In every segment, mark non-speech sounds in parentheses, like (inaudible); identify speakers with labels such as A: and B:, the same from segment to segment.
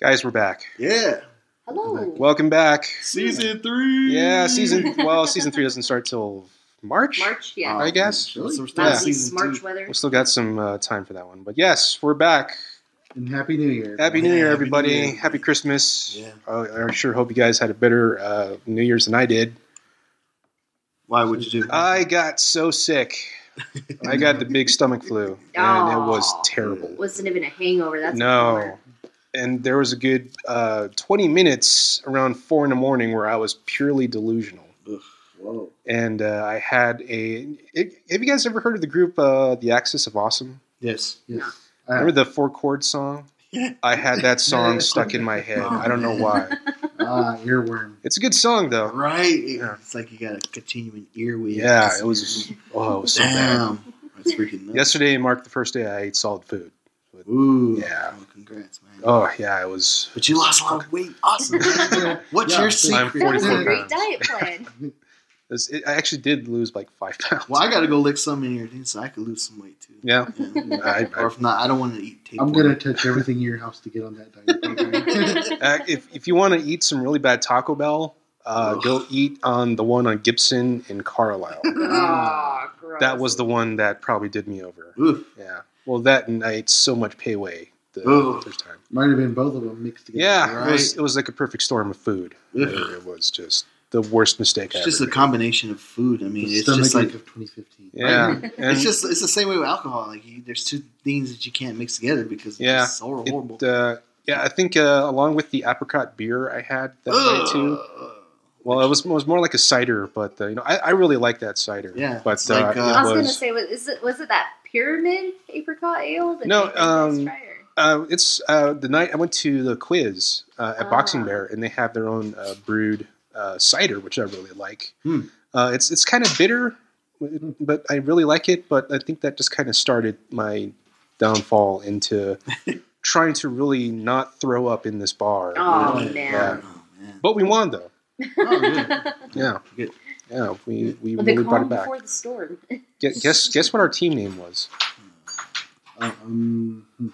A: Guys, we're back.
B: Yeah.
C: Hello.
A: Welcome back.
B: Season three.
A: Yeah,
C: (laughs)
A: season well, season three doesn't start till March.
C: March, yeah.
A: I guess.
B: Really?
D: So we're still
C: Not
A: uh, yeah.
D: in
C: at least
D: season
C: March
D: two.
C: weather.
A: We still got some uh, time for that one, but yes, we're back.
D: And Happy New Year.
A: Happy
D: everyone.
A: New Year,
B: Happy
A: everybody!
B: New Year.
A: Happy Christmas. Uh,
B: Yeah.
A: I, I sure hope you guys had a better uh, New Year's than I did.
B: Why would you do?
A: I got so sick. I got the big stomach flu, and it was
C: Aw.
A: terrible.
C: Wasn't even a hangover. That's a
A: no.
C: bummer.
A: And there was a good uh, 20 minutes around four in the morning where I was purely delusional.
D: Whoa.
A: And uh, I had a. It, have you guys ever heard of the group uh, The Axis of Awesome?
B: yes.
D: Yes.
A: Remember the four chord song?
B: Yeah.
A: I had
B: (laughs)
A: that song stuck in my head. I don't know why.
D: (laughs) Ah, earworm.
A: (laughs) It's a good song, though.
B: Right.
A: Yeah.
B: It's like you got a continuing earwig.
A: Yeah, it was. Oh, it was so bad.
B: Damn. That's freaking nuts.
A: Yesterday marked the first day I ate solid food.
B: Ooh.
A: Yeah.
B: Well, congrats, man.
A: Oh, yeah, it was.
B: But you
A: (laughs)
B: lost a lot of weight. Awesome. What's
D: Yeah.
B: your secret?
A: I'm
C: That was
A: 44
C: a great
A: pounds.
C: diet plan.
A: it was- it- I actually did lose like five pounds.
B: Well, I gotta go lick some in here, dude, so I could lose some weight too.
A: Yeah.
B: Yeah.
A: (laughs) I, I
B: or if not, I don't want to eat tape.
D: I'm gonna touch everything in your house to get on that diet.
A: (laughs)
D: program.
A: Uh,
C: (laughs)
A: if, if you want to eat some really bad Taco Bell, uh,
B: Ugh.
A: go eat on the one on Gibson in
B: (laughs)
A: Carlisle.
C: Aw, Ah, gross.
A: that was the one that probably did me over.
B: Oof.
A: Yeah. Well, that and I ate so much payway the
B: Ugh.
A: first time.
D: Might have been both of them mixed together.
A: Yeah, it was
B: Right.
A: it was like a perfect storm of food.
B: Ugh.
A: It was just the worst mistake I
B: It's just a
A: ever. made.
B: combination of food. I
D: The
B: mean, it's
D: stomach
B: just like
D: ache of 2015.
A: yeah, and
B: (laughs) it's just it's the same way with alcohol. Like you, there's two things that you can't mix together because it's
A: Yeah.
B: just so horrible.
A: it, uh, yeah. I think uh, along with the apricot beer I had that
B: Ugh.
A: night too. Well, it was it was more like a cider, but uh, you know I, I really like that cider.
B: Yeah,
A: but
B: it's like,
A: uh,
B: uh,
A: it
C: I was, gonna
A: was-
C: say, was, is it, was it that pyramid apricot ale? That
A: No,
C: they did last
A: um,
C: Friday?
A: Uh, it's uh, the night I went to the quiz uh, at Boxing
C: Ah.
A: Bear, and they have their own uh, brewed uh, cider, which I really like.
B: Hmm.
A: Uh, it's it's kind of bitter, but I really like it. But I think that just kind of started my downfall into trying to really not throw up in this bar.
C: Aw. Oh,
B: Yeah.
C: man.
B: Oh, man.
A: But we won though. (laughs)
B: Oh,
C: (laughs)
B: yeah.
A: Yeah,
B: Good.
A: yeah, we we
C: Well, they
A: really brought
C: calmed
A: it back.
C: before the storm.
A: Gu- Guess guess what our team name was?
D: Um, hmm.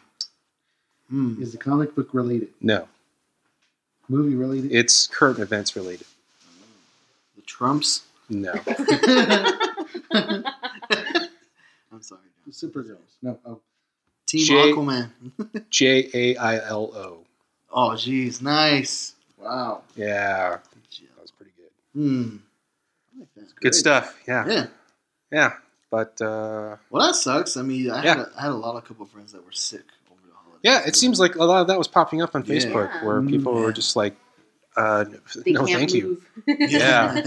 B: Hmm.
D: is the comic book related?
A: No,
D: Movie related?
A: it's current events related.
B: The Trumps.
C: (laughs)
B: (laughs)
A: No,
B: I'm sorry. John.
D: Supergirls. No. Oh,
B: Team
A: Jay-
B: Aquaman. (laughs)
A: J A I L O.
B: Oh, jeez, nice.
D: wow.
A: Yeah,
B: Good
A: that was pretty good.
B: Hmm. I like that.
A: Good stuff. Yeah.
B: Yeah.
A: Yeah. But uh,
B: Well, that sucks. I mean, I had a, I had a lot of couple of friends that were sick over the holidays.
A: yeah, it
B: (laughs)
A: seems like a lot of that was popping up on
B: Yeah.
A: Facebook
C: Yeah.
A: where people
B: Mhm.
A: were just like, uh, (laughs)
C: They
A: no,
C: can't
A: thank you. (laughs)
C: move. (laughs) you.
A: Yeah. Yeah.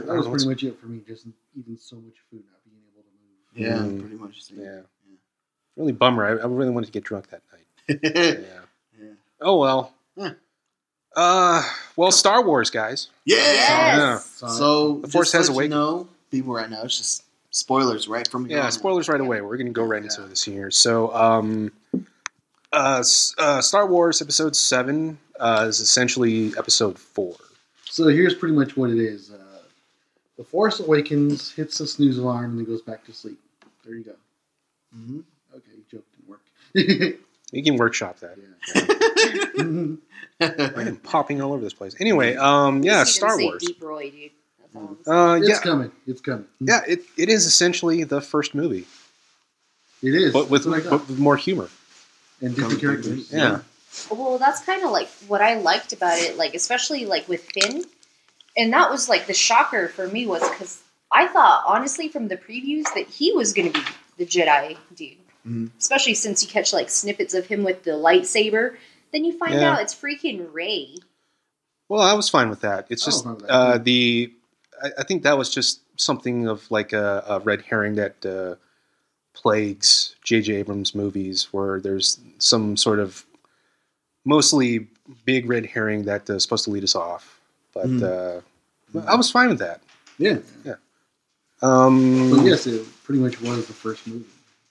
D: That was pretty much it for me. Just eating so much food, not being able to
B: (laughs)
D: move.
B: yeah,
A: Mm.
B: pretty much. same.
A: Yeah. Really bummer. I, I really wanted to get drunk that night.
B: (laughs) yeah.
A: Yeah. Oh, well.
B: Yeah.
A: Uh, well, Star Wars, guys.
B: Yeah.
C: Yes.
D: Sorry.
B: So
A: The Force
B: just
A: has
B: let you
A: awakened.
B: know, people right now, it's just spoilers right from here
A: Yeah,
B: on.
A: spoilers right away. We're going to go right into
B: Yeah.
A: this here. So, um, uh, S- uh, Star Wars Episode 7 uh, is essentially Episode 4.
D: So here's pretty much what it is. Uh, the Force awakens, hits the snooze alarm, and then goes back to sleep. There you go.
B: Mhm.
D: Okay, joke didn't work. (laughs)
A: You can workshop that.
D: Mhm.
A: I am popping all over this place. Anyway, um, yeah,
C: Just
A: Star
C: need
A: Wars.
C: to Say deep Roy, dude. That's all I'm saying.
A: Uh,
D: It's
A: yeah,
D: coming. It's coming.
A: yeah. It, it is essentially the first movie,
D: It is.
A: but with,
D: That's what I got.
A: but with more humor.
D: and different characters.
A: Yeah.
B: (laughs)
C: Well, that's kind of like what I liked about it, like especially like with Finn, and that was like the shocker for me was because I thought honestly from the previews that he was going to be the Jedi dude,
B: Mhm.
C: especially since you catch like snippets of him with the lightsaber. Then you find
A: Yeah.
C: out it's freaking Ray.
A: Well, I was fine with that. It's
D: I was
A: just
D: fine with that.
A: uh, the. I, I think that was just something of like a, a red herring that uh, plagues J.J. Abrams movies, where there's some sort of mostly big red herring that uh, is supposed to lead us off. But
B: Mm.
A: uh, I was fine with that.
B: Yeah.
A: Um,
D: But yes, it pretty much was the first movie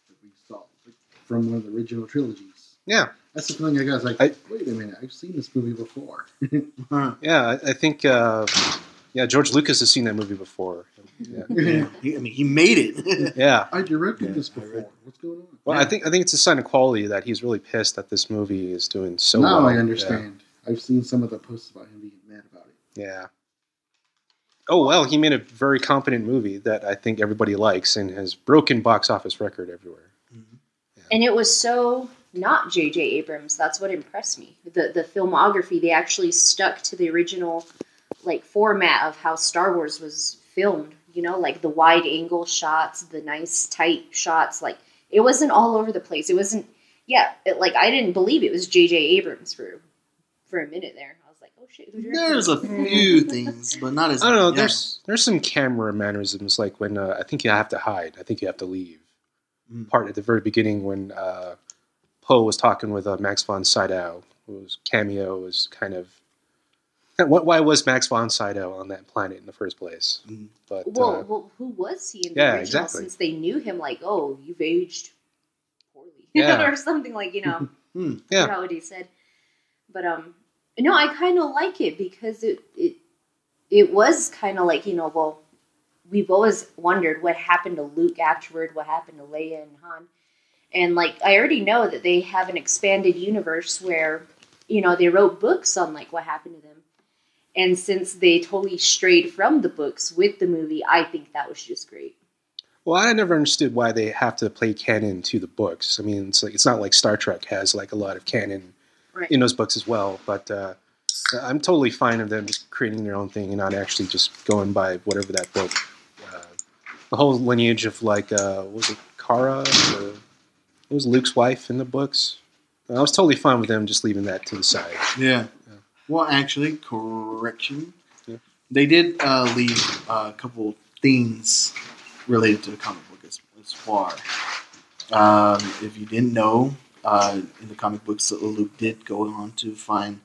D: that we saw like, from one of the original trilogies.
A: Yeah.
D: That's the thing I got. I was like,
A: I-
D: wait a minute, I've seen this movie before.
B: Huh.
A: Yeah, I I think uh, Yeah, George Lucas has seen that movie before.
D: (laughs)
A: Yeah,
B: He- I mean, he
A: (laughs)
B: made it.
A: yeah.
D: I directed
B: Yeah,
D: this
B: I
D: before. What's going on?
A: Well, I think I think it's a sign of quality that he's really pissed that this movie is doing so
D: now
A: well.
D: I understand. I've seen some of the posts about him being mad about it.
A: Yeah. Yeah. Oh well, he made a very competent movie that I think everybody likes and has broken box office record everywhere.
C: and it was so not J.J. Abrams. That's what impressed me. The the filmography they actually stuck to the original like format of how Star Wars was filmed. You know, like the wide angle shots, the nice tight shots. Like it wasn't all over the place. It wasn't. Yeah, it, like I didn't believe it was J.J. Abrams for for a minute there. I was like, oh shit. who directed
B: There's a
C: this?
B: few things, but not as
A: I don't know.
B: yeah.
A: There's there's some camera mannerisms like when uh, I think you have to hide. I think you have to leave.
B: Mm.
A: Part at the very beginning when uh, Poe was talking with uh, Max von Sydow, whose cameo was kind of. What, why was Max von Sydow on that planet in the first place?
B: Mhm.
A: But
C: Well,
A: uh,
C: well, who was he in the
A: yeah,
C: original?
A: exactly.
C: Since they knew him, like, oh, you've aged poorly, (laughs)
A: Yeah.
C: or something like you
A: (laughs)
C: know,
B: Hmm,
A: yeah.
C: forgot what he said. But um, no, I kind of like it because it it it was kind of like you know, well, we've always wondered what happened to Luke afterward, what happened to Leia and Han, and like I already know that they have an expanded universe where you know they wrote books on like what happened to them. And since they totally strayed from the books with the movie, I think that was just great.
A: well, I never understood why they have to play canon to the books. I mean, it's like it's not like Star Trek has like a lot of canon
C: Right.
A: in those books as well. But uh, I'm totally fine of them just creating their own thing and not actually just going by whatever that book. Uh, the whole lineage of like uh, what was it Kara? Or, what was Luke's wife in the books? I was totally fine with them just leaving that to the side.
B: Yeah.
A: Yeah.
B: Well, actually, correction.
A: Yeah.
B: They did uh, leave uh, a couple things related to the comic book as, as far. Um, if you didn't know, uh, in the comic books, Luke did go on to find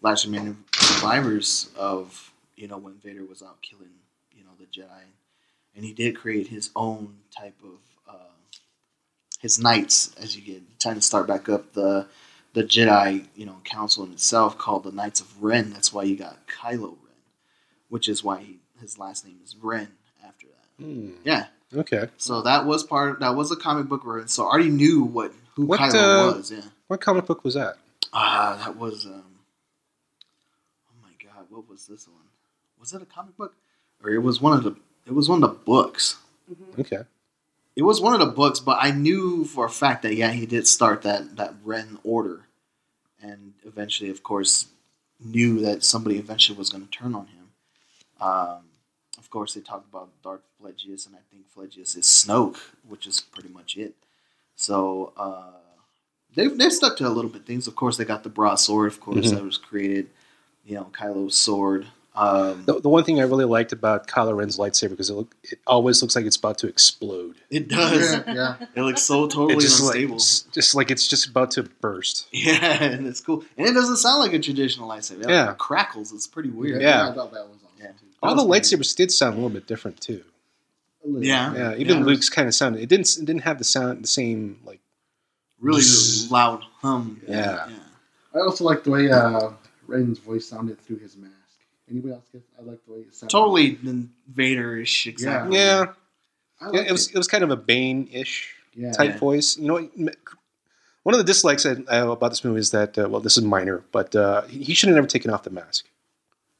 B: last remaining survivors of, you know, when Vader was out killing, you know, the Jedi. And he did create his own type of, uh, his knights, as you get, trying to start back up the the Jedi, you know, council in itself called the Knights of Ren. That's why you got Kylo Ren, which is why he, his last name is Ren after that.
A: Hmm,
B: Yeah.
A: okay.
B: So that was part. That was a comic book Ren. So I already knew what who
A: What,
B: Kylo
A: uh,
B: was. Yeah.
A: What comic book was that?
B: Ah, that was. Um, oh my God, what was this one? Was it a comic book, or it was one of the? It was one of the books.
A: Okay.
B: It was one of the books, but I knew for a fact that yeah, he did start that that Ren order, and eventually, of course, knew that somebody eventually was going to turn on him. Um, of course, they talked about Darth Plagueis, and I think Plagueis is Snoke, which is pretty much it. So uh, they've they've stuck to a little bit things. Of course, they got the broadsword. Of course,
A: Mhm.
B: that was created. You know, Kylo's sword. Um,
A: The, the one thing I really liked about Kylo Ren's lightsaber because it, look, it always looks like it's about to explode.
B: it does.
D: Yeah, yeah.
B: It looks so totally
A: it just like
B: unstable.
A: it's just like it's just about to burst.
B: (laughs) Yeah, and it's cool. And it doesn't sound like a traditional lightsaber. It, like,
A: Yeah.
B: crackles. It's pretty weird.
A: Yeah.
D: I thought that was awesome.
B: Yeah.
D: too.
A: All
B: That
A: the
B: was pretty-
A: lightsabers did sound a little bit different too.
D: A little.
B: Yeah.
A: Yeah, even
B: Uh, Yeah.
A: Luke's kind of sounded. It didn't it didn't have the sound the same like.
B: Really
A: Bzzz.
B: loud hum.
A: Yeah.
D: I also like the way uh, Ren's voice sounded through his mask. Anybody else? Get, I like the way it sounded.
B: Totally Vader-ish. Exactly.
A: Yeah,
D: I
A: yeah,
D: liked
A: it was it was kind of a Bane ish
D: Yeah.
A: type
B: Yeah.
A: voice. You know, what, m- one of the dislikes I I have about this movie is that uh, well, this is minor, but uh, he he should have never taken off the mask.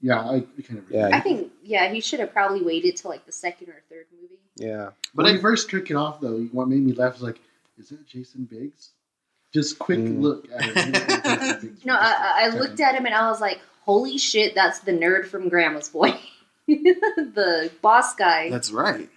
D: Yeah, I I kind of.
A: Yeah.
C: I think, yeah, he should have probably waited till like the second or third movie.
A: Yeah,
B: But
D: But when
B: I-
D: you first took it off, though, what made me laugh was like, "Is that Jason Biggs?" Just quick
A: Mm.
D: look at him.
C: (laughs) No, I, I I looked at him and I was like, holy shit, that's the nerd from Grandma's Boy. (laughs) the boss guy,
B: That's right.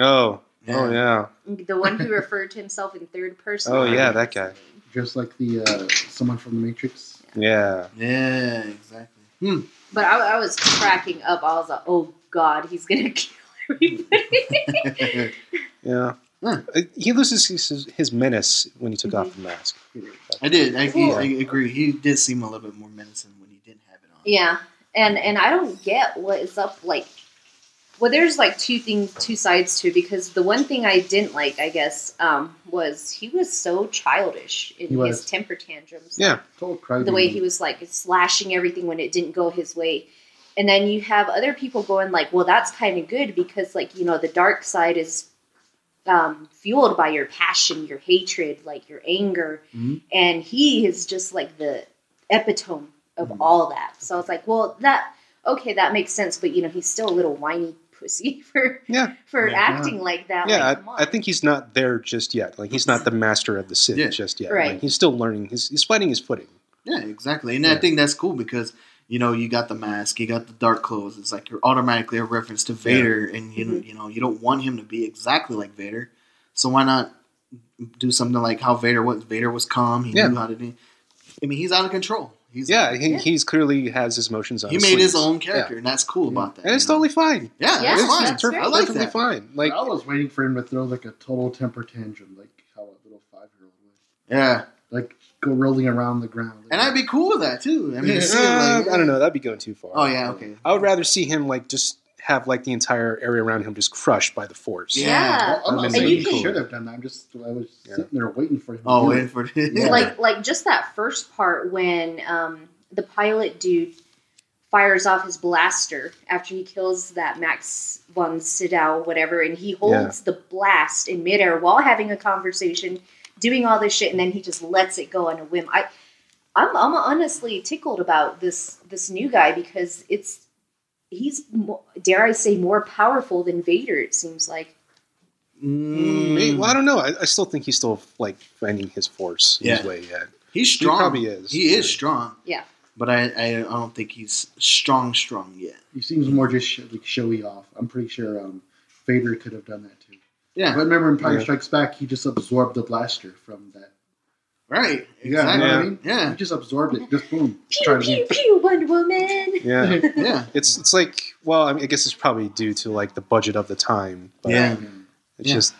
A: Oh,
B: Yeah.
A: oh yeah.
C: the one who referred to himself in third person.
A: Oh, yeah, that guy.
D: just like the uh, someone from the Matrix.
A: Yeah,
B: Yeah, exactly. (laughs) Hmm.
C: But I, I was cracking up. I was like, oh god, he's gonna (laughs) kill everybody.
A: yeah.
B: Huh.
A: Uh, He loses his, his, his menace when he took off the mask.
B: I did. I,
C: Cool.
B: I agree. He did seem a little bit more menacing when he didn't have it on.
C: Yeah, and and I don't get what is up. Like, well, there's like two things, two sides to it. Because the one thing I didn't like, I guess, um, was he was so childish in
D: He
C: his
D: was.
C: temper tantrums.
A: Yeah.
D: Total crybaby.
C: the way he was like slashing everything when it didn't go his way. And then you have other people going like, well, that's kind of good because like, you know, the dark side is um, fueled by your passion, your hatred, like your anger.
A: Mm-hmm.
B: Mhm.
C: And he is just like the epitome of
A: Mm-hmm.
B: Mhm.
C: all that. So I was like, well, that, okay, that makes sense. But, you know, he's still a little whiny (laughs) pussy for,
A: Yeah.
C: for
B: Yeah.
C: acting like that.
A: yeah,
C: Like, come on.
A: I, I think he's not there just yet. Like he's not the master of the Sith
B: Yeah.
A: just yet.
C: Right.
A: Like, he's still learning. He's he's fighting his footing.
B: Yeah, exactly. And I
A: Yeah.
B: think that's cool because you know you got the mask, you got the dark clothes. It's like you're automatically a reference to Vader, and you
A: Mm-hmm.
C: Mhm.
B: you know you don't want him to be exactly like Vader. So why not do something like how Vader was? Vader was calm. He
A: Yeah.
B: knew how to do. I mean, he's out of control. He's
A: Yeah, he,
C: Yeah.
A: he's clearly has his emotions on.
B: he made his
A: sleeves.
B: own character, and that's cool about that.
A: and it's
B: you know?
A: totally fine.
B: yeah,
C: Yeah,
B: it's
A: it's
B: fine.
C: that's
A: per-
C: right.
B: I like
A: perfectly
B: that.
A: fine. Like
D: I was waiting for him to throw like a total temper tantrum, like how a little five year old would,
B: Yeah,
D: like go rolling around the ground.
B: and I'd be cool with that too. I mean, it's
A: uh,
B: like,
A: I don't know. That'd be going too far.
B: Oh yeah, okay.
A: I would rather see him like just have like the entire area around him just crushed by the force.
B: Yeah.
D: Well, I'm
A: That'd
D: not
A: been
D: saying
C: really
D: he
C: cool.
D: should have done that. I'm just I was
A: Yeah.
D: sitting there waiting for him. to
B: Oh,
D: do it.
B: waiting for it. (laughs)
D: Yeah.
C: like like just that first part when um, the pilot dude fires off his blaster after he kills that Max von Sydow whatever, and he holds the blast in midair while having a conversation, doing all this shit, and then he just lets it go on a whim. I I'm I'm honestly tickled about this this new guy because it's he's mo- dare I say more powerful than Vader. It seems like
A: Mm,
B: Mm.
A: maybe- well, I don't know. I, I still think he's still like finding his force, his
B: Yeah.
A: way yet.
B: He's strong.
A: He probably is.
B: He is strong.
C: Yeah.
B: But I, I, I don't think he's strong, strong yet.
D: He seems more just sh- like showy off. I'm pretty sure um, Vader could have done that too. But
B: Yeah.
D: remember in Empire
A: Yeah.
D: Strikes Back, he just absorbed the blaster from that.
B: Right.
D: You got
B: Exactly.
D: what
A: Yeah.
D: I mean? He
B: Yeah.
D: just absorbed it. Just boom.
C: (laughs) pew
D: Try to
C: pew
D: be-
C: pew Wonder Woman.
A: Yeah,
C: (laughs)
B: Yeah.
A: it's it's like well, I, mean, I guess it's probably due to like the budget of the time. But
B: Yeah.
A: it's
B: Yeah.
A: just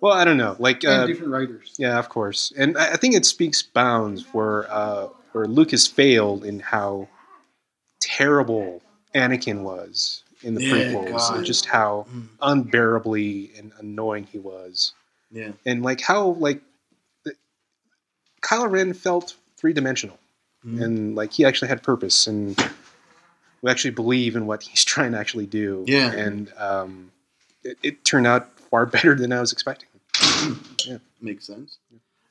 A: well, I don't know. Like
D: And
A: uh,
D: different writers.
A: Yeah, of course, and I I think it speaks bounds where uh, where Lucas failed in how terrible Anakin was in the
B: Yeah,
A: prequels,
B: God.
A: and just how
B: Mm.
A: unbearably and annoying he was,
B: Yeah.
A: and like how like the- Kylo Ren felt three dimensional,
B: Mm.
A: and like he actually had purpose, and we actually believe in what (laughs) he's trying to actually do.
B: Yeah.
A: and um, it, it turned out far (laughs) better than I was expecting.
B: Makes sense.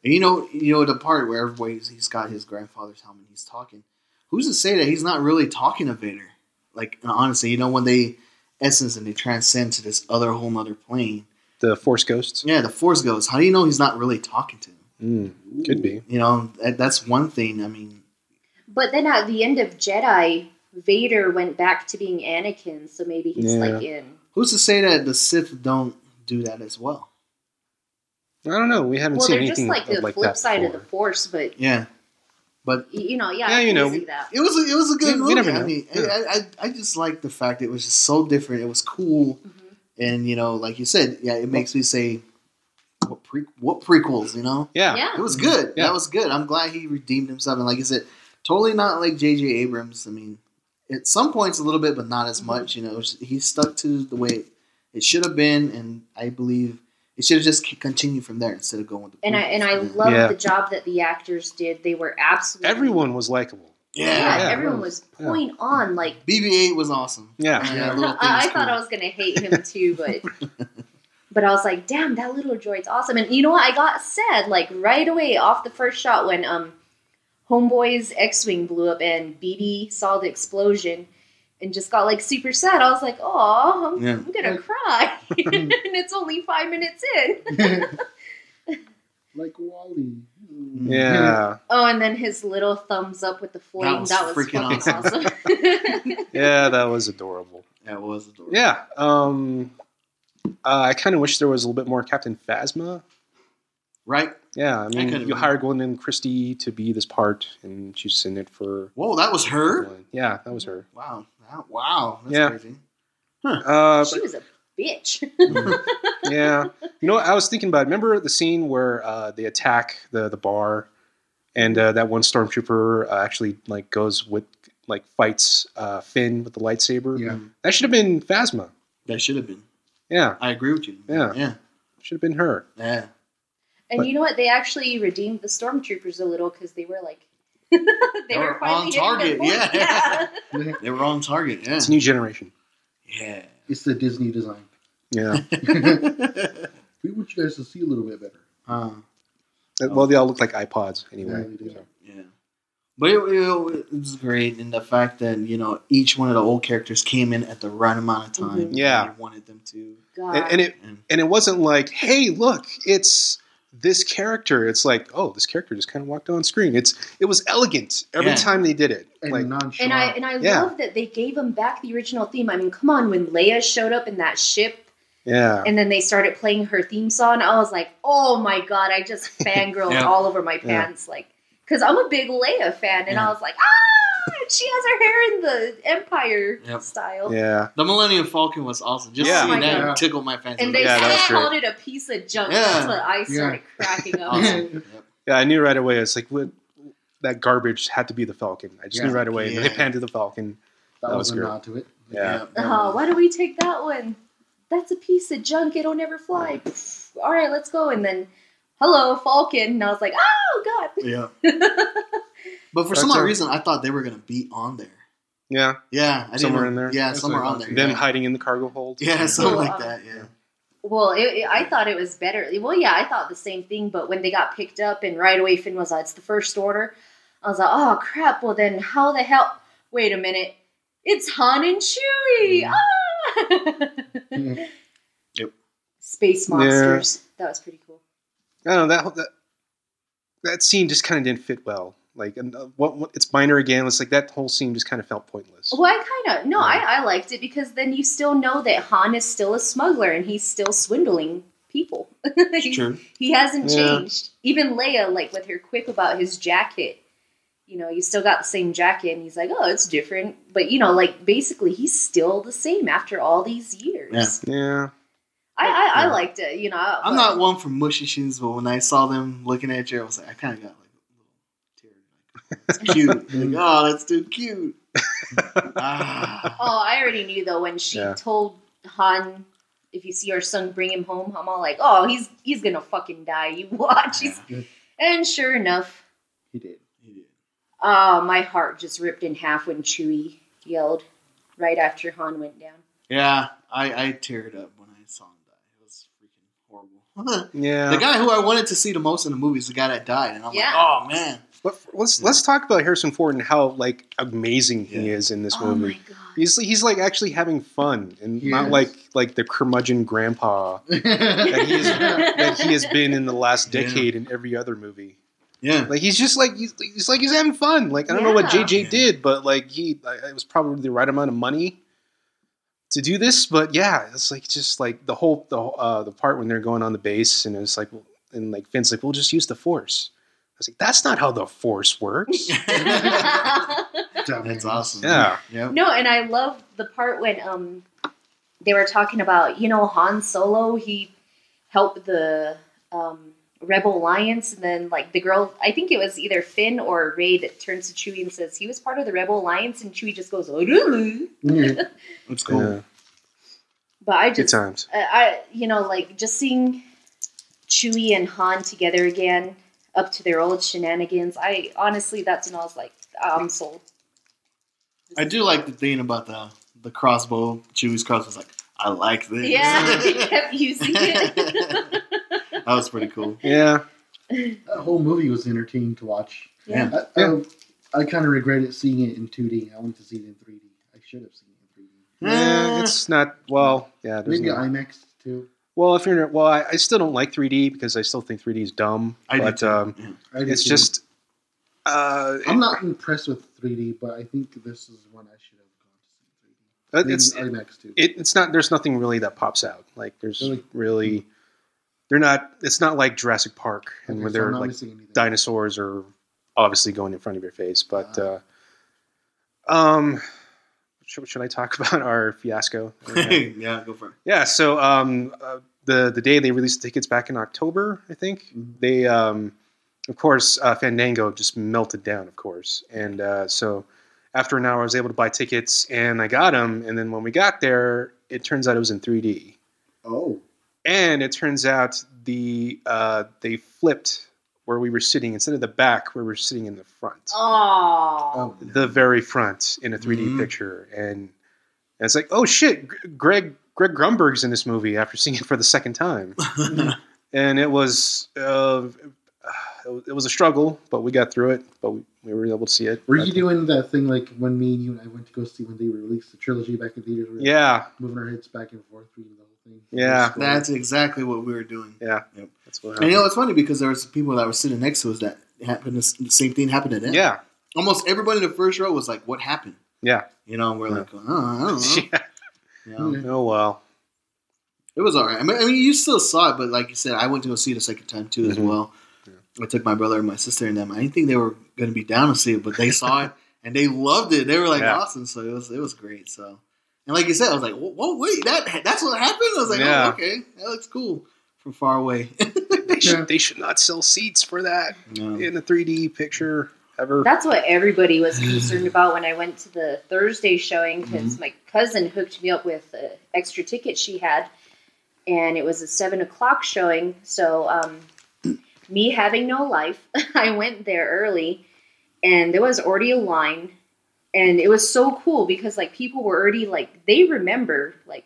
B: And you know, you know the part where everybody's he's got his grandfather's helmet. and He's talking. Who's to say that he's not really talking to Vader? Like and honestly, you know, when they essence and they transcend to this other whole nother plane.
A: The Force Ghosts.
B: Yeah, the Force goes. How do you know he's not really talking to him?
A: Mm, could be.
B: You know, that, that's one thing. I mean,
C: But then at the end of Jedi, Vader went back to being Anakin, so maybe he's
A: Yeah.
C: like in.
B: Who's to say that the Sith don't do that as well?
A: I don't know. We haven't
C: Well,
A: seen
C: they're just
A: anything
C: like the
A: of like
C: flip
A: that
C: side of
A: before.
C: the Force, but y-
B: Yeah, but
C: you know, yeah,
A: Yeah,
C: I
A: you
C: can
A: know.
C: see that.
B: it was a, it was a good
A: We- we
B: movie.
A: never
B: I
A: know.
B: mean,
A: Yeah.
B: I, I I just like the fact it was just so different. It was cool,
C: Mhm.
B: and you know, like you said, yeah, it makes me say, what pre what prequels? You know,
A: Yeah.
C: Yeah,
B: it was good.
A: Mm-hmm. Yeah.
B: That was good. I'm glad he redeemed himself, and like you said, totally not like J.J. Abrams. I mean, at some points a little bit, but not as
A: Mm-hmm.
B: much. You know, he stuck to the way it should have been, and I believe. It should have just c- continued from there instead of going with the
C: and I and I
B: prequels. Yeah.
C: love
A: Yeah.
C: the job that the actors did. They were absolutely
A: Everyone was likable.
C: Yeah,
A: Yeah.
C: everyone was point on. Like
B: BB-8 was awesome.
A: Yeah.
B: Yeah,
C: I,
B: little thing
C: I
B: is
C: thought
B: cool.
C: I was gonna hate him too, but
B: (laughs)
C: but I was like, damn, that little droid's awesome. And you know what? I got sad like right away off the first shot when um Homeboy's X-wing blew up and BB saw the explosion and just got like super sad. I was like, oh, I'm,
B: Yeah.
C: I'm
B: (laughs)
C: gonna cry, (laughs) and it's only five minutes in.
D: like Hmm. Wally.
C: (laughs)
D: Mm-hmm.
A: Yeah.
C: Oh, and then his little thumbs up with the flame. That
B: was
C: was,
B: freaking
C: fucking
B: awesome.
C: awesome.
A: Yeah, that was adorable.
B: That was adorable.
A: Yeah. Um uh, I kind of wish there was a little bit more Captain Phasma.
B: Right?
A: Yeah, I mean,
B: could've
A: you
B: been-
A: hired Gwen Christie to be this part, and she's in it for.
B: Whoa, that was her?
A: Yeah, that was her.
B: Wow. That- wow. That's
A: Yeah.
B: crazy.
A: Uh,
B: (laughs)
C: (laughs) she was a bitch.
A: but-
D: (laughs)
A: yeah, you know, what I was thinking about. Remember the scene where uh, they attack the the bar, and uh, that one stormtrooper uh, actually like goes with like fights uh, Finn with the lightsaber.
D: Yeah.
A: That should have been Phasma.
B: That should have been.
A: Yeah,
B: I agree with you.
A: Yeah.
B: Yeah.
A: should have been her.
B: Yeah.
C: And
A: But-
C: you know what? They actually redeemed the stormtroopers a little because they were like (laughs) they
B: They
C: were
B: were
C: finally
B: on
C: hitting their
B: target,
C: point,
B: yeah. (laughs)
C: yeah.
B: They were on target. Yeah.
A: It's new generation.
B: Yeah.
D: It's the Disney design. (laughs)
A: Yeah.
B: (laughs)
D: we want you guys to see a little bit better.
B: uh,
A: well, they all look like iPods anyway.
D: Yeah, they do.
A: so.
B: yeah. But it, it, it was great in the fact that you know each one of the old characters came in at the right amount of time.
C: Mhm.
B: when
A: Mm-hmm. Yeah.
B: you wanted them to.
C: God.
A: And, and it
B: And
A: and it wasn't like, hey, look, it's this character. It's like, oh, this character just kind of walked on screen. It's it was elegant every
B: Yeah.
A: time they did it.
D: And
A: like,
D: nonchalant.
C: And I and I
A: Yeah.
C: love that they gave him back the original theme. I mean, come on, when Leia showed up in that ship,
A: yeah,
C: and then they started playing her theme song, I was like, oh my god, I
A: (laughs)
C: just fangirled
B: Yeah.
C: all over my
A: Yeah.
C: pants, like, because I'm a big Leia fan, and
B: Yeah.
C: I was like, ah, she has her hair in the Empire
B: Yep.
C: style,
A: yeah,
B: the Millennium Falcon was awesome. Just
A: Yeah.
B: seeing
C: Oh my
B: that
D: God.
B: tickled my fancy.
C: and they
A: Yeah, that was
C: still called it a piece of junk.
B: Yeah.
C: That's what I
D: Yeah.
C: started
A: (laughs)
C: cracking
B: (laughs)
C: up.
B: Awesome. Yep.
A: yeah. I knew right away. It's like what, that garbage had to be the Falcon. I just
D: Yeah.
A: knew right away. They
B: Yeah.
A: panned to the Falcon.
D: that,
A: that
D: was,
A: was
D: a
A: great.
D: nod to it.
A: Yeah.
B: that
C: Oh,
B: was-
C: why do we take that one? That's a piece of junk. It'll never fly. All right, let's go. And then, hello, Falcon. And I was like, oh, God. (laughs)
B: Yeah. but for
A: That's
B: some odd
A: all.
B: reason, I thought they were gonna be on there.
A: Yeah,
B: Yeah, I
A: Somewhere
B: didn't,
A: in there?
B: Yeah,
D: That's
B: somewhere
D: what I
B: on
D: thought.
B: there.
A: them
B: yeah.
A: hiding in the cargo hold.
B: yeah, (laughs) something
C: Well,
B: like
C: um,
B: that. Yeah,
C: Well, it, it- I thought it was better. Well, yeah, I thought the same thing. But when they got picked up and right away Finn was like, it's the first order. I was like, oh, crap. Well, then how the hell? Wait a minute. It's Han and Chewie. Ah! (laughs)
D: Mhm.
B: Mm-hmm. Yep.
C: Space
A: Yeah.
C: monsters. That was pretty cool.
A: I don't know that that that scene just kind of didn't fit well. Like, and uh, what, what it's minor again. It's like that whole scene just kind of felt pointless.
C: Well, I kind of no, I, I liked it because then you still know that Han is still a smuggler and he's still swindling people. (laughs)
B: It's true.
C: He hasn't
A: Yeah.
C: changed. Even Leia, like with her quip about his jacket, you know, you still got the same jacket, and he's like, "Oh, it's different," but you know, like basically, he's still the same after all these years.
B: Yeah.
A: Yeah,
C: I, I, I
B: Yeah.
C: liked it. You know,
B: I'm
C: but-
B: not one for mushy shoes, but when I saw them looking at you, I was like, I kind of got like a little tear.
A: (laughs)
B: Like, it's cute. like, oh, that's too cute. ah,
C: Oh, I already knew though when she
A: Yeah.
C: told Han, "If you see our son, bring him home." I'm all like, "Oh, he's he's gonna fucking die. You (laughs) watch." He's-
D: Yeah.
C: And sure enough.
D: He did.
C: Oh, my heart just ripped in half when Chewie yelled right after Han went down.
B: yeah, I, I teared up when I saw him die. It was freaking horrible. (laughs)
A: yeah.
B: the guy who I wanted to see the most in the movie is the guy that died, and I'm
C: Yeah.
B: like, oh man,
A: But f- let's
B: Yeah.
A: let's talk about Harrison Ford and how like amazing he
B: Yeah.
A: is in this
C: oh
A: movie.
C: my god.
A: He's he's like actually having fun and
D: He
A: not
D: is.
A: like like the curmudgeon grandpa that
C: (laughs)
A: he is that he has been in the last
B: Yeah.
A: decade in every other movie. (laughs)
B: yeah, (laughs)
A: Like he's just like he's, he's like he's having fun. Like I don't know what
C: Yeah.
A: JJ
B: Yeah.
A: did, but like he I- it was probably the right amount of money to do this. But yeah, it's like just like the whole the whole, uh, the part when they're going on the base and it's like and like Finn's like we'll just use the force. I was like that's not how the force
B: (laughs)
A: works.
C: (laughs)
B: that's awesome.
A: Yeah.
B: Yep.
C: no, and I love the part when um they were talking about, you know, Han Solo, he helped the um Rebel Alliance and then like the girl I think it was either Finn or Ray that turns to Chewie and says he was part of the Rebel Alliance and Chewie just goes, "Urulu."
D: Yeah.
B: That's cool.
A: Yeah.
C: But I
A: Good
C: just
A: times.
C: I, I you know like just seeing Chewie and Han together again up to their old shenanigans. I honestly that's when I was like I'm sold.
B: I do like the thing about the the crossbow. Chewie's crossbow was like, I like this.
A: (laughs)
C: Yeah, (laughs) they kept
B: (laughs)
C: using it.
B: that was pretty cool.
A: Yeah.
D: That whole movie was entertaining to watch.
B: Yeah.
D: I, I, I kind of regretted seeing it in 2D. I wanted to see it in 3D. I should have seen it in
A: (laughs)
B: Eh.
D: 3D.
A: Yeah,
B: (laughs)
A: it's not well. Yeah, there's
D: Maybe
A: no-
D: IMAX too.
A: well, if you're not- well, I, I still don't like 3D because I still think 3D is dumb.
B: I do
A: but
B: too.
A: um,
B: Yeah.
D: I didn't
A: it's
D: see
A: just uh,
D: it. I'm not impressed with 3D, but I think this is one I should have
A: it-
D: gone to
A: it's
D: see in 3D. Maybe IMAX too.
A: it, it's not. There's nothing really that pops out. Like there's
D: Really?
A: really, they're not. It's not like Jurassic Park and
D: Okay,
A: where
D: so I'm
A: they're
D: not
A: like
D: missing anything.
A: dinosaurs are obviously going in front of your face. But
D: Ah.
A: uh, um, should, should I talk (laughs) about our fiasco?
D: (laughs)
B: yeah, go for it.
A: Yeah, so um, uh, the the day they released tickets back in October, I think
D: Mhm.
A: they, um, of course, uh, Fandango just melted down, of course, and uh, so after an hour, I was able to buy tickets and I got them. And then when we got there, it turns out it was in 3D,
D: Oh,
A: and it turns out the uh, they flipped where we were sitting instead of the back where we were sitting in the front
D: Um,
C: Oh,
A: the very front in a 3d
D: Mm-hmm.
B: Mhm.
A: picture and, and it's like oh shit Gr- greg greg grumberg's in this movie after seeing it for the second
D: (laughs)
A: time and it was uh, it was a struggle but we got through it but we, we were able to see it
D: Were you doing that thing like when me and you and I went to go see when they released the trilogy back in theaters? we were
A: yeah
D: moving our heads back and forth reading the whole thing.
A: Yeah.
B: That's exactly what we were doing.
A: yeah
B: Yep.
A: that's what
B: And you know,
A: happened.
B: it's funny because there was people that were sitting next to us that happened. The same thing happened to them.
A: yeah
B: Almost everybody in the first row was like, "What happened?"
A: Yeah.
B: You know, and we're
A: Yeah.
B: like, "Oh, I
A: (laughs)
B: don't know."
A: yeah
B: You know?
D: Yeah.
A: oh well
B: It was all right. I mean, I mean, you still saw it, but like you said, I went to go see it a second time too, as
A: Mhm.
B: well.
A: Yeah.
B: I took my brother and my sister and them. I didn't think they were going to be down to see it, but they saw it and they loved it. They were like
A: Yeah.
B: awesome, so it was it was great. So, and like you said, I was like, "Whoa, whoa wait, that that's what happened." I was like,
A: Yeah.
B: "Oh, okay, that looks cool from far away." (laughs)
A: they should,
D: Yeah.
A: they should not sell seats for that
B: No.
A: in a 3d picture ever
C: That's what everybody was concerned about when I went to the Thursday showing because my cousin hooked me up with an extra ticket she had, and it was a seven o'clock showing. So, um, me having no life, (laughs) I went there early, and there was already a line, and it was so cool because like people were already like they remember like.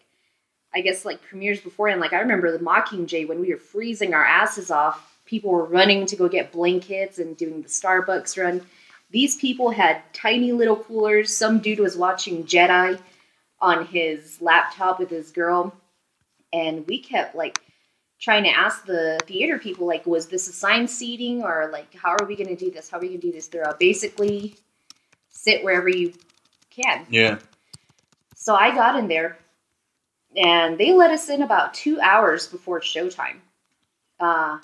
C: I guess like premieres before, and like I remember the Mockingjay when we were freezing our asses off. People were running to go get blankets and doing the Starbucks run these people had tiny little coolers. Some dude was watching Jedi on his laptop with his girl. And we kept like trying to ask the theater people, like, was this assigned seating or like, how are we going to do this? How are we going to do this? They're all basically sit wherever you can.
B: Yeah.
C: So I got in there, and they let us in about two hours before showtime. Uh,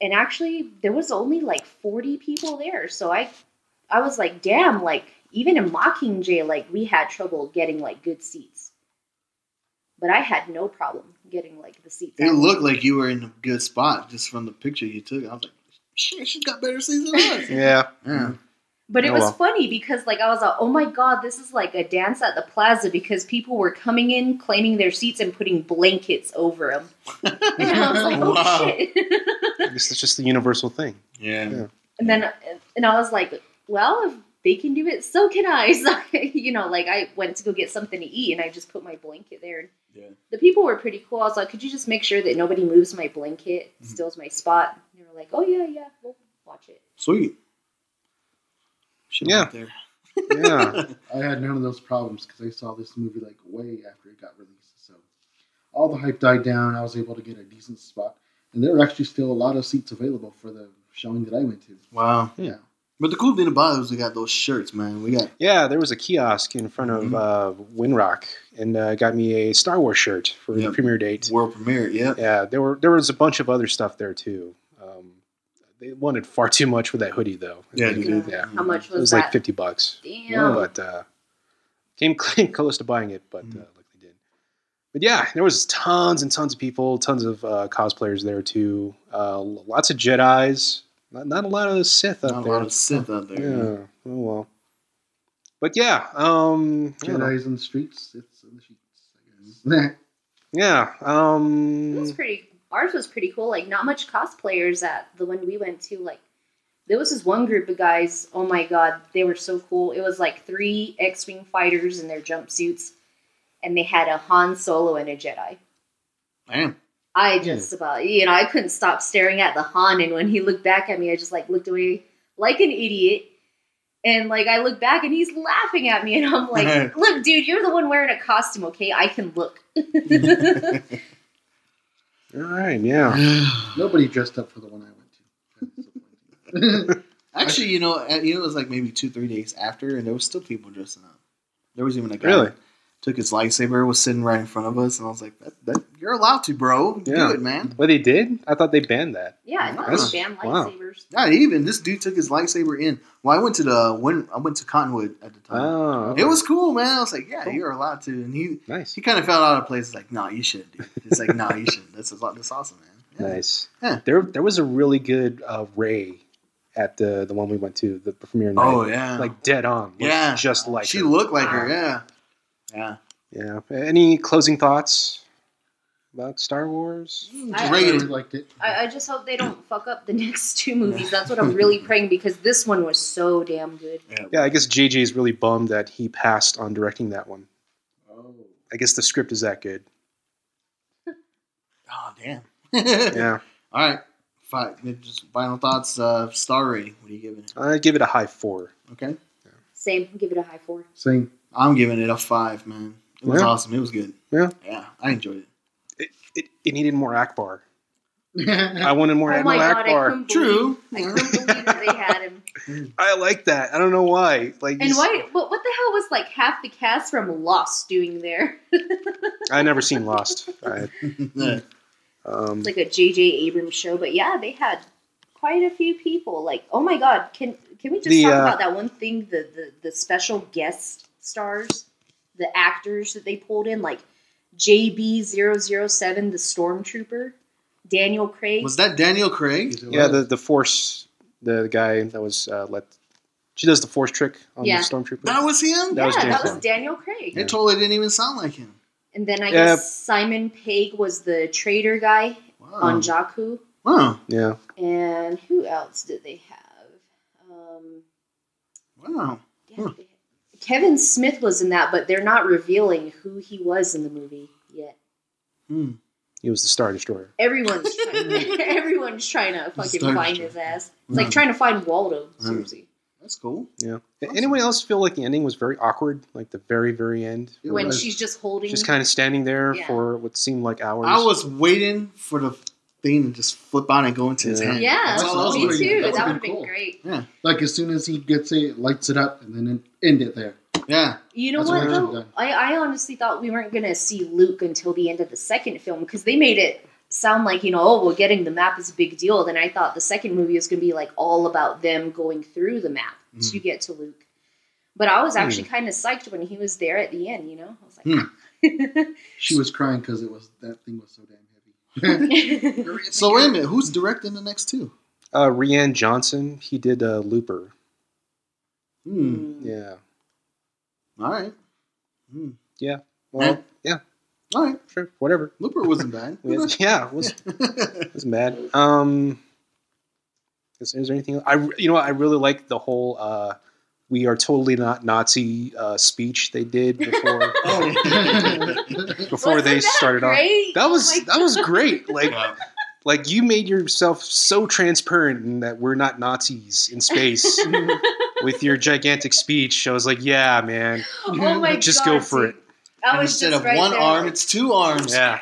C: and actually, there was only like forty people there, so I, I was like, damn, like even in Mockingjay, like we had trouble getting like good seats, but I had no problem getting like the seats.
B: It looked like you were in a good spot just from the picture you took. I was like, shit, she's got better seats than us.
A: yeah
B: yeah.
C: But it
A: Oh,
C: was
A: well.
C: funny because like I was like, oh my god, this is like a dance at the plaza because people were coming in, claiming their seats, and putting blankets over them. (laughs) and I was like, oh
B: Wow.
C: shit. (laughs)
A: I guess it's just the universal thing
B: Yeah.
A: Yeah.
C: and then and I was like, well, if they can do it, so can I. (laughs) So, you know, like I went to go get something to eat, and I just put my blanket there.
B: Yeah.
C: The people were pretty cool. I was like, could you just make sure that nobody moves my blanket,
B: Mhm.
C: steals my spot? And they were like, oh yeah, yeah, we'll watch it.
B: Sweet. Should've
A: Yeah.
B: went there.
A: yeah
D: I had none of those problems because I saw this movie like way after it got released. So all the hype died down. I was able to get a decent spot, and there were actually still a lot of seats available for the showing that I went to.
B: Wow.
A: Yeah.
B: But the cool thing about it was we got those shirts, man. We got
A: Yeah, there was a kiosk in front of
B: Mhm.
A: uh, Winrock, and uh, got me a Star Wars shirt for
B: Yeah.
A: the premiere date.
B: world premiere. Yeah.
A: Yeah, there were there was a bunch of other stuff there too. Um, they wanted far too much for that hoodie though.
B: Yeah,
A: it
B: they
C: did.
A: yeah.
C: How much
A: was,
C: was,
A: like
C: that?
A: fifty bucks,
C: Damn.
A: but uh, came (laughs) cl- close to buying it, but
B: Mhm.
A: uh, like they did. But yeah, there was tons and tons of people, tons of uh, cosplayers there too. Uh, lots of Jedi's, not, not a lot of Sith up
B: Not a
A: there.
B: lot of Sith out there.
A: Yeah. Oh well. But yeah, um, I don't know.
D: Jedi's in the streets, it's in the sheets. I guess. (laughs)
A: yeah,
C: It was
A: um,
C: pretty. Ours was pretty cool. Like not much cosplayers at the one we went to. Like there was this one group of guys. Oh my god, they were so cool. It was like three X-wing fighters in their jumpsuits, and they had a Han Solo and a Jedi.
B: Damn.
A: Hmm.
C: I just about you know I couldn't stop staring at the Han, and when he looked back at me, I just like looked away like an idiot. And like I look back and he's laughing at me, and
A: (laughs)
C: I'm like, "Look, dude, you're the one wearing a costume, okay? I can look." (laughs)
A: all right, yeah,
B: (laughs)
D: Nobody dressed up for the one I went to. Disappointing.
B: Actually, you know, at- you know, it was like maybe two, three days after, and there was still people dressing up. There was even a guy
A: Really?
B: took his lightsaber, was sitting right in front of us, and I was like, that, that, "You're allowed to, bro.
A: Yeah.
B: Do it, man."
A: well, they did. I thought they banned that.
C: Yeah, not
A: That's-
C: fan
A: wow.
C: lightsabers.
B: Not even this dude took his lightsaber in. Well, I went to the when I went to Cottonwood at the time.
A: Oh,
B: it was cool, man. I was like, "Yeah,
A: Cool.
B: you're allowed to," and he
A: nice,
B: he kind of felt out of place. Like, "Nah, you shouldn't." Dude. It's like, "Nah, you shouldn't." That's a lot. That's awesome, man. Yeah.
A: nice.
B: Yeah.
A: There, there was a really good uh, Ray at the the one we went to the premiere night.
B: Oh yeah.
A: like dead on. Looked
B: Yeah.
A: just like
B: she
A: her. Ah.
B: looked like her. Yeah. Yeah.
A: Yeah. Any closing thoughts? about Star Wars?
C: I-
D: I
B: Rated.
D: really liked it.
C: I, I just hope they don't fuck up the (laughs) next two movies. That's what I'm really praying because this one was so damn good.
A: Yeah, I guess JJ's really bummed that he passed on directing that one.
D: Oh,
A: I guess the script is that
B: (laughs)
A: good.
B: Oh damn. (laughs)
A: Yeah.
B: All right. Fine. Then Just final thoughts. Uh, star rating. What are you giving it?
A: I give it a high four.
B: Okay.
C: Same. Give it a high four.
D: same.
B: I'm giving it a five, man. It was
A: Yeah.
B: awesome. It was good.
A: Yeah.
B: Yeah. I enjoyed
C: (laughs)
B: it. (laughs)
A: It, it needed more Akbar. I
D: I
A: wanted more
C: oh my
A: Admiral
C: god! I
A: Akbar.
C: couldn't
B: True.
C: believe. I couldn't believe that they had him.
A: I like that. I don't know why. Like,
C: And
A: he's-
C: why? What, what the hell was like half the cast from Lost doing there?
A: I never seen Lost. I,
B: Yeah.
A: um,
C: It's like a J.J. Abrams show, but yeah, they had quite a few people. Like, oh my god, can can we just
A: The,
C: talk
A: uh,
C: about that one thing? The, the the special guest stars, the actors that they pulled in, like JB007, the stormtrooper, Daniel Craig.
B: was that Daniel Craig?
A: yeah, the the Force, the, the guy that was uh, let. She does the Force trick on
C: Yeah.
A: the stormtrooper.
B: That was him.
A: that
C: yeah,
A: was James
C: that was
A: Bond.
C: Daniel Craig.
A: Yeah.
B: It totally didn't even sound like him.
C: And then I
A: Yeah.
C: guess Simon Pegg was the traitor guy
B: Wow.
C: on Jakku.
B: wow.
A: yeah,
C: And who else did they have? Um,
B: Wow.
C: Yeah. Kevin Smith was in that, but they're not revealing who he was in the movie yet.
B: Hmm.
A: he was the Star Destroyer.
C: Everyone's trying, (laughs) everyone's trying to fucking
B: Star
C: find
B: Destroyer.
C: his ass. It's like
B: Mm.
C: trying to find Waldo.
B: Mm.
C: Seriously,
B: That's cool.
A: Yeah.
B: Awesome.
A: Anyone else feel like the ending was very awkward? Like the very very end,
D: It
C: when
D: was.
C: she's just holding.
A: just kind of standing there
C: Yeah.
A: for what seemed like hours.
B: I was waiting for the thing to just flip out and go into his
A: Yeah.
B: hand.
C: yeah,
B: That's all I was
C: me
B: waiting
C: too.
B: for.
C: That,
D: would've
C: would have
D: been
C: been
D: cool.
C: great.
D: like as soon as he gets it, lights it up, and then end it there.
B: Yeah.
C: You know
D: That's
A: what
C: what
A: I
D: should've
C: though?
D: done.
C: I, I honestly thought we weren't gonna see Luke until the end of the second film because they made it sound like you know oh well getting the map is a big deal. Then I thought the second movie was gonna be like all about them going through the map
B: Mm.
C: to get to Luke. But I was actually kind of psyched when he was there at the end. You know, I was like, "Ah." (laughs)
B: Mm.
D: She was crying because it was that thing was so damn heavy.
B: So wait a minute. Who's directing the next two?
A: uh, Rian Johnson. He did uh, Looper.
B: Hmm.
A: Yeah.
B: All right. Hmm.
A: Well,
B: Huh? All right.
A: sure, whatever.
B: Looper wasn't bad. (laughs)
A: We
C: (laughs)
A: had- yeah, it was it was mad. Um, is, is there anything? Else? I re- you know what? I really like the whole uh, "We are totally not Nazi" uh, speech they
C: (laughs)
A: did before
B: Oh.
A: (laughs) before
C: Oh, Wasn't
A: they
C: that
A: started off.
C: great?
A: That
C: Oh
A: was
C: my
A: that was
C: God.
A: great. Like
B: Yeah.
A: like you made yourself so transparent in that we're not Nazis in
C: (laughs)
A: space with your gigantic speech. I was like, yeah, man.
C: Oh
A: (laughs)
C: my
A: Just
C: God,
A: go for
C: dude. I
B: And
C: was
B: instead
C: just
B: of
C: right
B: one
C: there.
B: arm, it's two arms.
A: Yeah.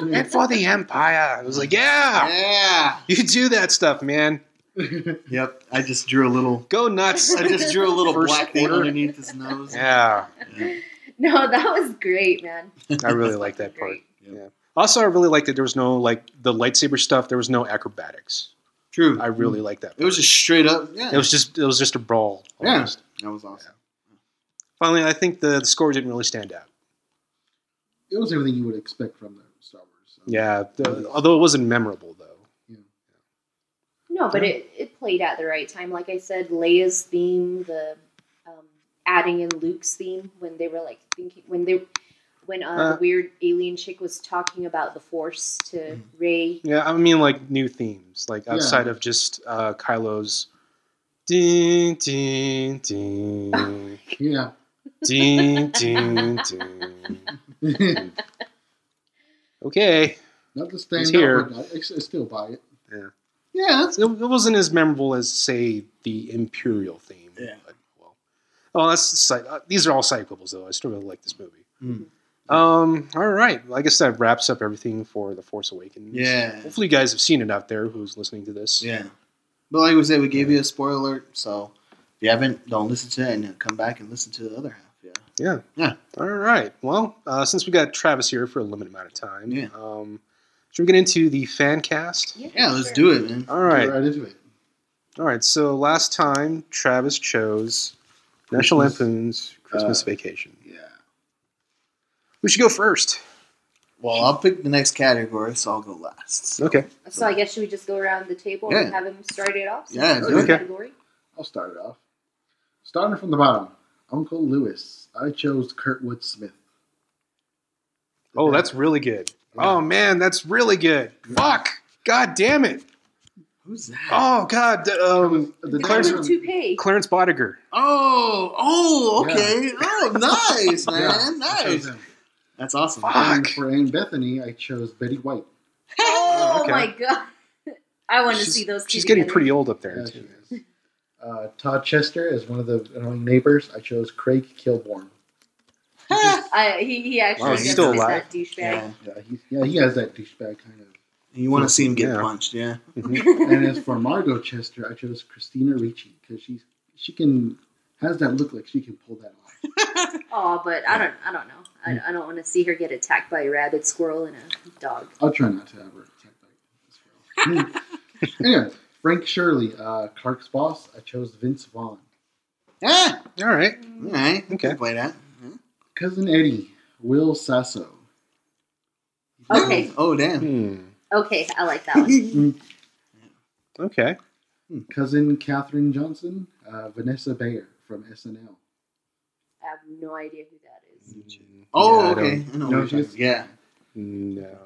A: and for the empire. I was like, yeah.
B: Yeah.
A: You do that stuff, man.
B: Yep. I just drew a little.
A: Go
C: (laughs)
A: nuts.
B: I just drew a little
A: First
B: black thing
A: order.
B: underneath his nose.
A: Yeah.
B: Yeah.
C: (laughs) No, that was great, man.
A: I really like that part.
C: Great.
A: Also, I really liked that there was no like the lightsaber stuff. There was no acrobatics.
B: True.
A: I really like that.
B: It was
A: part.
B: just straight up. Yeah.
A: It was just. It was just a brawl.
B: Yeah.
A: almost.
B: that was awesome.
A: Finally, I think the, the score didn't really stand out.
D: it was everything you would expect from the Star Wars. so.
A: Yeah. the- although it wasn't memorable though.
C: No, but it, it played at the right time. Like I said, Leia's theme, the um, adding in Luke's theme when they were like thinking when they when uh,
A: Uh.
C: the weird alien chick was talking about the Force to Ray.
A: Yeah, I mean like new themes, like
D: Yeah.
A: outside of just uh, Kylo's. Ding ding ding
D: Yeah.
A: ding ding ding. (laughs) Okay,
D: Not the stand
A: here.
D: I, I still buy it.
B: Yeah.
A: So it wasn't as memorable as say the Imperial theme.
B: Yeah.
A: but, well, oh, that's side, uh, these are all side quibbles though. I still really like this movie.
B: Mm.
A: Um, all right, Well, I guess that wraps up everything for the Force Awakens.
B: Yeah.
A: Hopefully, you guys have seen it out there who's listening to this.
B: Yeah. But like we said, we gave you a spoiler alert, so if you haven't, don't listen to it and then come back and listen to the other half. Yeah.
A: Yeah.
B: Yeah.
A: All right. Well, uh, since we got Travis here for a limited amount of time,
B: Yeah.
A: um, should we get into the fan cast?
B: Yeah, let's do it, man.
A: All right.
D: Get right into it.
A: All right. So last time, Travis chose National
D: Christmas.
A: Lampoon's
B: Uh,
A: Christmas Vacation.
D: Yeah.
A: We should go first.
B: Well, I'll pick the next category, so I'll go last.
A: Okay.
C: So I guess should we just go around the table
B: Yeah.
C: and have him start it off?
B: Yeah,
C: Since
B: do
C: it's
A: it.
C: a Category.
D: I'll start it off. Starting from the bottom, Uncle Lewis. I chose Kurtwood Smith.
A: Oh, that's really good. Oh man, that's really good. Fuck. God damn it.
B: Who's that?
A: Oh god. d- Um,
C: The
D: the
C: guy
A: Clarence-
C: with toupee.
A: Clarence Bodiger.
B: Oh, oh, okay. Oh, nice, man.
D: Yeah, I chose
B: Nice.
D: him.
B: That's awesome.
A: Fuck.
D: And for Anne Bethany, I chose Betty White.
C: (laughs) Oh (laughs)
A: okay.
C: my god! (laughs) I want to
A: She's-
C: see those. Two
A: She's getting
C: together.
A: pretty old up there.
D: Yeah,
A: too.
D: she is. Uh, Todd Chester as one of the annoying neighbors. I chose Craig Kilborn.
C: I, he, he actually
A: Wow,
B: he's
C: gets
B: still
C: his-
A: alive?
C: that douchebag.
B: Yeah.
D: Yeah, he, yeah, he has that douchebag kind of.
B: You want to see him get
A: Yeah.
B: punched, yeah?
D: And as for Margot Chester, I chose Christina Ricci because she she can has that look like she can pull that off.
C: oh, but I don't. I don't know. I, I don't want to see her get attacked by a rabbit, squirrel, and a dog.
D: I'll try not to ever attack like this. girl. anyway, Frank Shirley, uh, Clark's boss. I chose Vince Vaughn.
B: Ah,
A: All right.
B: all right.
A: Okay.
B: Can play that.
D: Cousin Eddie, Will Sasso.
C: Okay.
A: (laughs)
B: Oh, damn.
A: Hmm.
C: Okay, I like that one.
A: Okay.
D: Cousin Katherine Johnson, uh, Vanessa Bayer from SNL.
C: I have no idea who that is.
B: oh,
A: Yeah, I
B: okay.
A: don't-
B: I know
D: No,
B: what you're
D: she's-
B: talking- yeah.
A: No.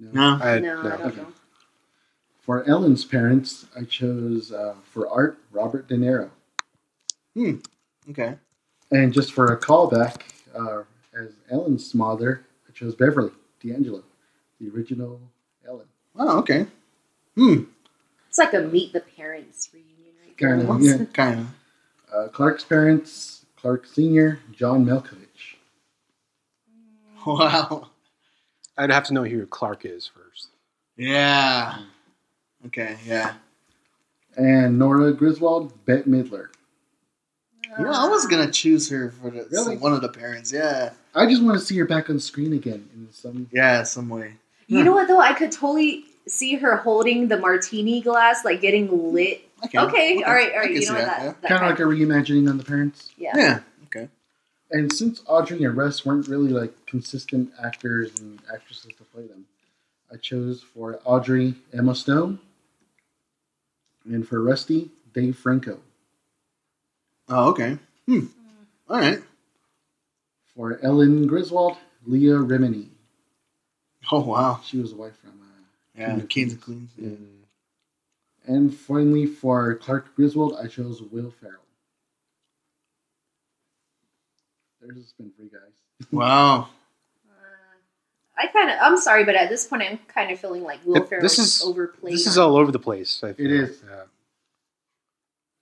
B: No.
A: I,
C: no, I
A: no.
C: don't
D: Okay.
C: know.
D: For Ellen's parents, I chose uh, for art Robert De Niro,
B: Okay.
D: and just for a callback, uh, as Ellen's mother, I chose Beverly D'Angelo, the original Ellen.
B: Oh, okay. Hmm.
C: It's like a meet the parents reunion, right?
D: Kind
C: there.
D: of, yeah.
B: Kind of.
D: Uh, Clark's parents, Clark Senior, John Malkovich.
B: (laughs) Wow.
A: I'd have to know who Clark is first.
B: Yeah. Okay, yeah.
D: And Nora Griswold, Bette Midler.
B: You know, I was
C: Uh,
B: gonna choose her for the,
D: Really?
B: one of the parents. Yeah,
D: I just want to see her back on screen again in some.
B: yeah, some way.
C: You know what though? I could totally see her holding the martini glass, like getting lit.
B: Okay,
C: Okay, all right, all
B: I
C: right.
B: can
C: You
B: see
C: know what
B: that,
C: that? that
D: Kind of like
C: kind-
D: a reimagining on the parents.
C: yeah.
B: Yeah. yeah. Okay.
D: And since Audrey and Russ weren't really like consistent actors and actresses to play them, I chose for Audrey Emma Stone, and for Rusty Dave Franco.
B: Oh, okay. Hmm.
C: Mm.
B: All right.
D: For Ellen Griswold, Leah Remini.
B: Oh wow.
D: She was away from. Uh,
B: Yeah.
C: Mm.
B: Kings
D: King of
B: and Queens. Yeah.
D: and finally, for Clark Griswold, I chose Will Ferrell. There's just been three guys.
B: Wow.
C: I kind of. I'm sorry, but at this point, I'm kind of feeling like Will
A: Th-
C: Ferrell
A: this
C: is
A: is-
C: overplayed.
A: This is all over the place. I feel.
D: is.
A: Yeah.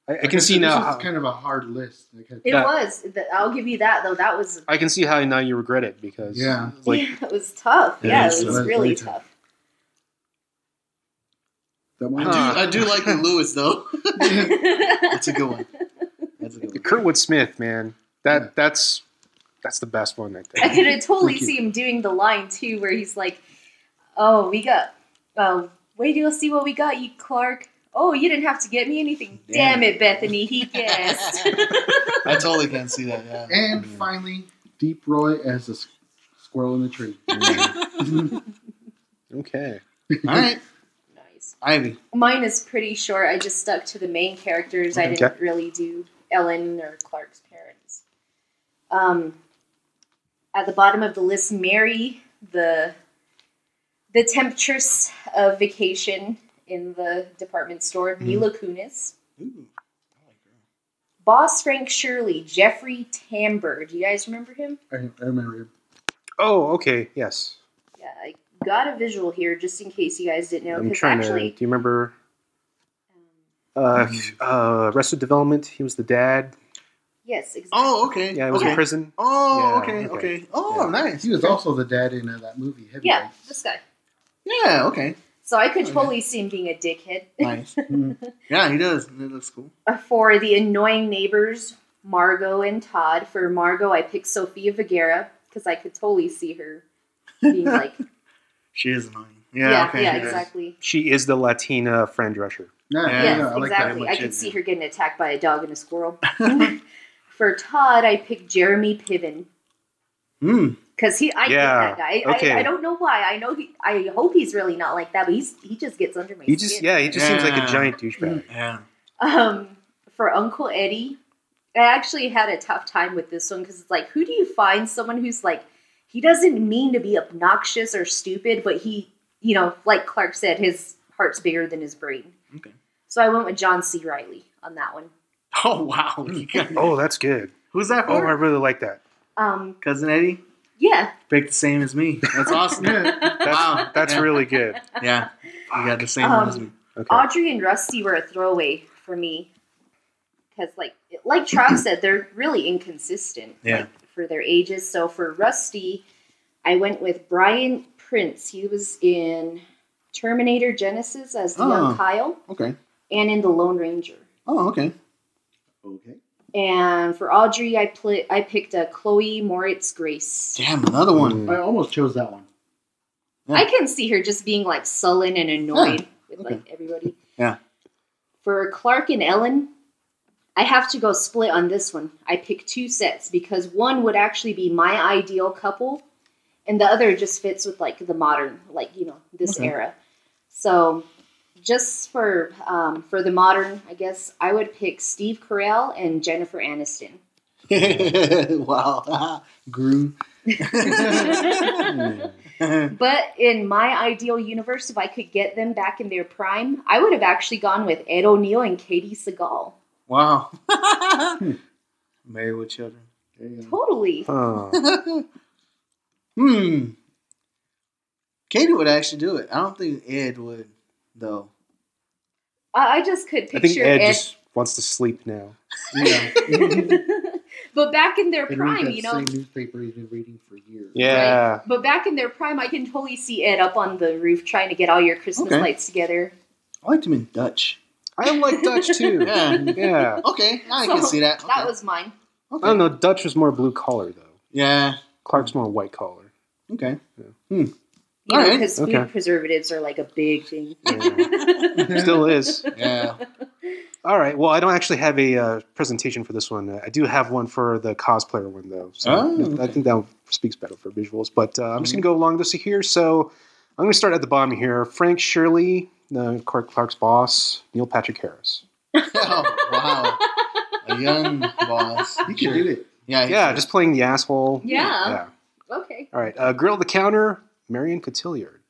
A: I, I
D: Like
A: can see
D: said, this
A: now.
D: is
A: How,
D: kind of a hard list. Like, I-
C: It
A: Yeah.
C: was. Th- I'll give you that though. That was.
A: I can see how now you regret it because
D: Yeah.
A: like
C: yeah, it was tough.
B: It
C: Yeah,
B: is
C: it was
D: tough.
C: really
D: It's really
C: tough. (laughs)
D: that
B: I
D: one.
B: do.
A: Huh.
B: I do like the
C: Uh.
B: Lewis though. That's a good one. That's a good one.
A: Kurtwood Smith, man. That
D: Yeah.
A: that's that's the best one. I
C: (laughs) I
A: think.
C: could have totally
D: Thank you.
C: see him doing the line too, where he's like, "Oh, we got. Oh, wait till you see what we got, you Clark. Oh, you didn't have to get me anything.
B: Damn.
C: Damn, it, Bethany. He guessed.
B: I totally can see that. Yeah.
D: And finally, Deep Roy as a s- squirrel in
C: (laughs)
D: the tree.
A: okay.
B: All right,
C: nice.
B: Ivy.
C: Mine is pretty short. I just stuck to the main characters. I
A: Okay.
C: didn't really do Ellen or Clark's parents. Um, at the bottom of the list, Mary, the the temptress of vacation in the department store,
A: Hmm.
C: Mila Kunis.
B: Ooh.
C: Boss Frank Shirley, Jeffrey Tambor. Do you guys remember him?
D: I, I remember him.
A: Oh, okay. Yes.
C: Yeah, I got a visual here just in case you guys didn't know.
A: I'm
C: Because
A: trying
C: actually, um,
A: to. Do you remember? Uh, uh, Arrested Development. He was the dad.
C: yes, exactly.
B: Oh, okay.
A: Yeah, he was
B: okay.
A: in prison.
B: Oh,
A: Yeah,
B: okay,
A: okay.
B: okay. Oh,
A: Yeah.
B: nice.
D: He was
B: Okay.
D: also the dad in uh, that movie, Heavy
C: yeah, this guy.
B: Yeah. Okay.
C: So I could
A: Oh,
B: Okay.
C: totally see him being a dickhead. (laughs)
B: Nice. yeah, he does. It looks cool.
C: for the annoying neighbors, Margot and Todd. For Margot, I picked Sophia Vergara because I could totally see her being like,
B: She is annoying.
C: yeah,
B: Yeah.
C: yeah,
B: okay, she does.
C: exactly.
A: She is the Latina friend rusher.
D: No,
B: Yeah,
C: yes,
D: no, I like that.
C: exactly.
B: much,
C: I could
B: yeah.
C: see her getting attacked by a dog and a squirrel. (laughs) for Todd, I picked Jeremy Piven
B: Mm.
C: because he, I
A: Yeah,
C: picked that guy. I,
A: okay.
C: I, I don't know why. I know he, I hope he's really not like that, but he's he just gets under my
A: He
C: skin.
A: just yeah, he just seems like a
B: Yeah.
A: giant douchebag.
B: Yeah.
C: Um, for Uncle Eddie, I actually had a tough time with this one because it's like, who do you find someone who's like he doesn't mean to be obnoxious or stupid, but he, you know, like Clark said, his heart's bigger than his brain.
B: Okay.
C: So I went with John C. Riley on that one.
B: (laughs) Oh wow. (laughs) You got-
A: Oh, that's good.
B: Who's that
A: Oh, I
B: for?
A: really like that.
C: Um,
B: Cousin Eddie.
C: yeah.
B: Picked the same as me. That's (laughs) awesome.
A: That's,
B: Wow.
A: that's
B: Yeah.
A: really good.
B: Yeah. You got the same one
C: Um,
B: as me.
A: Okay.
C: Audrey and Rusty were a throwaway for me because, like, like Trav said, they're really inconsistent
B: Yeah.
C: like, for their ages. So for Rusty, I went with Brian Prince. He was in Terminator Genesis as the
B: Oh.
C: young Kyle
B: Okay.
C: and in The Lone Ranger.
B: Oh, okay.
D: Okay.
C: And for Audrey, I play, I picked a Chloe Moritz Grace.
B: Damn, another one.
A: Mm.
D: I almost chose that one.
B: Yeah.
C: I can see her just being like sullen and annoyed with
B: Okay.
C: like everybody.
B: Yeah.
C: For Clark and Ellen, I have to go split on this one. I pick two sets because one would actually be my ideal couple, and the other just fits with like the modern, like you know, this
B: Okay.
C: era. So, just for um, for the modern, I guess I would pick Steve Carell and Jennifer Aniston.
B: (laughs) (laughs) wow. Groom.
D: Hmm.
C: But in my ideal universe, if I could get them back in their prime, I would have actually gone with Ed O'Neill and Katie Seagal.
B: wow. Hmm. Married with children.
D: There you go.
C: Totally.
A: Huh.
B: hmm. Katie would actually do it. I don't think Ed would, though.
C: I, I just could (laughs)
A: I think
C: picture
A: Ed
C: Ed.
A: just wants to sleep now.
C: (laughs)
D: Yeah.
C: but back in their
D: They read
C: prime,
D: that
C: you know.
D: same newspaper he's been reading for years.
A: Yeah.
C: But back in their prime, I can totally see Ed up on the roof trying to get all your Christmas
B: Okay.
C: lights together.
B: I liked him in Dutch.
A: I like Dutch too.
B: Yeah.
A: Yeah.
B: (laughs) Okay, now I can
C: So,
B: see that. Okay.
C: That was mine.
A: I
B: okay.
A: don't know. Dutch was more blue collar though.
B: Yeah.
A: Clark's more white collar.
B: Okay.
C: You
B: All
C: know,
B: right.
C: because
A: Okay.
C: food preservatives are like a big thing. (laughs)
A: Yeah. Still is.
B: Yeah.
A: All right. Well, I don't actually have a uh, presentation for this one. I do have one for the cosplayer one, though. So
B: Oh,
A: I think that speaks better for visuals. But uh, I'm just going to go along this here. So I'm going to start at the bottom here. Frank Shirley, uh, Clark Clark's boss, Neil Patrick Harris.
B: oh, wow. A young boss.
D: You
B: Sure.
D: can do it.
B: Yeah. he
A: Yeah,
B: can.
A: just playing the asshole.
C: Yeah. Okay.
A: All right. Uh, Girl at the counter, Marion Cotillard,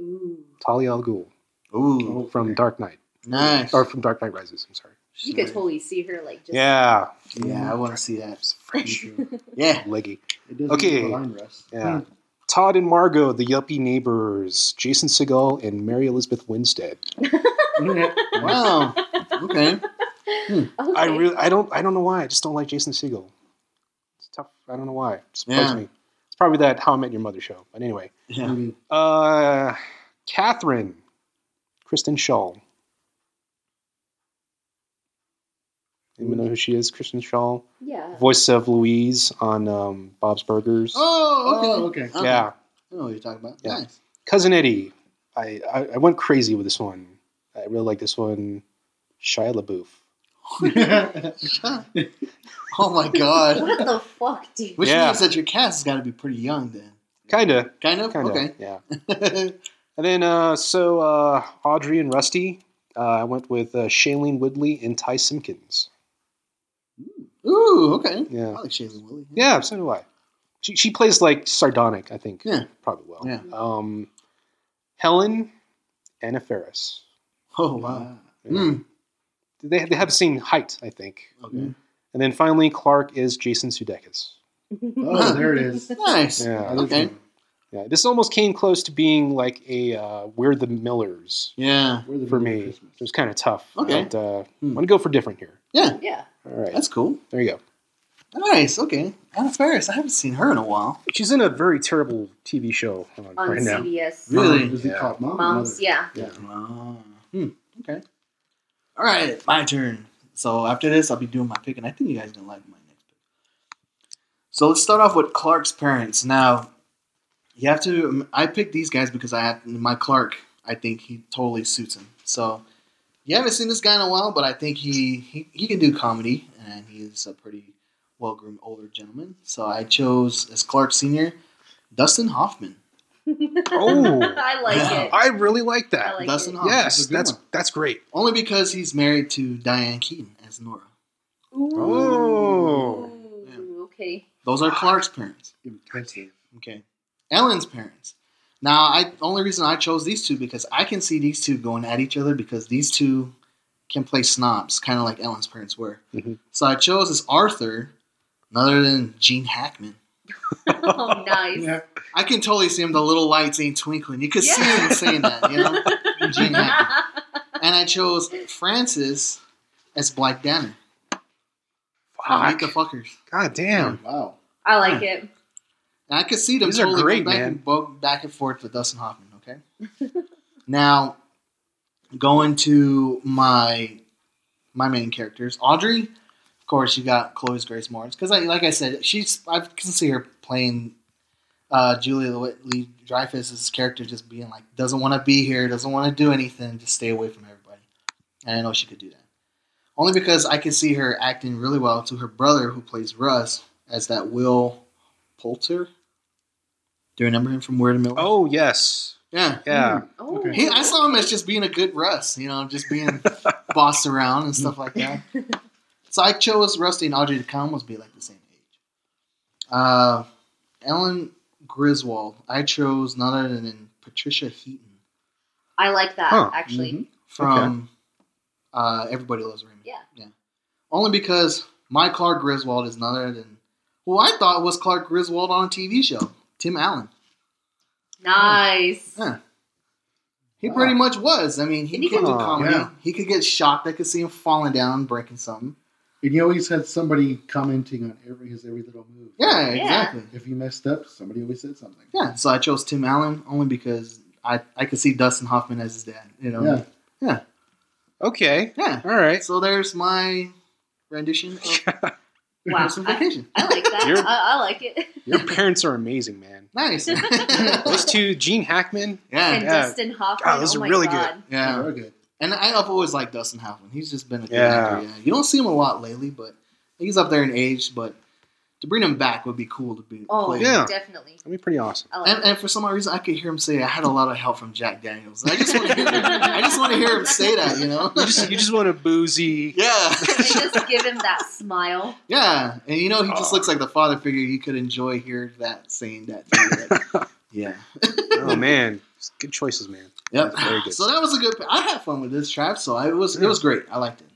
C: Ooh.
A: Talia al Ghul
B: Ooh.
D: Oh,
A: from
D: okay.
A: Dark Knight,
B: Nice.
A: or from Dark Knight Rises. I'm sorry.
C: You could totally see her like just.
A: Yeah.
B: Yeah, I want to see that.
D: It
B: Yeah.
A: Leggy.
D: doesn't
A: Okay.
D: leave a line, Russ.
A: (laughs) Yeah. Mm. Todd and Margot, the yuppie neighbors, Jason Segal and Mary Elizabeth Winstead.
D: wow.
B: Wow. Okay.
C: Okay.
A: I really, I don't, I don't know why. I just don't like Jason Segel. It's tough. I don't know why. It just bugs
B: Yeah.
A: me. It's probably that How I Met Your Mother show. But anyway,
D: I (laughs)
B: Yeah.
D: mean,
A: uh, Catherine, Kristen Shaw. Anyone know who she is? Kristen Shaw,
C: Yeah.
A: voice of Louise on um, Bob's Burgers.
B: Oh,
D: oh,
A: (laughs)
B: okay.
D: okay. (laughs)
B: okay.
A: Yeah,
B: I know what you're talking about.
A: Yeah.
B: Nice.
A: Cousin Eddie. I, I I went crazy with this one. I really like this one. Shia LaBeouf.
B: (laughs) oh my
C: (laughs)
B: god.
C: What the fuck, dude?
B: Which
A: Yeah.
B: means that your cast has got to be pretty young then.
A: Kinda,
B: Kind of?
A: kinda.
B: Okay. (laughs)
A: Yeah. And then, uh, so uh, Audrey and Rusty, uh, I went with uh, Shailene Woodley and Ty Simpkins.
B: Ooh, okay. I
A: Yeah,
B: like Shailene Woodley.
A: yeah, so do I. She, she plays like sardonic, I think.
B: Yeah.
A: probably well.
B: Yeah.
A: Um, Helen, Anna Ferris.
B: (laughs) Oh, wow.
A: Yeah.
B: Mm.
A: They they have the same height, I think.
B: Okay.
A: And then finally, Clark is Jason Sudeikis.
D: Oh, there
C: (laughs)
D: it is.
B: Nice.
A: Yeah.
D: Another
B: Okay.
D: thing.
A: Yeah, this almost came close to being like a uh, We're the Millers
B: Yeah.
D: We're the
A: for
D: Merry
A: me. It
D: Christmas.
A: was kind of tough.
B: Okay.
A: but, uh,
B: Hmm.
A: want to go for different here.
C: Yeah.
A: All right,
B: That's cool.
A: there you go.
B: Nice. Okay. Anna Faris. I haven't seen her in a while.
A: She's in a very terrible TV show on
C: On
A: right now.
C: CBS.
B: Really?
D: Is it
A: Yeah.
D: called mom? or
C: Moms,
D: Mother?
C: yeah.
D: Yeah.
B: Wow. Hmm. Okay. All right, my turn. So after this, I'll be doing my pick, and I think you guys gonna like my next pick. So let's start off with Clark's parents. Now, you have to. um, I picked these guys because I have my Clark. I think he totally suits him. So you haven't seen this guy in a while, but I think he he, he can do comedy, and he's a pretty well groomed older gentleman. So I chose as Clark Senior, Dustin Hoffman.
A: Oh,
C: (laughs) I like
B: Yeah.
C: it.
A: I really like that.
C: I like
B: Dustin
C: it.
B: Hoffman.
A: yes,
D: that's a
A: that's
D: good
A: that's,
D: one.
A: great.
B: Only because he's married to Diane Keaton as Nora.
C: Ooh.
A: Oh.
C: Ooh, Okay. (laughs)
B: Those are Clark's parents.
D: Impressive.
B: Okay. Ellen's parents. Now, I only reason I chose these two because I can see these two going at each other because these two can play snobs, kind of like Ellen's parents were.
A: Mhm.
B: So I chose as Arthur, none other than Gene Hackman.
C: oh, nice.
D: Yeah.
B: I can totally see him. The little lights ain't twinkling. You could see
C: Yeah.
B: him saying that, you know. Gene Hackman. And I chose Francis as Black Danner. from Meet the fuckers.
A: God damn.
D: Wow.
C: (laughs) I like it.
B: And I could see them
A: These are
B: totally
A: great,
B: going back
A: man.
B: and bo- back and forth with Dustin Hoffman. Okay. (laughs) now, going to my my main characters, Audrey. Of course, you got Chloe's Grace Moritz because, I, like I said, she's I can see her playing uh, Julia Lee Dreyfus's character, just being like doesn't want to be here, doesn't want to do anything, just stay away from everybody. And I know she could do that. Only because I can see her acting really well to her brother, who plays Russ, as that Will Poulter. Do you remember him from Weird and Miller?
A: Oh yes.
B: yeah.
A: Yeah.
C: Oh,
D: Okay.
B: He, I saw him as just being a good Russ, you know, just being bossed around and stuff like that. So I chose Rusty and Audrey to almost be like the same age. Uh, Ellen Griswold, I chose none other than Patricia Heaton
C: I like that
A: Huh.
C: actually.
D: Mhm.
B: from uh, Everybody Loves Raymond.
C: Yeah.
B: Yeah. Only because my Clark Griswold is none other than who I thought was Clark Griswold on a TV show, Tim Allen.
C: Nice.
B: Yeah. He pretty much was. I mean, he,
C: And he
B: could
A: could-
B: do
A: Oh,
B: comedy.
D: yeah.
B: He could get shocked. I could see him falling down, breaking something.
D: And you always had somebody commenting on every his every little move.
B: Yeah,
C: Yeah.
B: exactly.
D: If you messed up, somebody always said something.
B: Yeah. So I chose Tim Allen only because I, I could see Dustin Hoffman as his dad. You know.
D: Yeah.
A: Okay.
B: Yeah.
A: All
C: (laughs)
A: right.
B: So there's my rendition of
A: (laughs)
C: Wow. I,
B: Vacation.
C: I like that.
A: You're-
C: I, I like it.
A: Your parents are amazing, man. (laughs)
B: Nice.
A: Those two, Gene Hackman.
C: and
B: yeah.
A: Yeah.
C: Dustin Hoffman.
A: God, those
C: oh
A: are
C: my
A: really
C: God.
D: They
B: Yeah.
D: were good.
B: And I, I've always liked Dustin Hoffman. He's just been a good
A: Yeah.
B: actor. Yeah. You don't see him a lot lately, but he's up there in age. But to bring him back would be cool to be.
C: Oh,
B: play.
A: Yeah.
C: definitely.
A: That'd be pretty awesome.
C: I like
B: And,
C: it.
B: and for some odd reason, I could hear him say, "I had a lot of help from Jack Daniels." And I just want to hear, I just want to hear him say that, you know?
A: (laughs) You just, you just want a
C: (laughs)
A: boozy.
B: (laughs) yeah,
C: And just give him that smile.
B: yeah, and you know, he just
A: Oh.
B: looks like the father figure you could enjoy hear that saying that. To you, but- yeah,
A: Oh man, good choices, man.
B: yep.
A: That's very good.
B: So that was a good. I had fun with this trap, so I, it was it was great. I liked it.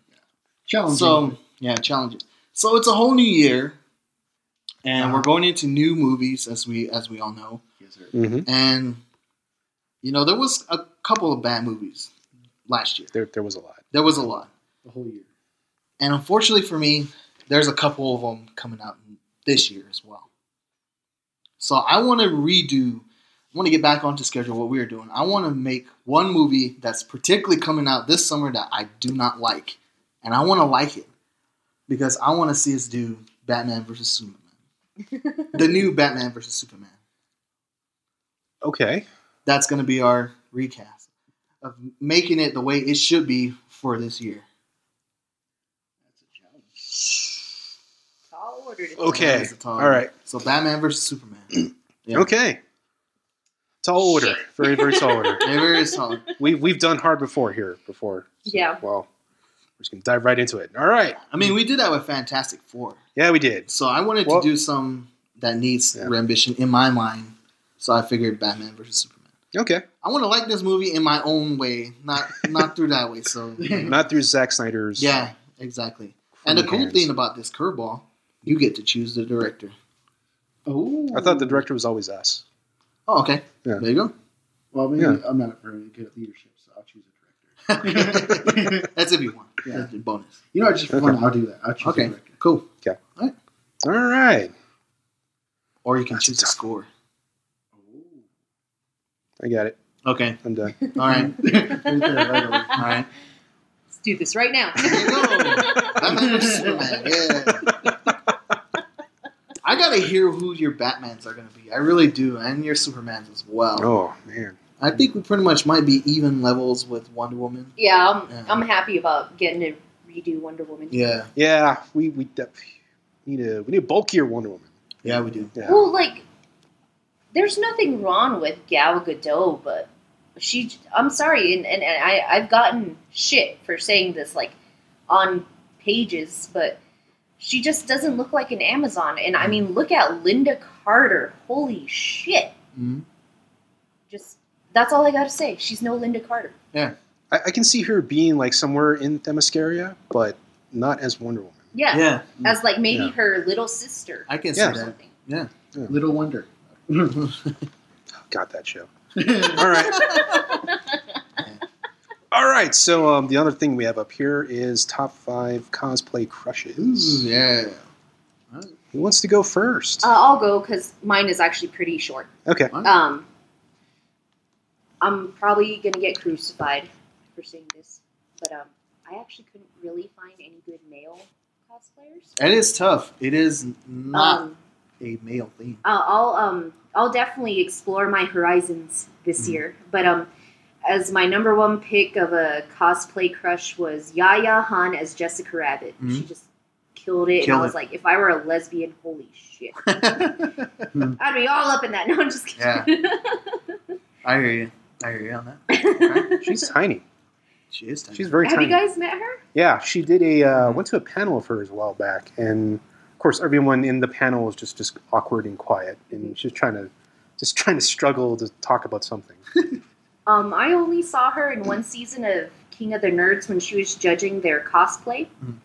D: Challenging.
B: So yeah, challenges. So it's a whole new year, and
D: Uh-huh.
B: we're going into new movies, as we as we all know.
D: yes, sir.
A: Mm-hmm.
B: And you know, there was a couple of bad movies last year.
A: There, there was a lot.
B: There was a lot.
D: The whole year.
B: And unfortunately for me, there's a couple of them coming out this year as well. So I want to redo, I want to get back onto schedule what we are doing. I want to make one movie that's particularly coming out this summer that I do not like. And I want to like it because I want to see us do Batman versus Superman. the new Batman versus Superman.
A: Okay.
B: That's going to be our recast of making it the way it should be for this year.
D: That's a challenge.
C: Tall order to
A: Okay.
B: That's a tall
A: All
B: one.
A: right.
B: So Batman versus Superman. Yeah.
A: Okay. Tall order.
C: Shit.
A: Very, very tall
C: (laughs)
A: order.
B: They're very solid.
A: We've we've done hard before here before. So,
C: Yeah.
A: Well, we're just gonna dive right into it. All right.
B: I mean, we did that with Fantastic Four.
A: Yeah, we did.
B: So I wanted
A: Well-
B: to do some that needs
A: Yeah.
B: rendition in my mind. So I figured Batman versus Superman. (clears throat)
A: Okay.
B: I want to like this movie in my own way, not not through that way. So
A: Not through Zack Snyder's.
B: yeah, exactly. And the
A: crummy
B: cool
A: hands.
B: thing about this curveball, you get to choose the director.
D: Oh.
A: I thought the director was always us.
B: Oh, okay.
A: Yeah.
B: There you go.
D: Well, maybe
A: Yeah.
D: I'm not very good at leadership, so I'll choose a director.
B: That's if you want.
D: Yeah.
B: That's a bonus.
D: you know, I just for fun.
A: Okay.
D: I'll do that. I'll choose a
B: Okay.
D: director.
B: Cool.
A: All right.
B: Or you can
A: That's a
B: choose a
A: tough-
B: score.
D: Oh.
A: I got it.
B: Okay.
A: I'm
B: (laughs)
A: done.
B: All right.
D: Right there, right away.
B: All right.
C: Let's do this right now.
B: There you go.
C: (laughs)
B: Batman versus Superman. Yeah. I gotta hear who your Batmans are gonna be. I really do, and your Supermans as well.
A: (laughs) Oh man.
B: I think we pretty much might be even levels with Wonder Woman.
C: Yeah, I'm,
B: Yeah.
C: I'm happy about getting to redo Wonder Woman.
B: Yeah,
A: Yeah, we we def- need a we need a bulkier Wonder Woman.
B: yeah, we do.
A: Yeah.
C: Well, like, there's nothing wrong with Gal Gadot, but she, I'm sorry, and, and, and I, I've gotten shit for saying this, like, on pages, but She just doesn't look like an Amazon. And
B: Mm.
C: I mean, look at Linda Carter. Holy shit.
B: Mhm.
C: Just that's all I got to say. She's no Linda Carter.
A: I, I can see her being like somewhere in Themyscira, but not as Wonder Woman.
C: Yeah.
B: Yeah,
C: As like maybe
A: Yeah.
C: her little sister
B: I can see
A: Yeah.
C: or
B: that.
C: something.
D: Little wonder.
A: God, that show. All right. All right. So um, the other thing we have up here is top five cosplay crushes.
B: yeah.
A: Who wants to go first?
C: Uh, I'll go because mine is actually pretty short.
A: okay.
C: (laughs) Um, I'm probably gonna get crucified for saying this, but um, I actually couldn't really find any good male cosplayers.
B: And it's tough. It is not
C: Um,
B: a male (laughs) thing.
C: uh, I'll um, I'll definitely explore my horizons this
B: Mhm.
C: year. But um, as my number one pick of a cosplay crush was Yaya Han as Jessica Rabbit.
B: Mhm.
C: She just killed it, and
B: Killed
C: I was
B: it.
C: like, if I were a lesbian, holy shit, I'd be all up in that. (laughs) No, I'm just kidding. (laughs)
B: I hear you. I hear you on that.
A: She's tiny.
B: She is tiny.
A: She's very
C: Have
A: tiny.
C: you guys met her?
A: yeah, she did a uh, went to a panel of hers a while back, and of course everyone in the panel was just just awkward and quiet, and she's trying to just (laughs) trying to struggle to talk about something.
C: Um, I only saw her in one season of King of the Nerds when she was judging their cosplay,
B: Mm.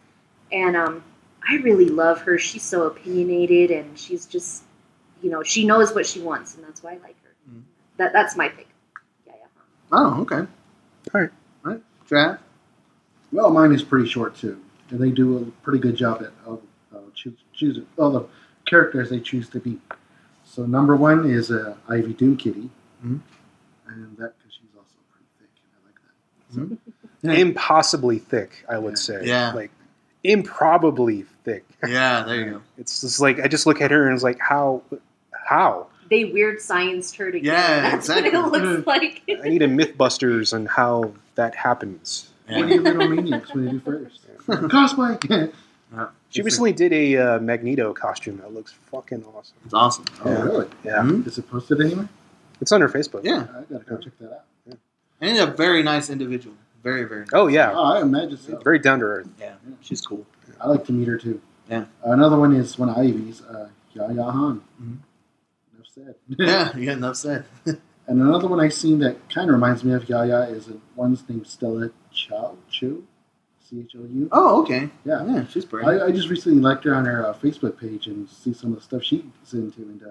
C: and um, I really love her. She's so opinionated, and she's just, you know, she knows what she wants, and that's why I like her.
B: Mm.
C: That that's my pick. Yeah, yeah.
B: oh, okay.
A: Alright.
B: Alright. Draft.
D: Well, mine is pretty short too, and they do a pretty good job at uh, uh, choose, choose all the characters they choose to be. So number one is uh, Ivy Doom Kitty,
A: Mm-hmm.
B: Mhm.
D: and that because she's also pretty thick, and I like that. So
B: Yeah.
A: Impossibly thick, I would
D: Yeah.
A: say.
B: Yeah.
A: Like improbably thick.
B: Yeah, there you go.
A: It's just like I just look at her and it's like how how
C: They weird scienced her together.
B: Yeah,
C: (laughs) that's what
B: exactly.
C: it looks like.
A: I need a MythBusters on how that happens.
D: what do you little maniacs when they do first? (laughs) Cosplay.
A: She recently did a uh, Magneto costume that looks fucking awesome.
B: It's awesome.
D: oh,
A: Yeah.
D: really?
A: Yeah,
B: Mhm.
D: Is it posted anywhere?
A: it's on her Facebook.
B: Yeah.
D: I gotta go check that out.
B: And a very nice individual. Very, very nice.
A: Oh yeah,
D: Oh, I imagine so.
A: very down to earth.
B: Yeah. She's cool.
D: I like to meet her too.
B: Yeah.
D: Another one is one of Ivy's, uh, Yaya Han.
B: Mhm.
A: Mm-hmm.
D: Enough said.
B: (laughs) Yeah, yeah, enough said.
D: And another one I seen that kind of reminds me of Yaya is a- one's named Stella Chow Chu, C H O U.
B: Oh, okay.
D: Yeah,
B: Yeah, she's pretty.
D: I, I just recently liked her on her uh, Facebook page and see some of the stuff she's into and does.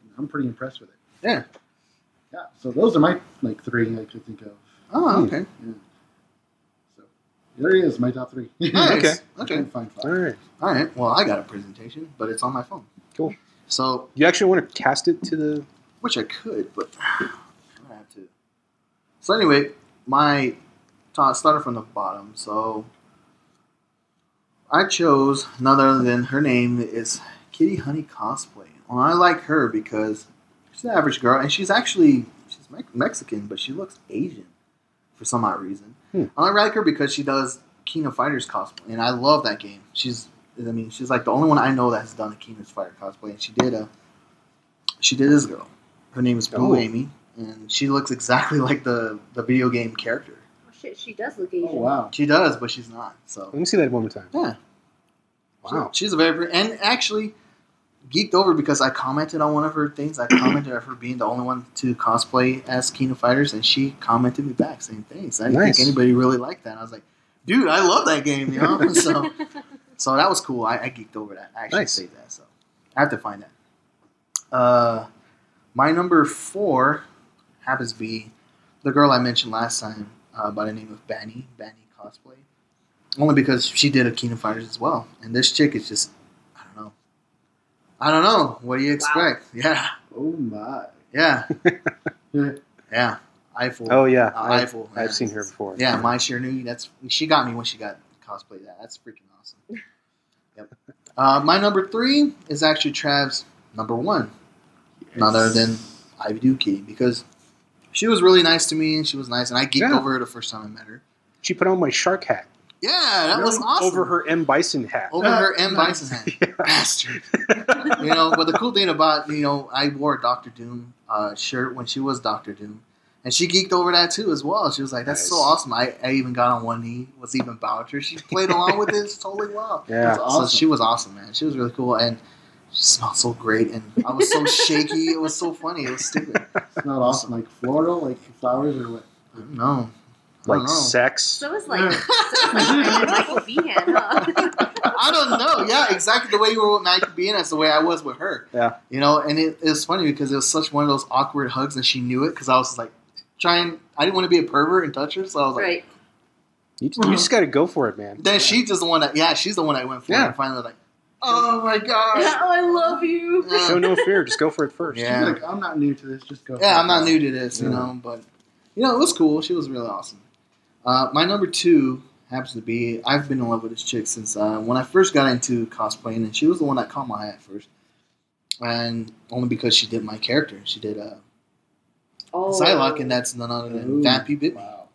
D: And I'm pretty impressed with it.
B: Yeah.
D: yeah. So those are my like three I could think of.
B: oh, okay.
D: So there he is, my top three. (laughs)
B: Nice.
A: Okay.
D: I
B: Oh, Okay.
D: can find five.
A: All right,
B: All right. Well, I got a presentation, but it's on my phone.
A: Cool.
B: So,
A: you actually want to cast it to the
B: which I could, but (sighs) I'm gonna have to. So anyway, my top started from the bottom. So I chose none other than her name is Kitty Honey Cosplay. Well, I like her because she's an average girl, and she's actually she's Me- Mexican, but she looks Asian for some odd reason.
A: Hmm.
B: I like her because she does King of Fighters cosplay, and I love that game. She's I mean she's like the only one I know that has done a King of Fighter cosplay, and she did a she did this girl. Her name is Blue
A: Oh.
B: Amy, and she looks exactly (laughs) like the the video game character.
C: (laughs) Oh, shit, she does look Asian.
D: Oh wow. (laughs)
B: She does, but she's not. So
A: Let me see that one more time.
B: yeah,
A: Wow.
B: She- she's a very and actually geeked over because I commented on one of her things. I commented of her being the only one to cosplay as King of Fighters, and she commented me back saying thanks. I didn't
A: Nice.
B: think anybody really liked that. And I was like, dude, I love that game, you know. (laughs)
C: (laughs)
B: so so that was cool. I, I geeked over that. I actually
A: Nice.
B: saved that. So I have to find that. Uh, my number four happens to be the girl I mentioned last time uh, by the name of Banny, Banny Cosplay. Only because she did a King of Fighters as well. And this chick is just, I don't know. I don't know. What do you expect? Yeah,
D: Oh my.
B: yeah,
D: Yeah.
B: yeah. Eiffel.
A: Oh yeah,
B: Uh,
A: I,
B: Eiffel. yeah.
A: I've seen her before.
B: Yeah, my Nui. That's she got me when she got cosplay. That that's freaking
A: (laughs)
B: awesome. Yep. Uh, my number three is actually Trav's number one, none other than Ivy Dookie, because she was really nice to me and she was nice, and I geeked
A: Yeah.
B: over her the first time I met her.
A: She put on my shark hat
B: Yeah, that was awesome.
A: over her M Bison hat.
B: over her (laughs) M
D: Nice.
B: Bison hand.
A: (laughs) Yeah.
B: Bastard. you know, but the cool thing about you know, I wore a Doctor Doom uh, shirt when she was Doctor Doom, And she geeked over that too as well. She was like, "That's so
A: Nice.
B: awesome!" I, I even got on one knee, was even bowing to her. She played along with it totally well.
A: Yeah.
B: So
E: Awesome.
B: she was awesome, man. She was really cool, and she smelled so great. And I was so shaky. It was so funny. It was stupid.
E: It's not awesome. Like floral, like flowers or what?
B: I don't know. I don't
A: Like
B: know.
A: sex.
F: So it's like,
E: Yeah.
F: so it's like friend and Michael Behan, huh?
C: (laughs)
B: I don't know. Yeah, exactly the way you were with Nike being that's the way I was with her.
A: Yeah.
B: You know, and it, it was funny because it was such one of those awkward hugs, and she knew it because I was like trying. I didn't want to be a pervert and touch her, so I was like,
C: (laughs)
F: right?
A: You just, you just got to go for it, man.
B: Then she's just the one that yeah, she's the one I went for.
A: Yeah.
B: And finally, like, oh my
C: (laughs)
B: god.
F: I love you.
B: Yeah.
A: Show no fear. Just go for it first.
B: Yeah.
E: She's like, I'm not new to this. Just go.
B: Yeah, I'm not new to this, you
A: Yeah.
B: know, but you know, it was cool. She was really awesome. Uh, my number two happens to be I've been in love with this chick since uh, when I first got into cosplaying, and she was the one that caught my eye at first, and only because she did my character. She did uh,
F: Oh,
B: Psylocke, and that's none other than
E: Ooh.
B: Fat P. Bitney.
E: Wow.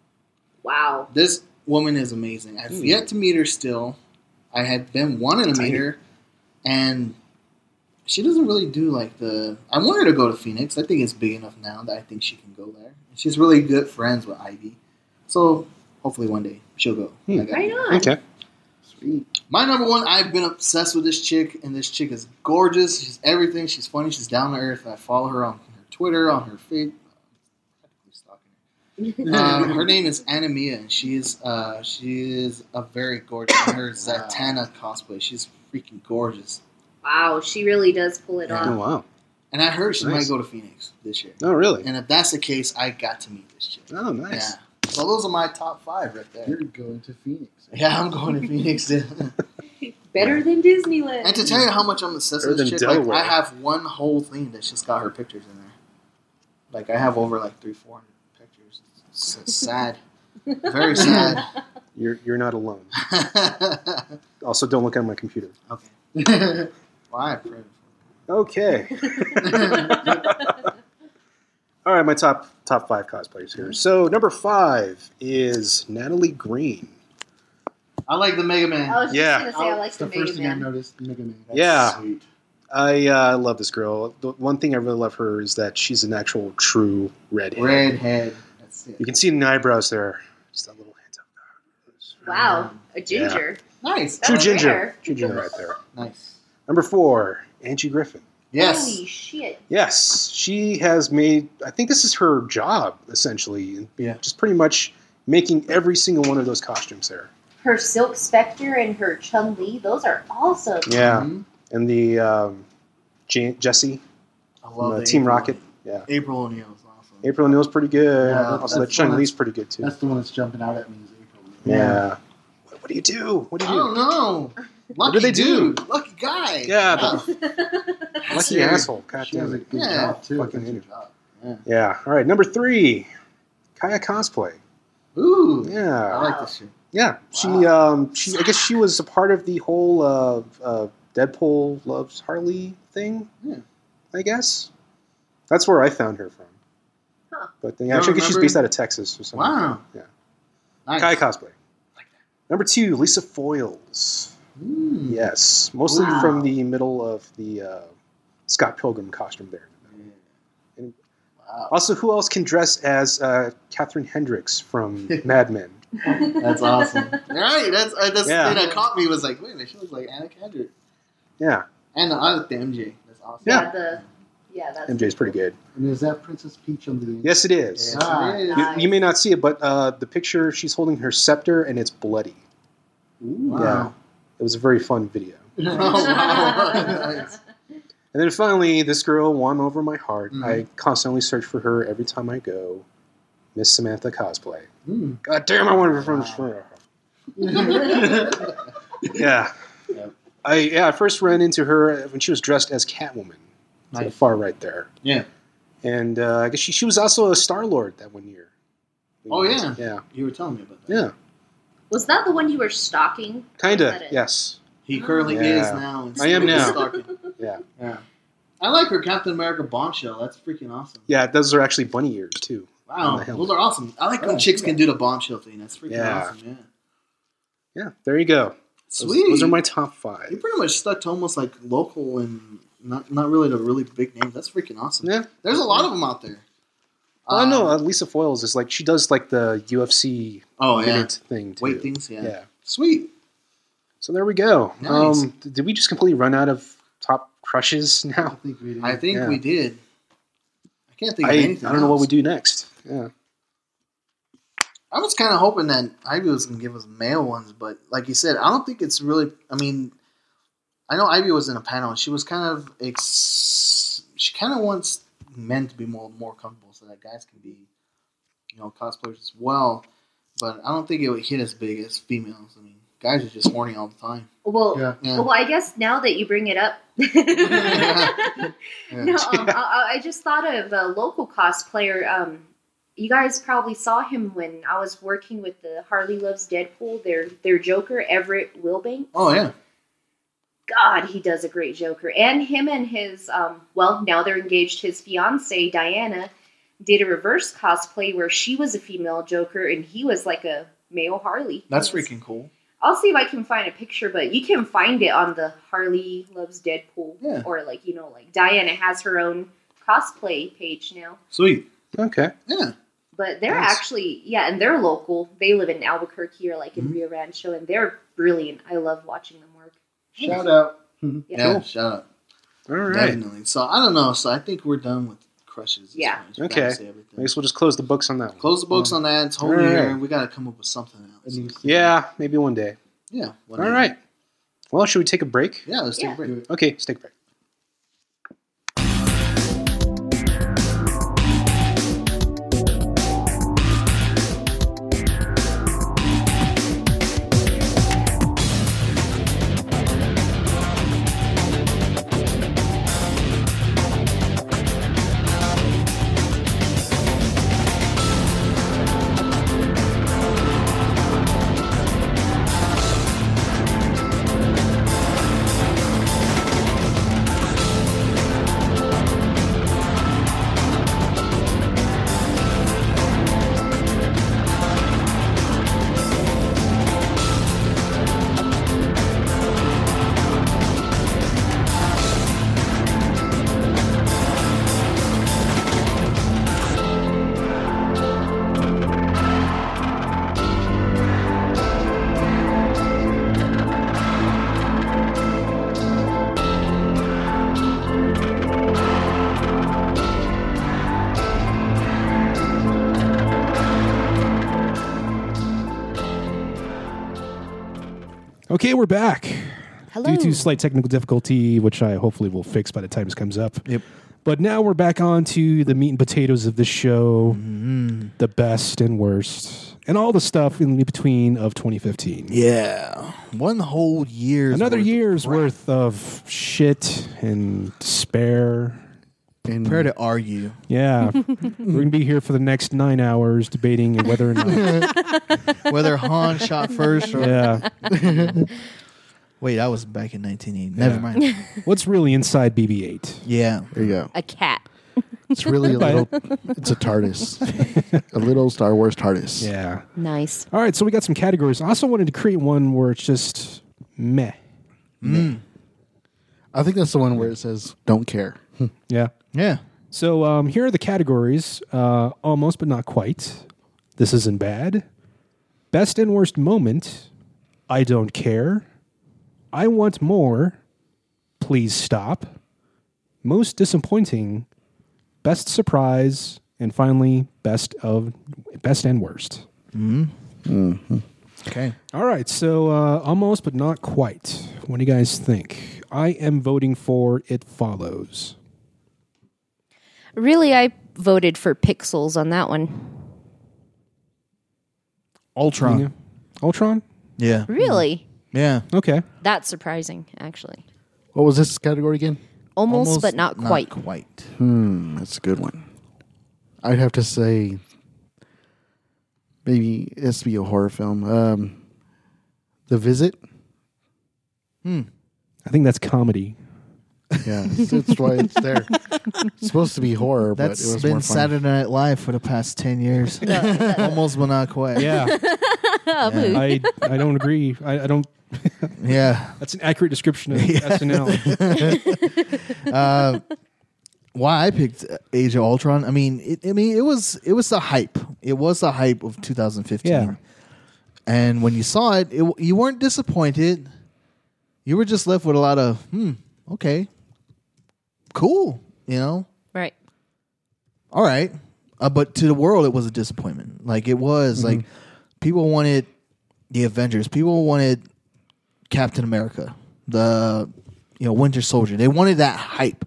F: wow.
B: This woman is amazing. I've
A: Hmm.
B: yet to meet her still. I had been wanting to meet
A: Tiny.
B: her, and she doesn't really do like the. I want her to go to Phoenix. I think it's big enough now that I think she can go there. She's really good friends with Ivy, so hopefully one day she'll go.
A: Hmm.
B: I got
F: Right
B: it.
F: on.
A: Okay.
E: Sweet.
B: My number one. I've been obsessed with this chick, and this chick is gorgeous. She's everything. She's funny. She's down to earth. I follow her on her Twitter, on her Facebook.
F: (laughs)
A: (laughs)
B: Um, her name is Anamia, and she is uh, she is a very gorgeous. and Her Zatanna cosplay, she's freaking gorgeous.
F: wow, she really does pull it
B: Yeah.
A: Oh
F: off.
A: wow.
B: And I heard she
A: Nice.
B: might go to Phoenix this year.
A: Oh really?
B: And if that's the case, I got to meet this chick.
A: Oh nice.
B: Yeah. So those are my top five right there.
E: You're going to Phoenix.
B: Yeah, I'm going to Phoenix.
A: (laughs)
B: and
F: Better than Disneyland.
B: to tell you how much I'm obsessed
A: Better
B: with this
A: than
B: chick, like,
A: Delaware.
B: I have one whole thing that's just got her pictures in there. Like I have over like three, four hundred pictures. It's it's sad,
A: (laughs)
B: very sad. (laughs)
A: You're you're not alone. Also, don't look at my computer.
B: Okay. Why?
A: Okay.
B: (laughs)
A: (laughs) All right, my top top five cosplayers here. So number five is Natalie Green.
B: I like the Mega
F: (laughs)
B: Man.
F: I
C: Oh,
F: was
A: Yeah.
F: just gonna say I like
E: It's the
F: the
E: first
F: Mega
E: thing I
F: Man.
E: noticed. Mega Man.
B: That's
A: Yeah.
B: Sweet.
A: I uh, love this girl. The one thing I really love her is that she's an actual true redhead.
B: Redhead. That's
A: You
B: it.
A: can see the eyebrows there. Just a little hint of
F: Wow, a ginger.
B: Nice.
F: That's
A: true ginger.
F: rare.
A: True ginger right there.
B: Nice.
A: Number four, Angie Griffin.
B: Yes.
F: Holy shit!
A: Yes, she has made. I think this is her job essentially, and
B: Yeah.
A: just pretty much making every single one of those costumes there.
F: Her Silk Spectre and her Chun Li, those are awesome. (laughs)
A: Yeah,
E: Hmm?
B: Mhm.
A: and the um, Jan- Jesse,
B: I love
A: from, uh,
B: the
A: Team
B: April
A: Rocket.
B: O'Neil.
A: Yeah,
B: April O'Neil is awesome.
A: April O'Neil's pretty good.
B: Yeah,
A: also, that
E: that's
A: Chun
E: one
A: Li's pretty good too.
E: That's the one that's jumping out at me is April.
A: Yeah. What, what do you do? What do
B: I
A: you do?
B: don't know. Lucky
A: do they do?
B: dude. Lucky guy.
A: Yeah,
B: Wow. That's
A: Lucky
B: weird.
A: asshole. God
E: She
A: damn
E: has a
A: it.
E: good
B: Yeah.
E: job too.
A: Fucking
E: That's her
A: idiot.
E: job.
B: Yeah.
A: Yeah. All right. Number three, Kaya cosplay.
B: Ooh. I
A: Yeah.
B: like this shit.
A: Yeah, she um she I guess
B: (laughs)
A: she was a part of the whole uh, uh Deadpool loves Harley thing.
B: Yeah.
A: I guess that's where I found her from.
F: Huh.
A: But then, yeah, I
B: Y'all
A: think she's
B: remember-
A: based out of Texas or something.
B: Wow.
A: Yeah.
B: Nice.
A: Kai cosplay. Number two, Lisa Foyles.
E: Hmm.
B: Mm.
A: Yes, mostly
F: Wow.
A: from the middle of the uh, Scott Pilgrim costume there.
B: Yeah. Wow.
A: Also, who else can dress as uh, Catherine Hendricks
B: (laughs)
A: from Mad Men?
B: That's awesome. right. That's uh, that's
A: Yeah.
B: the thing that caught me was like, wait a minute, she looks like Anna Kendrick.
A: Yeah,
B: And the other the MJ. That's awesome.
F: Yeah, the yeah, that's (laughs)
A: MJ's pretty good.
E: And is that Princess Peach on the end?
A: Yes, it is.
B: Yes,
E: Ah.
B: it is. (laughs) Oh,
A: You, you may not see it, but uh, the picture she's holding her scepter and it's bloody.
E: Ooh.
B: Wow.
A: It was a very fun video.
B: Oh, wow. Nice.
A: And then finally, this girl won over my heart.
B: Mhm.
A: I constantly search for her every time I go. Miss Samantha cosplay.
E: Mm.
A: God damn, I wanted her from Yeah.
B: Yep.
A: I yeah, I first ran into her when she was dressed as Catwoman. To the
B: Nice.
A: far right there.
B: Yeah.
A: And uh, I guess she, she was also a Star Lord that one year.
B: Oh, yeah.
A: Yeah.
B: (laughs) You were telling me about that.
A: Yeah.
F: (laughs) Was that the one you were stalking? Is
A: Kinda.
F: that it?
A: Yes.
B: He currently
A: Yeah.
B: is now. in
A: I am now.
B: Stalking.
A: Yeah.
B: Yeah. I like her Captain America bombshell. That's freaking awesome.
A: Yeah, those are actually bunny ears too.
B: Wow,
A: the hell?
B: those are awesome. I like when
E: Oh,
B: chicks
E: yeah.
B: can do the bombshell thing. That's freaking
A: Yeah.
B: awesome. Yeah.
A: Yeah, there you go. Those-
B: Sweet.
A: Those, are my top five.
B: You pretty much stuck to almost like local and not not really the really big names. That's freaking awesome.
A: Yeah.
B: There's a lot of them out there.
G: Oh no, uh,
B: Um,
G: Lisa Foyles is like she does like the UFC
B: oh yeah.
G: minute thing too.
B: Weight things. Yeah.
G: yeah.
B: Sweet.
G: So there we go.
B: Nice.
G: Um, d- did we just completely run out of top crushes (laughs)
H: I
G: now?
H: don't think we did.
B: I think
G: Yeah.
B: we did. I can't think
G: I,
B: of
G: I
B: anything.
G: don't know what we
B: else.
G: do next. Yeah.
B: I was kind of hoping that Ivy was gonna give us male ones, but like you said, I don't think it's really. I mean, I know Ivy was in a panel. and She was kind of ex. She kind of wants men to be more more comfortable so that guys can be, you know, cosplayers as well. But I don't think it would hit as big as females. I mean, guys are just horny all the time.
C: Well,
H: Yeah.
B: Yeah.
C: well, I guess now that you bring it up. (laughs)
B: yeah.
C: No, um, I, I- I just thought of a local cosplayer. Um, you guys probably saw him when I was working with the Harley Loves Deadpool. Their their Joker Everett Wilbank.
B: Oh yeah.
C: God, he does a great Joker. And him and his um, well, now they're engaged. His fiance Diana did a reverse cosplay where she was a female Joker and he was like a male Harley.
B: That's
C: It was-
B: freaking cool.
C: I'll see if I can find a picture, but you can find it on the Harley Loves Deadpool
B: Yeah.
C: or like you know, like Diana has her own cosplay page now.
B: Sweet.
G: Okay.
B: Yeah.
C: But they're
B: Nice.
C: actually yeah, and they're local. They live in Albuquerque or like in
B: Mhm.
C: Rio Rancho, and they're brilliant. I love watching them work.
H: Shout out.
B: Yeah.
G: Cool.
B: Shout out.
G: All right.
B: Definitely. So I don't know. So I think we're done with crushes. as
C: Yeah.
B: far as we
G: Okay.
B: gotta say everything.
G: I guess we'll just close the books on that one.
B: Close the books on that. It's whole
G: All
B: year.
G: right.
B: We got to come up with something else.
H: And you-
G: Yeah, maybe one day.
B: Yeah.
G: All right. Well, should we take a break?
B: Yeah. Let's take
C: Yeah.
B: a break.
H: Do it.
G: Okay, let's take a break.
A: Okay, we're back.
C: Hello.
A: Due to slight technical difficulty, which I hopefully will fix by the time this comes up.
B: Yep.
A: But now we're back on to the meat and potatoes of the show, the best and worst, and all the stuff in between of 2015.
B: Yeah. One whole year.
A: Another year's worth of shit and despair.
B: Prepare to argue.
A: (laughs) Yeah. we're going to be here for the next nine hours debating whether or not. (laughs)
B: (laughs) Whether Han shot first or
A: yeah.
B: wait, I was back in 1980. Never
D: (laughs)
B: mind.
A: What's really inside BB 8?
B: Yeah.
D: There you go.
I: A cat.
B: (laughs)
D: It's really a
A: Buy
D: little. It's a TARDIS, a little Star Wars TARDIS.
A: Yeah.
I: Nice.
A: All right, so we got some categories. I also wanted to create one where it's just meh.
D: I think that's the one where it says "Don't care."
A: Yeah.
B: Yeah.
A: So um, here are the categories uh, almost but not quite. This isn't bad. Best and worst moment. I don't care. I want more. Please stop. Most disappointing. Best surprise. And finally, best of best and worst.
B: Okay.
A: All right, so uh, almost but not quite. What do you guys think? I am voting for it follows.
I: Really, I voted for pixels on that one.
B: Ultron.
A: Yeah. Ultron.
B: Yeah.
I: Really?
B: Yeah.
A: Okay.
I: That's surprising, actually.
D: What was this category again?
I: Almost, but not, quite.
B: Quite.
D: Hmm, that's a good one. I'd have to say, maybe it has to be a horror film. Um, the Visit.
A: I think that's comedy.
D: Yeah,
I: (laughs)
D: that's, that's why it's there. It's supposed to be horror,
B: That's
D: but it was
B: been
D: more fun.
B: Saturday Night Live for the past 10 years. Almost but not quite.
A: Yeah. I I don't agree. I, I don't.
B: Yeah. (laughs)
A: That's an accurate description of SNL.
B: why I picked uh, Age of Ultron. I mean, it, I mean, it was it was the hype. It was the hype of 2015.
J: Yeah.
B: And when you saw it, it, you weren't disappointed. You were just left with a lot of hmm, okay, cool. You know,
C: Right.
B: all right. Uh, but to the world, it was a disappointment. Like it was like people wanted the Avengers. People wanted Captain America, the you know Winter Soldier. They wanted that hype,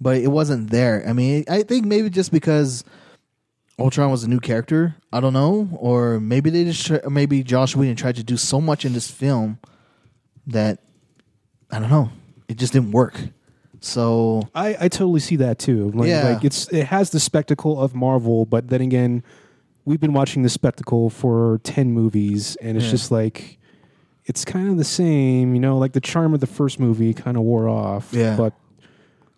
B: but it wasn't there. I mean, I think maybe just because Ultron was a new character. I don't know, or maybe they just tr- maybe Josh Whedon tried to do so much in this film that I don't know. It just didn't work. So
J: I, I totally see that too. Like,
B: Yeah.
J: like it's it has the spectacle of Marvel, but then again, we've been watching the spectacle for ten movies, and it's just like it's kind of the same, you know. Like the charm of the first movie kind of wore off.
B: Yeah.
J: but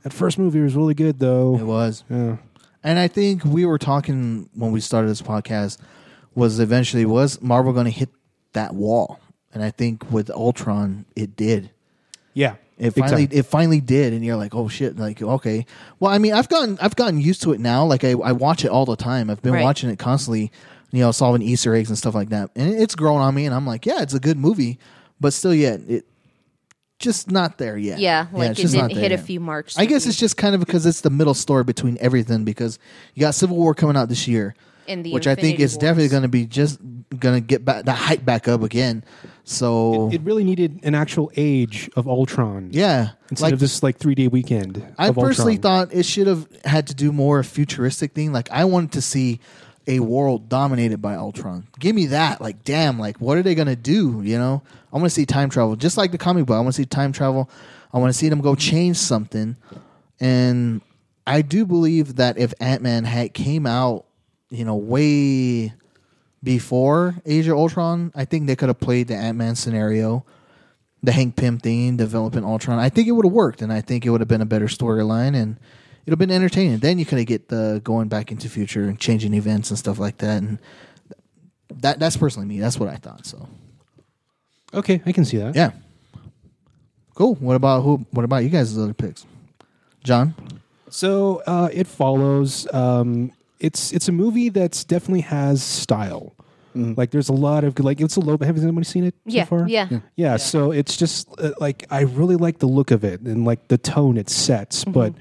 J: that first movie was really good, though.
B: it was.
J: Yeah.
B: And I think we were talking when we started this podcast was eventually was Marvel going to hit that wall, and I think with Ultron it did.
J: Yeah.
B: It
J: Big
B: finally
J: time.
B: it finally did, and you're like, oh shit, like okay. Well, I mean, I've gotten I've gotten used to it now. Like I, I watch it all the time. I've been
C: Right.
B: watching it constantly, you know, solving Easter eggs and stuff like that. And it's grown on me, and I'm like, yeah, it's a good movie, but still, yet it just not there yet.
C: Yeah, like
B: it's
C: it
B: just
C: didn't
B: not there
C: hit a
B: yet.
C: few marks.
B: I guess it's just kind of because it's the middle story between everything because you got Civil War coming out this year,
C: in the
B: which I think
C: Infinity
B: is definitely
C: Wars.
B: going to be just going to get back the hype back up again. So
J: It really needed an actual age of Ultron.
B: yeah,
J: Instead
B: like
J: of this like three day weekend.
B: I
J: of
B: personally
J: Ultron.
B: thought it should have had to do more futuristic thing. Like I wanted to see a world dominated by Ultron. Give me that. Like damn. Like what are they gonna do? You know, I want to see time travel, just like the comic book. I want to see time travel. I want to see them go change something. And I do believe that if Ant Man had came out, you know, way before Age of Ultron, I think they could have played the Ant Man scenario the Hank Pym thing, developing Ultron. I think it would have worked, and I think it would have been a better storyline, and it'd have been entertaining. Then you could have get the going back into future and changing events and stuff like that, and that that's personally me. That's what I thought. So
J: Okay, I can see that.
B: yeah, cool. What about who? What about you guys' other picks, John?
J: So uh, it follows. Um, it's it's a movie that's definitely has style. Like there's a lot of like it's a low. Has anybody seen it
C: yeah,
J: so far?
C: yeah,
J: yeah, So it's just uh, like I really like the look of it and like the tone it sets,
C: Mm-hmm.
J: but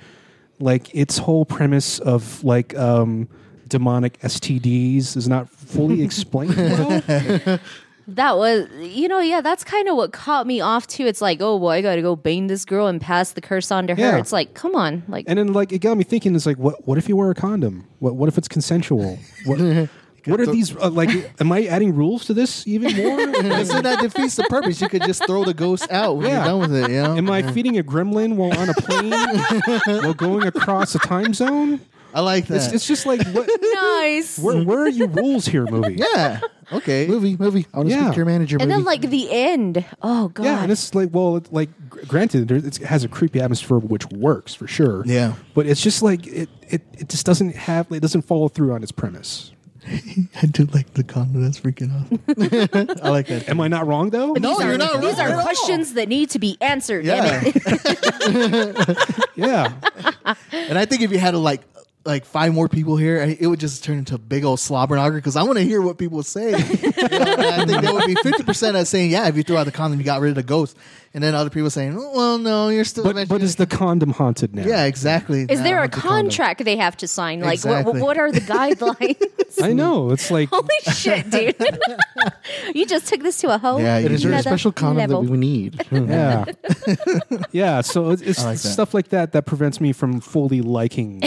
J: like its whole premise of like um, demonic STDs is not
C: (laughs)
J: fully explained. well.
C: That was, you know, yeah. That's kind of what caught me off too. It's like, oh, well, I got to go bang this girl and pass the curse on to her.
J: Yeah.
C: It's like, come on, like,
J: And then like it got me thinking. It's like, what what if you wear a condom? What what if it's consensual?
B: (laughs)
J: What what are these uh, like? Am I adding rules to this even
B: (laughs)
J: more?
B: Isn't that defeats the purpose? You could just throw the ghost out when
J: Yeah.
B: you're done with it. You know,
J: Am I feeding a gremlin while on a plane while going across a time zone?
B: I like that.
J: It's, it's just like what,
C: (laughs) nice.
J: where, where are your rules here, movie?
B: yeah. Okay.
D: Movie, movie. I want to
J: Yeah.
D: speak to your manager.
C: and then
D: movie.
C: like the end. Oh god.
J: Yeah, and it's like well, it- like gr- granted, there, it's- it has a creepy atmosphere which works for sure.
B: Yeah.
J: but it's just like it, it, it just doesn't have it doesn't follow through on its premise.
B: I do like the condo. That's freaking awesome. I like that.
J: Am I not wrong though?
B: No, Oh, you're not.
C: These
B: wrong at
C: are
B: all.
C: questions that need to be answered.
B: Yeah.
C: Damn it.
J: Yeah,
B: And I think if you had to like like five more people here, I- it would just turn into a big old slobberknocker because I want to hear what people say. (laughs) You know, and I think that would be fifty percent of saying yeah if you threw out the condom, you got rid of the ghost, and then other people saying, oh, well, no, you're still.
J: but
B: eventually
J: but is the condom haunted now?
B: gonna-" (laughs) yeah, exactly.
C: (laughs) Is
B: Nah,
C: there
B: I
C: a
B: want the condom.
C: contract they have to sign? Like,
B: Exactly.
C: what, what are the guidelines?
J: I know.
B: (laughs)
J: It's like
C: (laughs)
B: Oh,
C: Holy shit, dude! (laughs) you just took this to a whole.
B: Yeah, you
D: it is there a
C: another
D: special condom
C: level.
D: that
B: (laughs)
D: we need?
J: yeah, (laughs) yeah. So it's, it's
B: I like that.
J: stuff like that that prevents me from
B: (laughs)
J: fully liking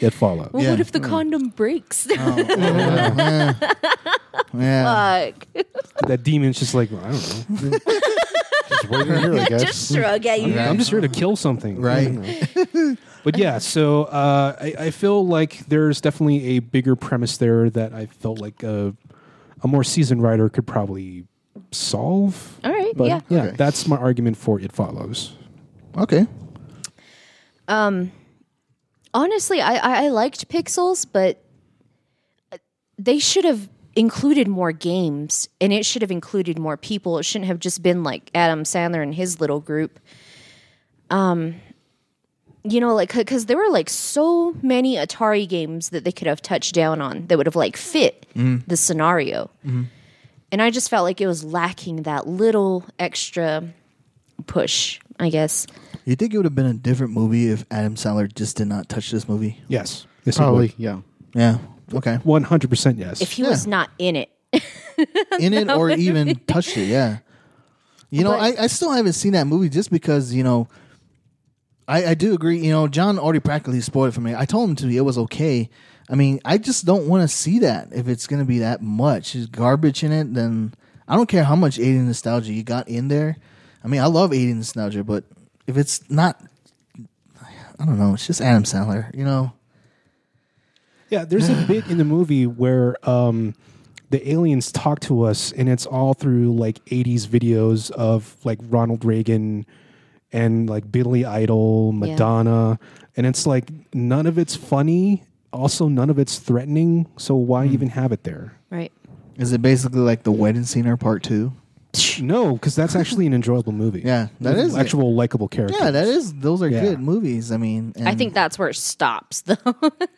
J: it follows.
C: Well,
B: Yeah.
C: what if the condom breaks? (laughs)
B: Yeah.
C: Fuck.
J: that demon's just like well, I don't know.
D: Just wait right here, I guess.
C: just (laughs) shrug at you.
B: (laughs) Right.
J: I'm just here to kill something,
B: Right.
J: I don't know. but yeah, so uh, I, I feel like there's definitely a bigger premise there that I felt like a, a more seasoned writer could probably solve.
C: All right.
J: But
C: yeah.
J: yeah,
B: Okay.
J: that's my argument for it follows.
B: okay.
C: Honestly, I, I I liked Pixels, but uh, they should have included more games, and it should have included more people. It shouldn't have just been like Adam Sandler and his little group. Um, you know like because there were like so many atari games that they could have touched down on that would have like fit the scenario and i just felt like it was lacking that little extra push i guess
B: You think it would have been a different movie if Adam Sandler just did not touch this movie?
J: Yes. Yes, it would.
D: Probably, yeah.
B: Yeah. Okay.
J: 100% yes.
C: if he was not in it
B: in it or even touched it. Yeah. You know,
C: But-
B: I, I still haven't seen that movie just because, you know, I, I do agree. You know, John already practically spoiled it for me. I told him to, it was okay. I mean, I just don't want to see that if it's going to be that much. There's garbage in it, then I don't care how much alien nostalgia you got in there. I mean, I love alien nostalgia, but if it's not, I don't know, it's just Adam Sandler, you know?
J: Yeah, there's a bit in the movie where um, the aliens talk to us, and it's all through like 80s videos of like Ronald Reagan and like Billy Idol, Madonna. And it's like none of it's funny. Also, none of it's threatening. So, why
B: Hmm.
J: even have it there?
C: right
B: Is it basically like the wedding scene or part two?
J: No, because that's actually an enjoyable movie.
B: Yeah, that
J: With
B: is it.
J: actual likable characters.
B: Yeah, that is. Those are
J: Yeah.
B: good movies. I mean,
C: i
B: and,
C: think that's where it stops (laughs) though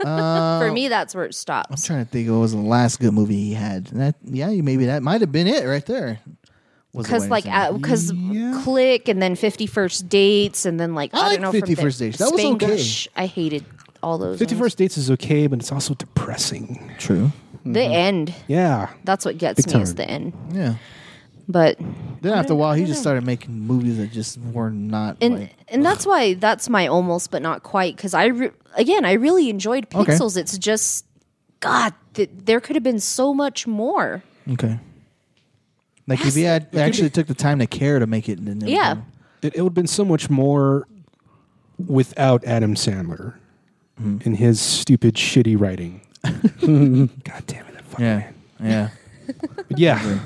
B: uh,
C: for me that's where it
B: I'm
C: stops
B: trying to think. What was the last good movie he had? That yeah, you- maybe that might have been it right there. Was the
C: because
B: wedding
C: like uh,
B: scene.
C: because
J: Yeah.
C: click and then 51st dates and then like
B: I
C: i,
B: like
C: don't know
B: 51st
C: from the
B: dates. That was okay.
C: Spanglish, i hated all those ones.
J: 51st Dates is okay, but it's also depressing.
B: true.
C: the
B: mm-hmm.
C: end
J: Yeah.
C: that's what gets
J: Big
C: me is
J: time.
C: the end
B: Yeah.
C: but
B: Then after a while, he just started making movies that just were not.
C: and
B: like,
C: and that's why that's my almost but not quite because I re- again I really enjoyed
B: Okay.
C: Pixels. It's just God, th- there could have been so much more.
B: okay. Like if he had actually took the time to care to make it. Then
I: E
B: it
C: Yeah,
B: would've
J: It, it would have been so much more without Adam Sandler and his stupid, shitty (laughs) writing. God damn it, that fucking
B: been-
J: man.
B: Yeah.
J: But yeah.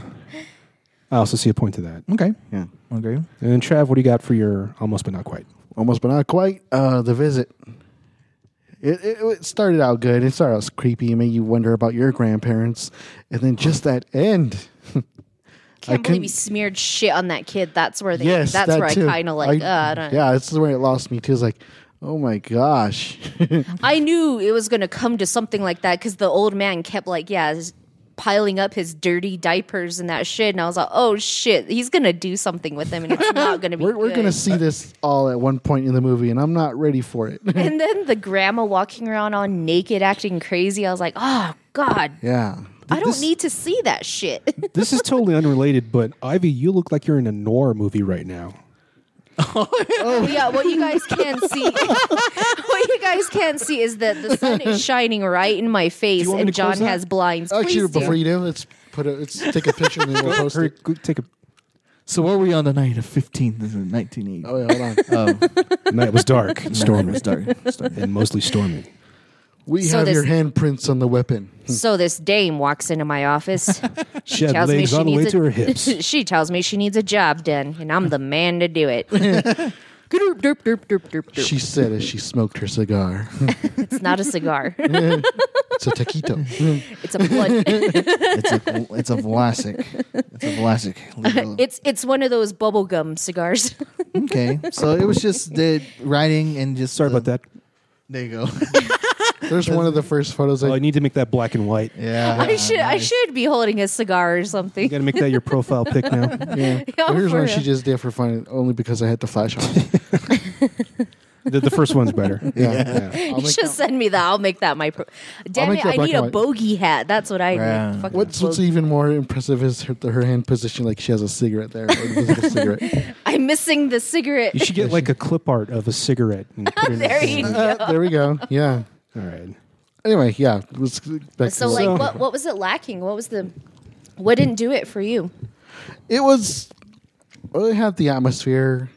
J: I also see a point to that.
B: Yeah. Okay.
D: Yeah.
B: Okay.
J: And then, Trav, what do you got for your almost but not quite?
D: Almost, but not quite. Uh, the visit. It, it, it started out good. It started out creepy and made you wonder about your grandparents. And then just that end. (laughs)
C: can't believe
D: couldn't-
C: he smeared shit on that kid. That's where they.
D: yes,
C: that's
D: that
C: where
D: too.
C: I kind of like. uh, I, don't,
D: yeah, this is where it lost me too. It's like, oh my gosh. (laughs)
C: I knew it was going to come to something like that because the old man kept like, yeah, s- piling up his dirty diapers and that shit, and I was like, oh shit, he's going to do something with them, and it's not going to be.
D: (laughs) we're we're
C: good.
D: gonna see this all at one point in the movie, and I'm not ready for it. (laughs)
C: And then the grandma walking around on naked, acting crazy. I was like, oh god,
D: yeah.
C: I don't need to see that shit. (laughs)
J: This is totally unrelated, but Ivy, you look like you're in a noir movie right now.
C: Well, yeah, what you guys can see, what you guys can see is that the sun is shining right in my face,
J: want me
C: and
J: to close
C: John
J: that?
C: has blinds.
D: Actually,
C: Please
D: Oh, before
C: do.
D: you do, let's put a let's take a picture and
B: (laughs)
D: then we'll post
J: Hurry,
D: it.
J: go take a
B: So where were we on the night of Uh, 15th? This is 1980.
D: Oh yeah, hold on.
J: (laughs) night was dark and stormy
B: Started. started.
J: and mostly stormy.
D: We
C: So
D: have
C: this-
D: your handprints on the weapon.
C: So this dame walks into my office.
J: She had
C: tells me
J: legs
C: she
J: all the way
C: needs (laughs)
J: to her
C: a,
J: hips.
C: she tells me she needs a job done, and I'm the man to do
D: (laughs)
C: it. Derp, derp, derp, derp, derp, derp.
D: She said as she smoked her cigar.
C: It's not a
D: (laughs)
C: cigar.
D: it's a taquito.
C: It's a blunt.
B: (laughs) it's a it's a Vlasic. It's a Vlasic. Leave it alone.
C: (laughs) It's it's one of those bubblegum cigars. (laughs)
B: okay, so it was just the writing and just
J: Sorry about that.
B: There you go.
D: There's one of the first photos.
J: Oh, I
D: I,
J: need to make that black and white.
B: yeah.
D: Ah,
B: (laughs)
C: I should I should be holding a cigar or
J: You
C: something.
J: got to make that your profile pic (laughs) now.
D: yeah.
C: (laughs) Yeah,
D: Here's
C: for real.
D: one she just did for fun, only because I had the flash on.
J: The, the first
D: (laughs)
J: one's better.
D: Yeah.
J: Yeah.
C: You should send me that. I'll make that my. Pro- Damn
D: make
C: it!
D: that
C: I
D: black
C: need
D: and
C: a
D: white.
C: bogey hat. That's what I
B: Yeah.
C: need. Fucking
D: What's what's
C: bogey.
D: even more impressive is her, her hand position, like she has a cigarette there, an invisible cigarette.
C: I'm missing the cigarette.
J: You should get like a clip art of a cigarette. And put it
C: (laughs)
J: in
C: there you go.
D: (laughs) Uh, there we go. Yeah.
J: All right.
D: Anyway, yeah. Let's get back
C: So
D: to
C: like,
J: So-
C: what what was it lacking? What was the what didn't do it for you? (laughs)
D: it was well, it had the atmosphere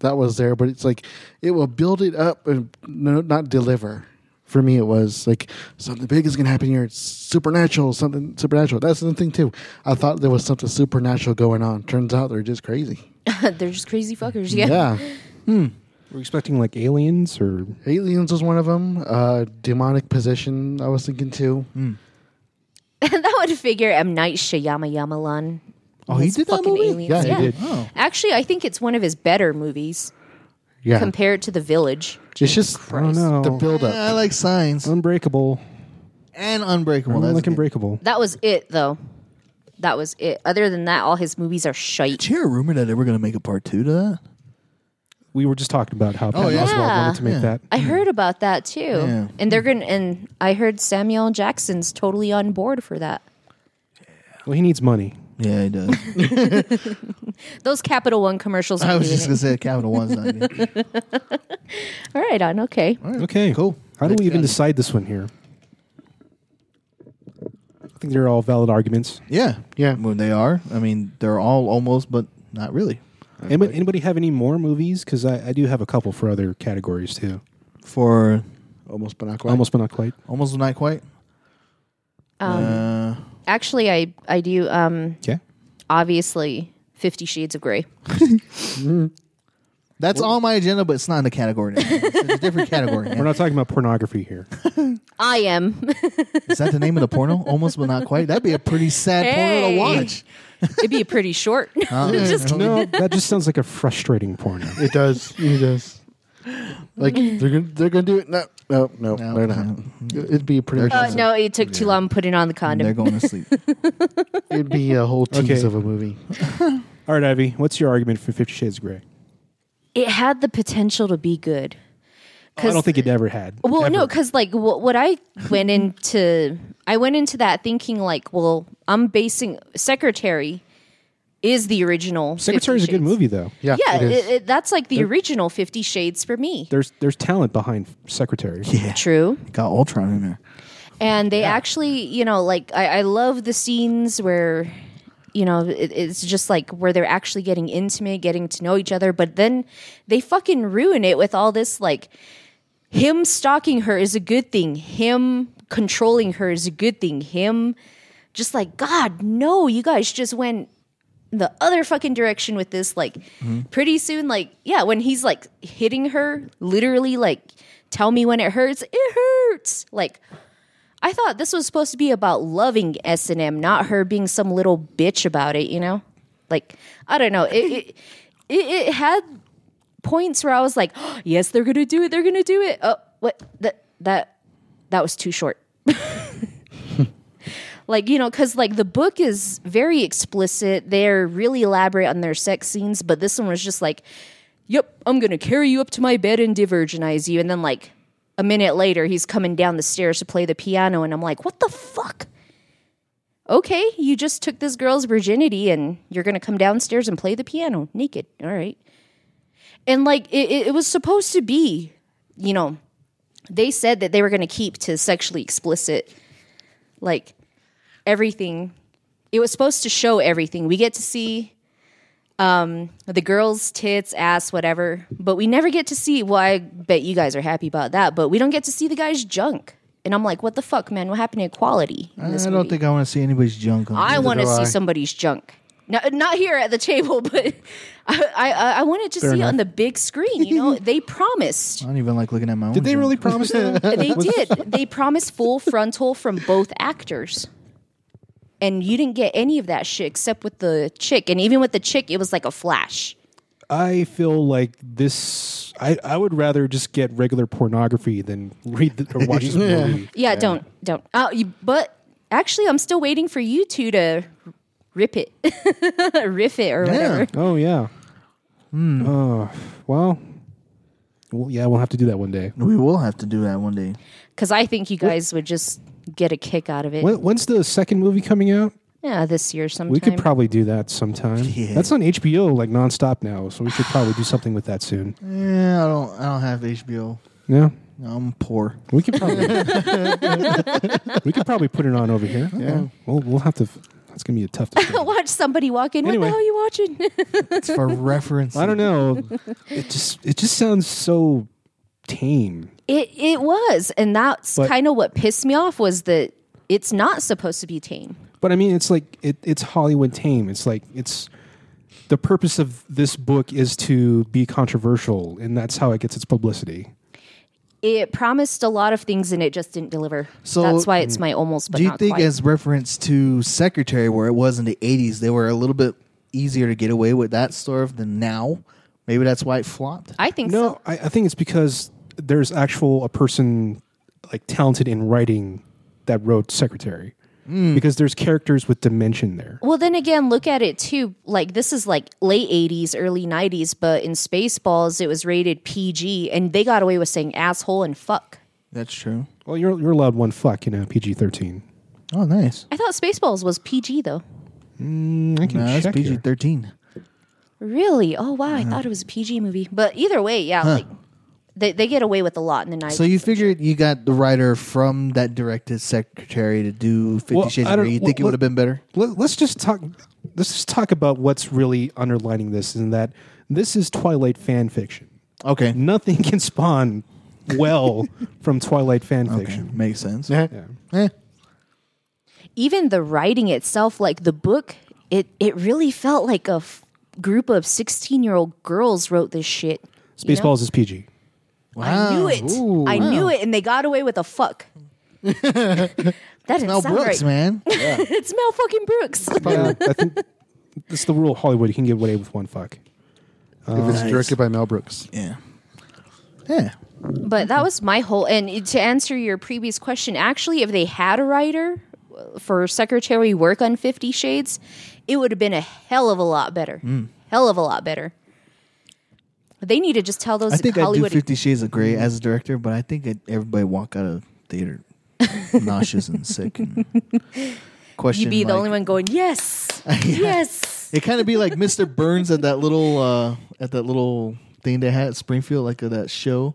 D: that was there but it's like it will build it up and no, not deliver for me it was like something big is going to happen here it's supernatural something supernatural that's the thing too i thought there was something supernatural going on turns out they're
C: (laughs)
D: just crazy
C: They're just crazy fuckers. Yeah.
D: yeah
J: We're expecting like aliens or
D: aliens was one of them uh demonic possession i was thinking too
C: (laughs) that would figure M Night Shyamalan.
B: Oh, he
C: His
B: did that
C: fucking
B: movie?
C: aliens.
D: Yeah, he did.
B: Oh.
C: Actually, I think it's one of his better movies.
E: Yeah.
C: compared to the village.
E: It's just
J: I don't know.
E: the build
D: Yeah, I like signs
J: (laughs) Unbreakable.
D: and Unbreakable.
J: I'm
D: That's
J: looking
D: good.
J: breakable.
C: That was it, though. That was it. Other than that, all his movies are shite.
D: Did you hear a rumor that they were going to make a part two to that?
J: We were just talking about how Patton
D: Oh, yeah.
J: Oswald wanted to make
D: Yeah.
J: that.
C: I heard about that too,
D: Yeah.
C: and they're gonna. And I heard Samuel Jackson's totally on board for that.
J: Well, he needs money.
D: Yeah, it does.
C: Those Capital One commercials.
D: (laughs) I
C: Are
D: was
C: doing
D: just
C: it.
D: going to (laughs) say Capital One's not good.
C: All right, on okay.
J: Okay.
D: Cool.
J: How do we even decide this one here? I think they're all valid arguments.
D: Yeah.
E: Yeah.
D: Well, they are. I mean, they're all almost, but not really.
J: Anybody, anybody have any more movies? Because I, I do have a couple for other categories too.
D: For
E: almost but not quite.
J: Almost but not quite.
D: almost not quite. uh,
C: Actually, I I do. Um,
J: Yeah.
C: obviously, Fifty Shades of Grey.
D: that's on my agenda, but it's not in the category. now. it's a different (laughs) category.
J: We're
D: now.
J: not talking about pornography here.
C: I am. (laughs)
D: Is that the name of the porno? Almost but not quite. That'd be a pretty sad porno
C: Hey.
D: to watch.
C: It'd be pretty short. (laughs)
D: Huh?
J: (laughs) no, that just sounds like a frustrating porno.
E: It does. It does. Like they're gonna they're gonna do it. No, no, no,
D: No,
E: they're not. It'd be a pretty.
C: Uh,
E: much,
C: no, it took too long putting on the
D: They're
C: condom.
D: going to sleep.
E: It'd be a whole tease
J: Okay.
E: of a movie.
J: (laughs) All right, Ivy, what's your argument for Fifty Shades of Grey? Oh,
C: It had the potential to be good.
J: I don't think it ever had.
C: Well, no,
J: Ever.
C: because like what, what I (laughs) went into, I went into that thinking like, well, I'm basing Secretary is the original.
J: Secretary is a
C: Fifty
J: good
C: Shades.
J: movie though.
E: Yeah,
C: Yeah,
E: it is.
C: it- it- that's like the original Fifty Shades for me.
J: There's there's talent behind Secretary.
C: True,
D: Got Ultron in there.
C: and they actually, you know, like I, I love the scenes where, you know, it, it's just like where they're actually getting intimate, getting to know each other, but then they fucking ruin it with all this like him stalking her is a good thing. Him controlling her is a good thing. Him just like, God, no, you guys just went the other fucking direction with this. Like, pretty soon, like, yeah, when he's like hitting her, literally, like, tell me when it hurts, it hurts. Like, I thought this was supposed to be about loving S and M, not her being some little bitch about it. You know, like I don't know. It it, it, it had points where I was like, (gasps) "Oh, yes, they're gonna do it. They're gonna do it. Oh, what that that that was too short. like you know, because like the book is very explicit. They're really elaborate on their sex scenes, but this one was just like, "Yep, I'm gonna carry you up to my bed and divergenize you," and then like a minute later, he's coming down the stairs to play the piano, and I'm like, what the fuck? Okay, you just took this girl's virginity and you're gonna come downstairs and play the piano naked. All right. And like, it, it, it was supposed to be, you know, they said that they were gonna keep to sexually explicit, like everything. It was supposed to show everything. We get to see um, the girls tits ass whatever but we never get to see well i bet you guys are happy about that but we don't get to see the guy's junk and i'm like what the fuck man what happened to equality in
D: I
C: this
D: don't
C: movie?
D: think I want to see anybody's junk on
C: i
D: this.
C: want to
E: do
C: see
E: I.
C: somebody's junk not, not here at the table (laughs) but i i, I wanted to see it on the big screen you
D: (laughs)
C: know they promised
D: I don't even like looking at my own.
J: Did they
D: junk.
J: really promise
E: (laughs)
J: that? (laughs)
C: they did they promised full frontal from both actors and you didn't get any of that shit except with the chick and even with the chick it was like a flash
J: I feel like this. I, I would rather just get regular pornography than read the, or watch
E: (laughs)
J: this movie.
C: Yeah, don't don't. Oh, you, but actually, I'm still waiting for you two to rip it, (laughs) riff it, or whatever.
J: Oh yeah.
D: Hmm.
J: Oh well. Well, yeah, we'll have to do that one day.
D: (laughs) We will have to do that one day.
C: Because I think you guys would just get a kick out of it.
J: When, when's the second movie coming out?
C: Yeah, this year sometime.
J: We could probably do that sometime.
D: Yeah.
J: That's on HBO like nonstop now, so we should probably do something with that soon.
D: Yeah, I don't. I don't have HBO.
J: Yeah,
D: I'm poor.
J: we could
D: (laughs)
J: probably we could probably put it on over here. Yeah, we'll we'll have to. That's gonna be a tough.
C: (laughs)
J: decision.
C: watch somebody walk in. What
J: Anyway.
C: the hell are you watching? (laughs)
D: It's (laughs) for reference.
J: I don't know.
D: (laughs)
J: It just it just sounds so tame.
C: it it was, and that's
J: But-
C: kind of what pissed me off was that it's not supposed to be tame.
J: But I mean, it's like it, it's Hollywood tame. It's like it's the purpose of this book is to be controversial, and that's how it gets its publicity.
C: It promised a lot of things, and it just didn't deliver.
D: So,
C: that's why it's my almost. But
D: Do you
C: not
D: think,
C: quite.
D: as reference to Secretary, where it was in the '80s, they were a little bit easier to get away with that sort of than now,
B: Maybe that's why it flopped.
C: I think
J: No,
C: so.
J: I, I think it's because there's actual a person like talented in writing that wrote Secretary because there's characters with dimension there.
C: Well, then again, look at it too. Like this is like late '80s, early '90s, but in Spaceballs, it was rated PG, and they got away with saying asshole and fuck.
B: That's true.
J: Well, you're you're allowed one fuck in a PG thirteen.
B: Oh, nice.
C: I thought Spaceballs was PG though.
J: Hmm, I can
B: No, that's
J: check
B: PG
J: here.
B: thirteen.
C: Really? Oh wow,
D: Uh-huh.
C: I thought it was a PG movie. But either way, yeah, like they they get away with a lot in the '90s.
B: So you figured you got the writer from that directed secretary to do Fifty
J: Well,
B: Shades
J: I
B: of
J: don't-
B: Grey. You
J: well,
B: think it
J: look-
B: would have been better?
J: Let, let's just talk. Let's just talk about what's really underlining this, and that this is Twilight fan fiction.
B: Okay,
J: Nothing can spawn well from Twilight fan fiction.
B: makes sense.
J: Yeah.
B: Eh.
C: even the writing itself, like the book, it it really felt like a f- group of sixteen year old girls wrote this shit. you know?
J: Spaceballs is PG.
B: Wow.
C: I knew it.
B: Ooh.
C: I knew it, and they got away with a
B: (laughs)
C: fuck. that didn't
B: Mel
C: sound
B: Brooks,
C: right.
B: man.
C: (laughs) It's Mel fucking Brooks.
J: Yeah, I think it's the rule of Hollywood. You can get away with one fuck.
D: if it's directed by Mel Brooks.
B: yeah. Yeah.
C: but that was my whole. And to answer your previous question, actually, if they had a writer uh, for secretary work on Fifty Shades, it would have been a hell of a lot better.
B: Mm.
C: Hell of a lot better. They need to just tell those
B: I think I do
C: Hollywood
B: Fifty Shades of Grey as a director, but I think I'd, everybody walk out of
C: (laughs)
B: theater nauseous and sick. And question.
C: You'd be the
B: like-
C: only one going,
B: (laughs)
C: yes, yes.
B: It kind of be like Mr. Burns at that little uh, at that little thing they had at Springfield, like uh, that (laughs) show.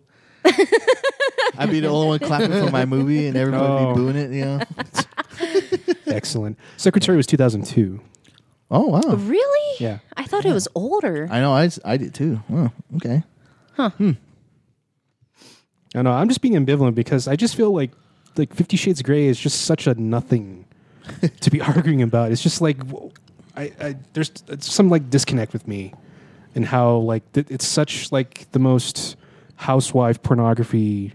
B: I'd be the only one clapping for my movie, and everybody would
J: Oh.
B: be booing it. You know.
J: Excellent. Secretary was 2002.
B: Oh wow!
C: Really?
J: Yeah.
C: I thought it was older.
B: I know. I, s- I did too. Wow. Okay.
J: I know. I'm just being ambivalent because I just feel like like Fifty Shades of Grey is just such a nothing to be arguing about. It's just like w- I, I there's it's some like disconnect with me and how like th- it's such like the most housewife pornography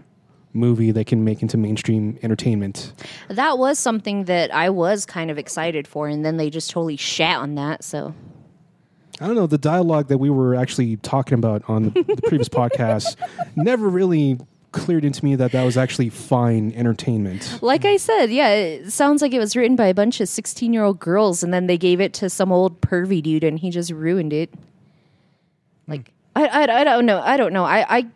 J: movie they can make into mainstream entertainment.
C: that was something that I was kind of excited for, and then they just totally shat on that. So
J: I don't know the dialogue that we were actually talking about on the, the previous podcast never really cleared into me that that was actually fine entertainment.
C: Like I said, yeah, it sounds like it was written by a bunch of 16 year old girls, and then they gave it to some old pervy dude, and he just ruined it. Like, I, I, I don't know. I don't know. I, I,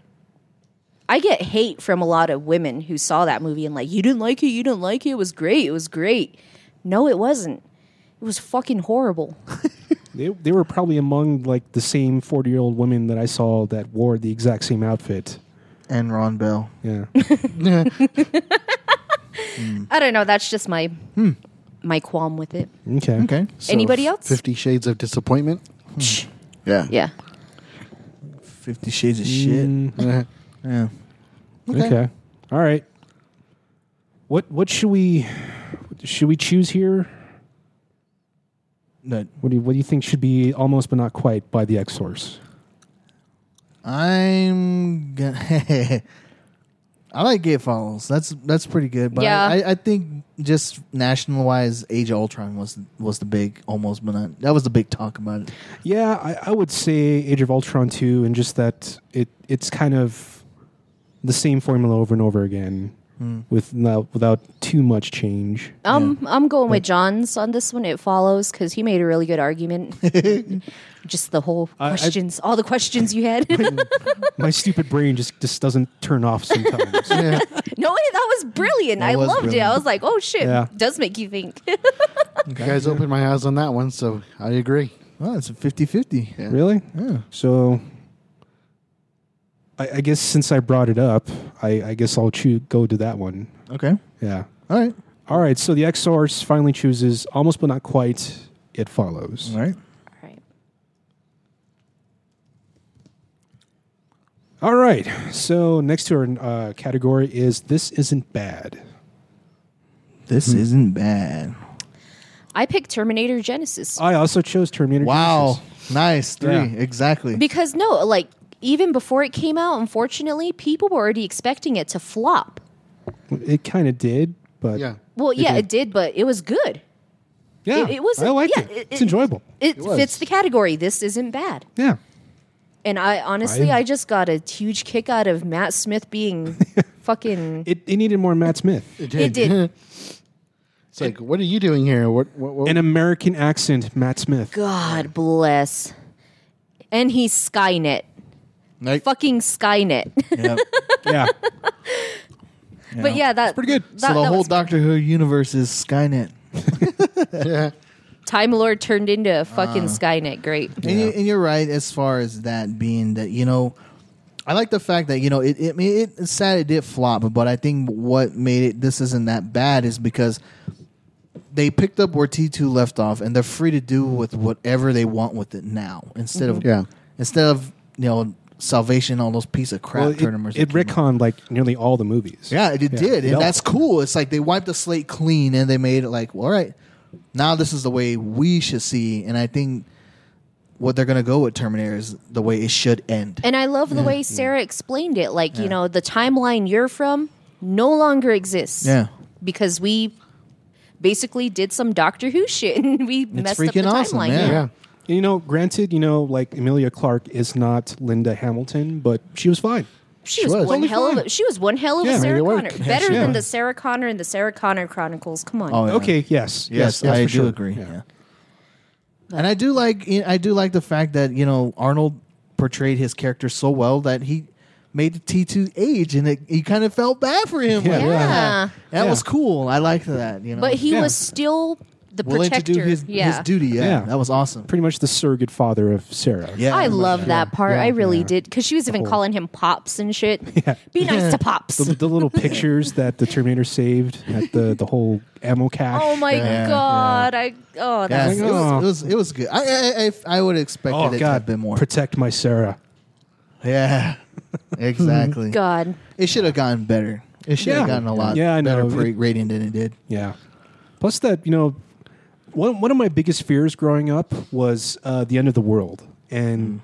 C: I get hate from a lot of women who saw that movie and, like, you didn't like it, you didn't like it, it was great, it was great. No, it wasn't. It was fucking horrible.
J: They, they were probably among like the same 40 year old women that I saw that wore the exact same outfit.
B: And Ron Bell.
J: Yeah.
C: I don't know. That's just my my qualm with it.
J: Okay.
B: Okay.
D: So
C: Anybody else?
D: Fifty Shades of Disappointment.
B: Yeah.
C: Yeah.
B: Fifty Shades of Shit.
J: Mm,
B: (laughs) Yeah.
J: okay. All right. What what should we should we choose here?
B: But
J: What do you, what do you think should be almost but not quite by the X Source?
B: I'm gonna. (laughs) I like Gate Follows. That's that's pretty good. But
C: Yeah.
B: I, I, I think just national wise, Age of Ultron was was the big almost, but not, that was the big talk about it.
J: Yeah, I, I would say Age of Ultron 2 and just that it it's kind of the same formula over and over again
B: Hmm.
J: with not, without too
B: (laughs)
J: much change.
C: Um, I'm going with John's on this one. It follows because he made a really good argument. just the whole
J: I- I-
C: questions, all the questions you had. (laughs)
J: My stupid brain just just doesn't turn
B: (laughs)
J: off sometimes.
C: no way, that was brilliant.
B: That
C: I
B: was
C: loved it.
B: brilliant.
C: I was like, oh shit,
J: Yeah.
C: does make you think. (laughs)
D: You guys opened my eyes on that one, so I agree.
B: Well, it's a 50-50. Yeah.
J: Really? So, I, I guess since I brought it up, I, I guess I'll choo- go to that one.
B: Okay.
J: Yeah.
B: All right.
J: All right. So the X source finally chooses almost, but not quite. It follows.
B: All right.
C: Right.
J: All right. So next to our uh, category is this isn't bad.
B: This
D: Hmm.
B: isn't bad.
C: I picked Terminator Genesis
J: I also chose Terminator.
B: Wow.
J: Genisys.
B: Nice three.
J: Yeah.
B: Exactly.
C: because no, like even before it came out, unfortunately, people were already expecting it to flop.
J: It kind of did, but
D: Yeah.
C: Well, yeah,
J: did.
C: it did, but it was good.
J: yeah,
C: It- it was-
J: I liked
C: yeah,
J: it.
C: it-
J: It's
C: it-
J: enjoyable.
C: It,
D: was.
C: fits the category. This isn't bad.
J: yeah.
C: And I honestly,
J: I-
C: I just got a huge kick out of Matt Smith being fucking.
J: It, it needed more Matt Smith.
C: It
B: (laughs)
C: did.
D: It's like, what are you doing here? What? What? what
J: An American accent, Matt Smith.
C: God bless. And he's Skynet.
B: Like,
C: Fucking Skynet. (laughs)
B: yeah.
J: Yeah.
C: but yeah, that's
J: pretty good.
B: So the whole Doctor Who universe is Skynet.
C: Time Lord turned into a
B: Uh.
C: fucking Skynet. Great.
B: And, you, and you're right as far as that being that you know, I like the fact that you know it. it, I mean, it it's sad it did flop, but I think what made it this isn't that bad is because they picked up where T two left off, and they're free to do with whatever they want with it now instead of
D: Yeah.
B: instead of you know Salvation all those piece of crap
J: Well,
B: turn turnovers.
J: it
B: that
J: it
B: came out.
J: retconned like nearly all the movies.
B: Yeah, it, it did, and
J: Yep.
B: that's cool. It's like they wiped the slate clean, and they made it like, well, all right, now this is the way we should see. And I think what they're gonna go with Terminator is the way it should end.
C: And I love the way Sarah explained it. Like, you know, the timeline you're from no longer exists.
B: Yeah.
C: Because we basically did some Doctor Who shit and we messed up
B: freaking
C: the
B: awesome,
C: timeline.
B: yeah.
D: yeah.
J: You know, granted, you know, like Amelia Clark is not Linda Hamilton, but she was fine.
C: She was,
B: was.
C: one
J: Totally
C: hell of
J: fine.
C: a, she was one hell of
J: Yeah,
C: a
J: made
C: Sarah
J: it work.
C: Connor. Better
J: Yeah.
C: than the Sarah Connor and the Sarah Connor Chronicles. Come on.
B: Oh, yeah.
J: Okay, yes.
B: yes,
J: yes,
B: I
J: for
B: do
J: sure.
B: agree.
J: Yeah.
B: Yeah. and I do like I do like the fact that you know Arnold portrayed his character so well that he made the T two age, and it, you kind of felt bad for him.
J: Yeah.
B: Like,
C: Yeah.
B: that
J: Yeah.
B: was cool. I liked that. You know,
C: But he
J: Yeah.
C: was still the
B: willing to
C: protector.
B: do his
C: yeah.
B: his duty. Yeah,
J: Yeah.
B: that was awesome.
J: Pretty much the surrogate father of Sarah.
B: Yeah,
C: I
B: much
C: love
B: so.
C: that part.
J: Yeah,
C: I really
J: yeah.
C: did because she was even
J: whole-
C: calling him pops and shit. Be nice to pops.
J: The,
C: (laughs)
J: the little pictures that the Terminator saved at the, the whole ammo cache.
C: oh my
B: Yeah.
C: god! I oh that
B: Yes,
C: was
B: it,
J: Like,
B: was,
J: oh.
B: it was it was good. I I, I, I would expect
J: Oh,
B: it to
J: God.
B: have been more.
J: Protect my Sarah. (laughs)
B: yeah, exactly.
C: god.
B: It should have gotten better. It should have
J: Yeah.
B: gotten a lot
J: Yeah, I know.
B: better for rating than it did.
J: Yeah. Plus, that, you know, one, one of my biggest fears growing up was uh, the end of the world. And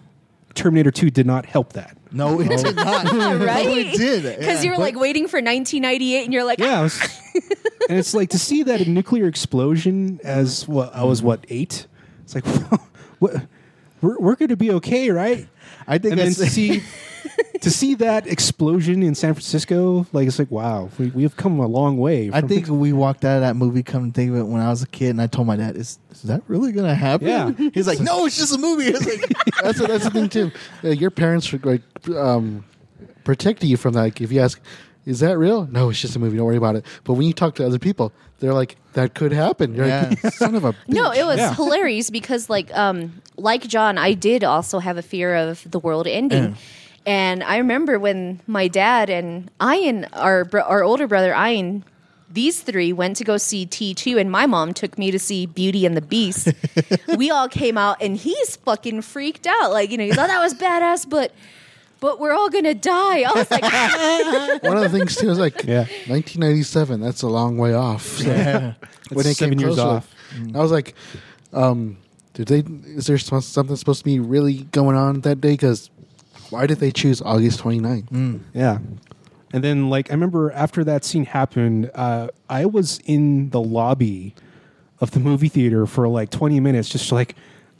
J: Terminator 2 did not help that.
B: No, it did not.
C: (laughs) Right?
B: No, it did.
C: Because
B: yeah.
C: you're like waiting for 1998, and you're like,
J: Yeah. I was- and it's like to see that nuclear explosion as what I was, what, eight? It's like, (laughs) what, we're, we're going to be okay, right?
B: I think
J: and then
B: that's
J: to see to see that explosion in San Francisco, like it's like wow, we, we have come a long way.
B: I
J: from-
B: think we walked out of that movie, come to think of it, when I was a kid, and I told my dad, "Is, is that really going to happen?"
J: Yeah.
B: (laughs) He's like, "No, it's just a movie." (laughs) It's like,
J: (laughs)
D: that's the- that's the thing too. Uh, your parents would like um, protect you from that. Like, if you ask, "Is that real?" No, it's just a movie. Don't worry about it. But when you talk to other people, they're like, "That could happen." You're
B: Yeah.
D: like, "Son of a bitch.
C: No, it was
J: Yeah.
C: hilarious because like um like John, I did also have a fear of the world ending. And I remember when my dad and Ian, our bro- our older brother Ian, these three went to go see T2 and my mom took me to see Beauty and the
J: (laughs)
C: Beast. we all came out and he's fucking freaked out. Like, you know, he's like, that was badass, but but we're all gonna die. I was like, (laughs)
D: One of the things too is
B: (laughs)
D: like,
J: Yeah.
D: 1997. That's a long way off. So
J: That's seven years
D: closer,
J: off.
D: I was like, um, "Did they? Is there some- something supposed to be really going on that day? Because why did they choose August 29th?
J: yeah. And then like I remember after that scene happened, uh, I was in the lobby of the movie theater for like 20 minutes, just like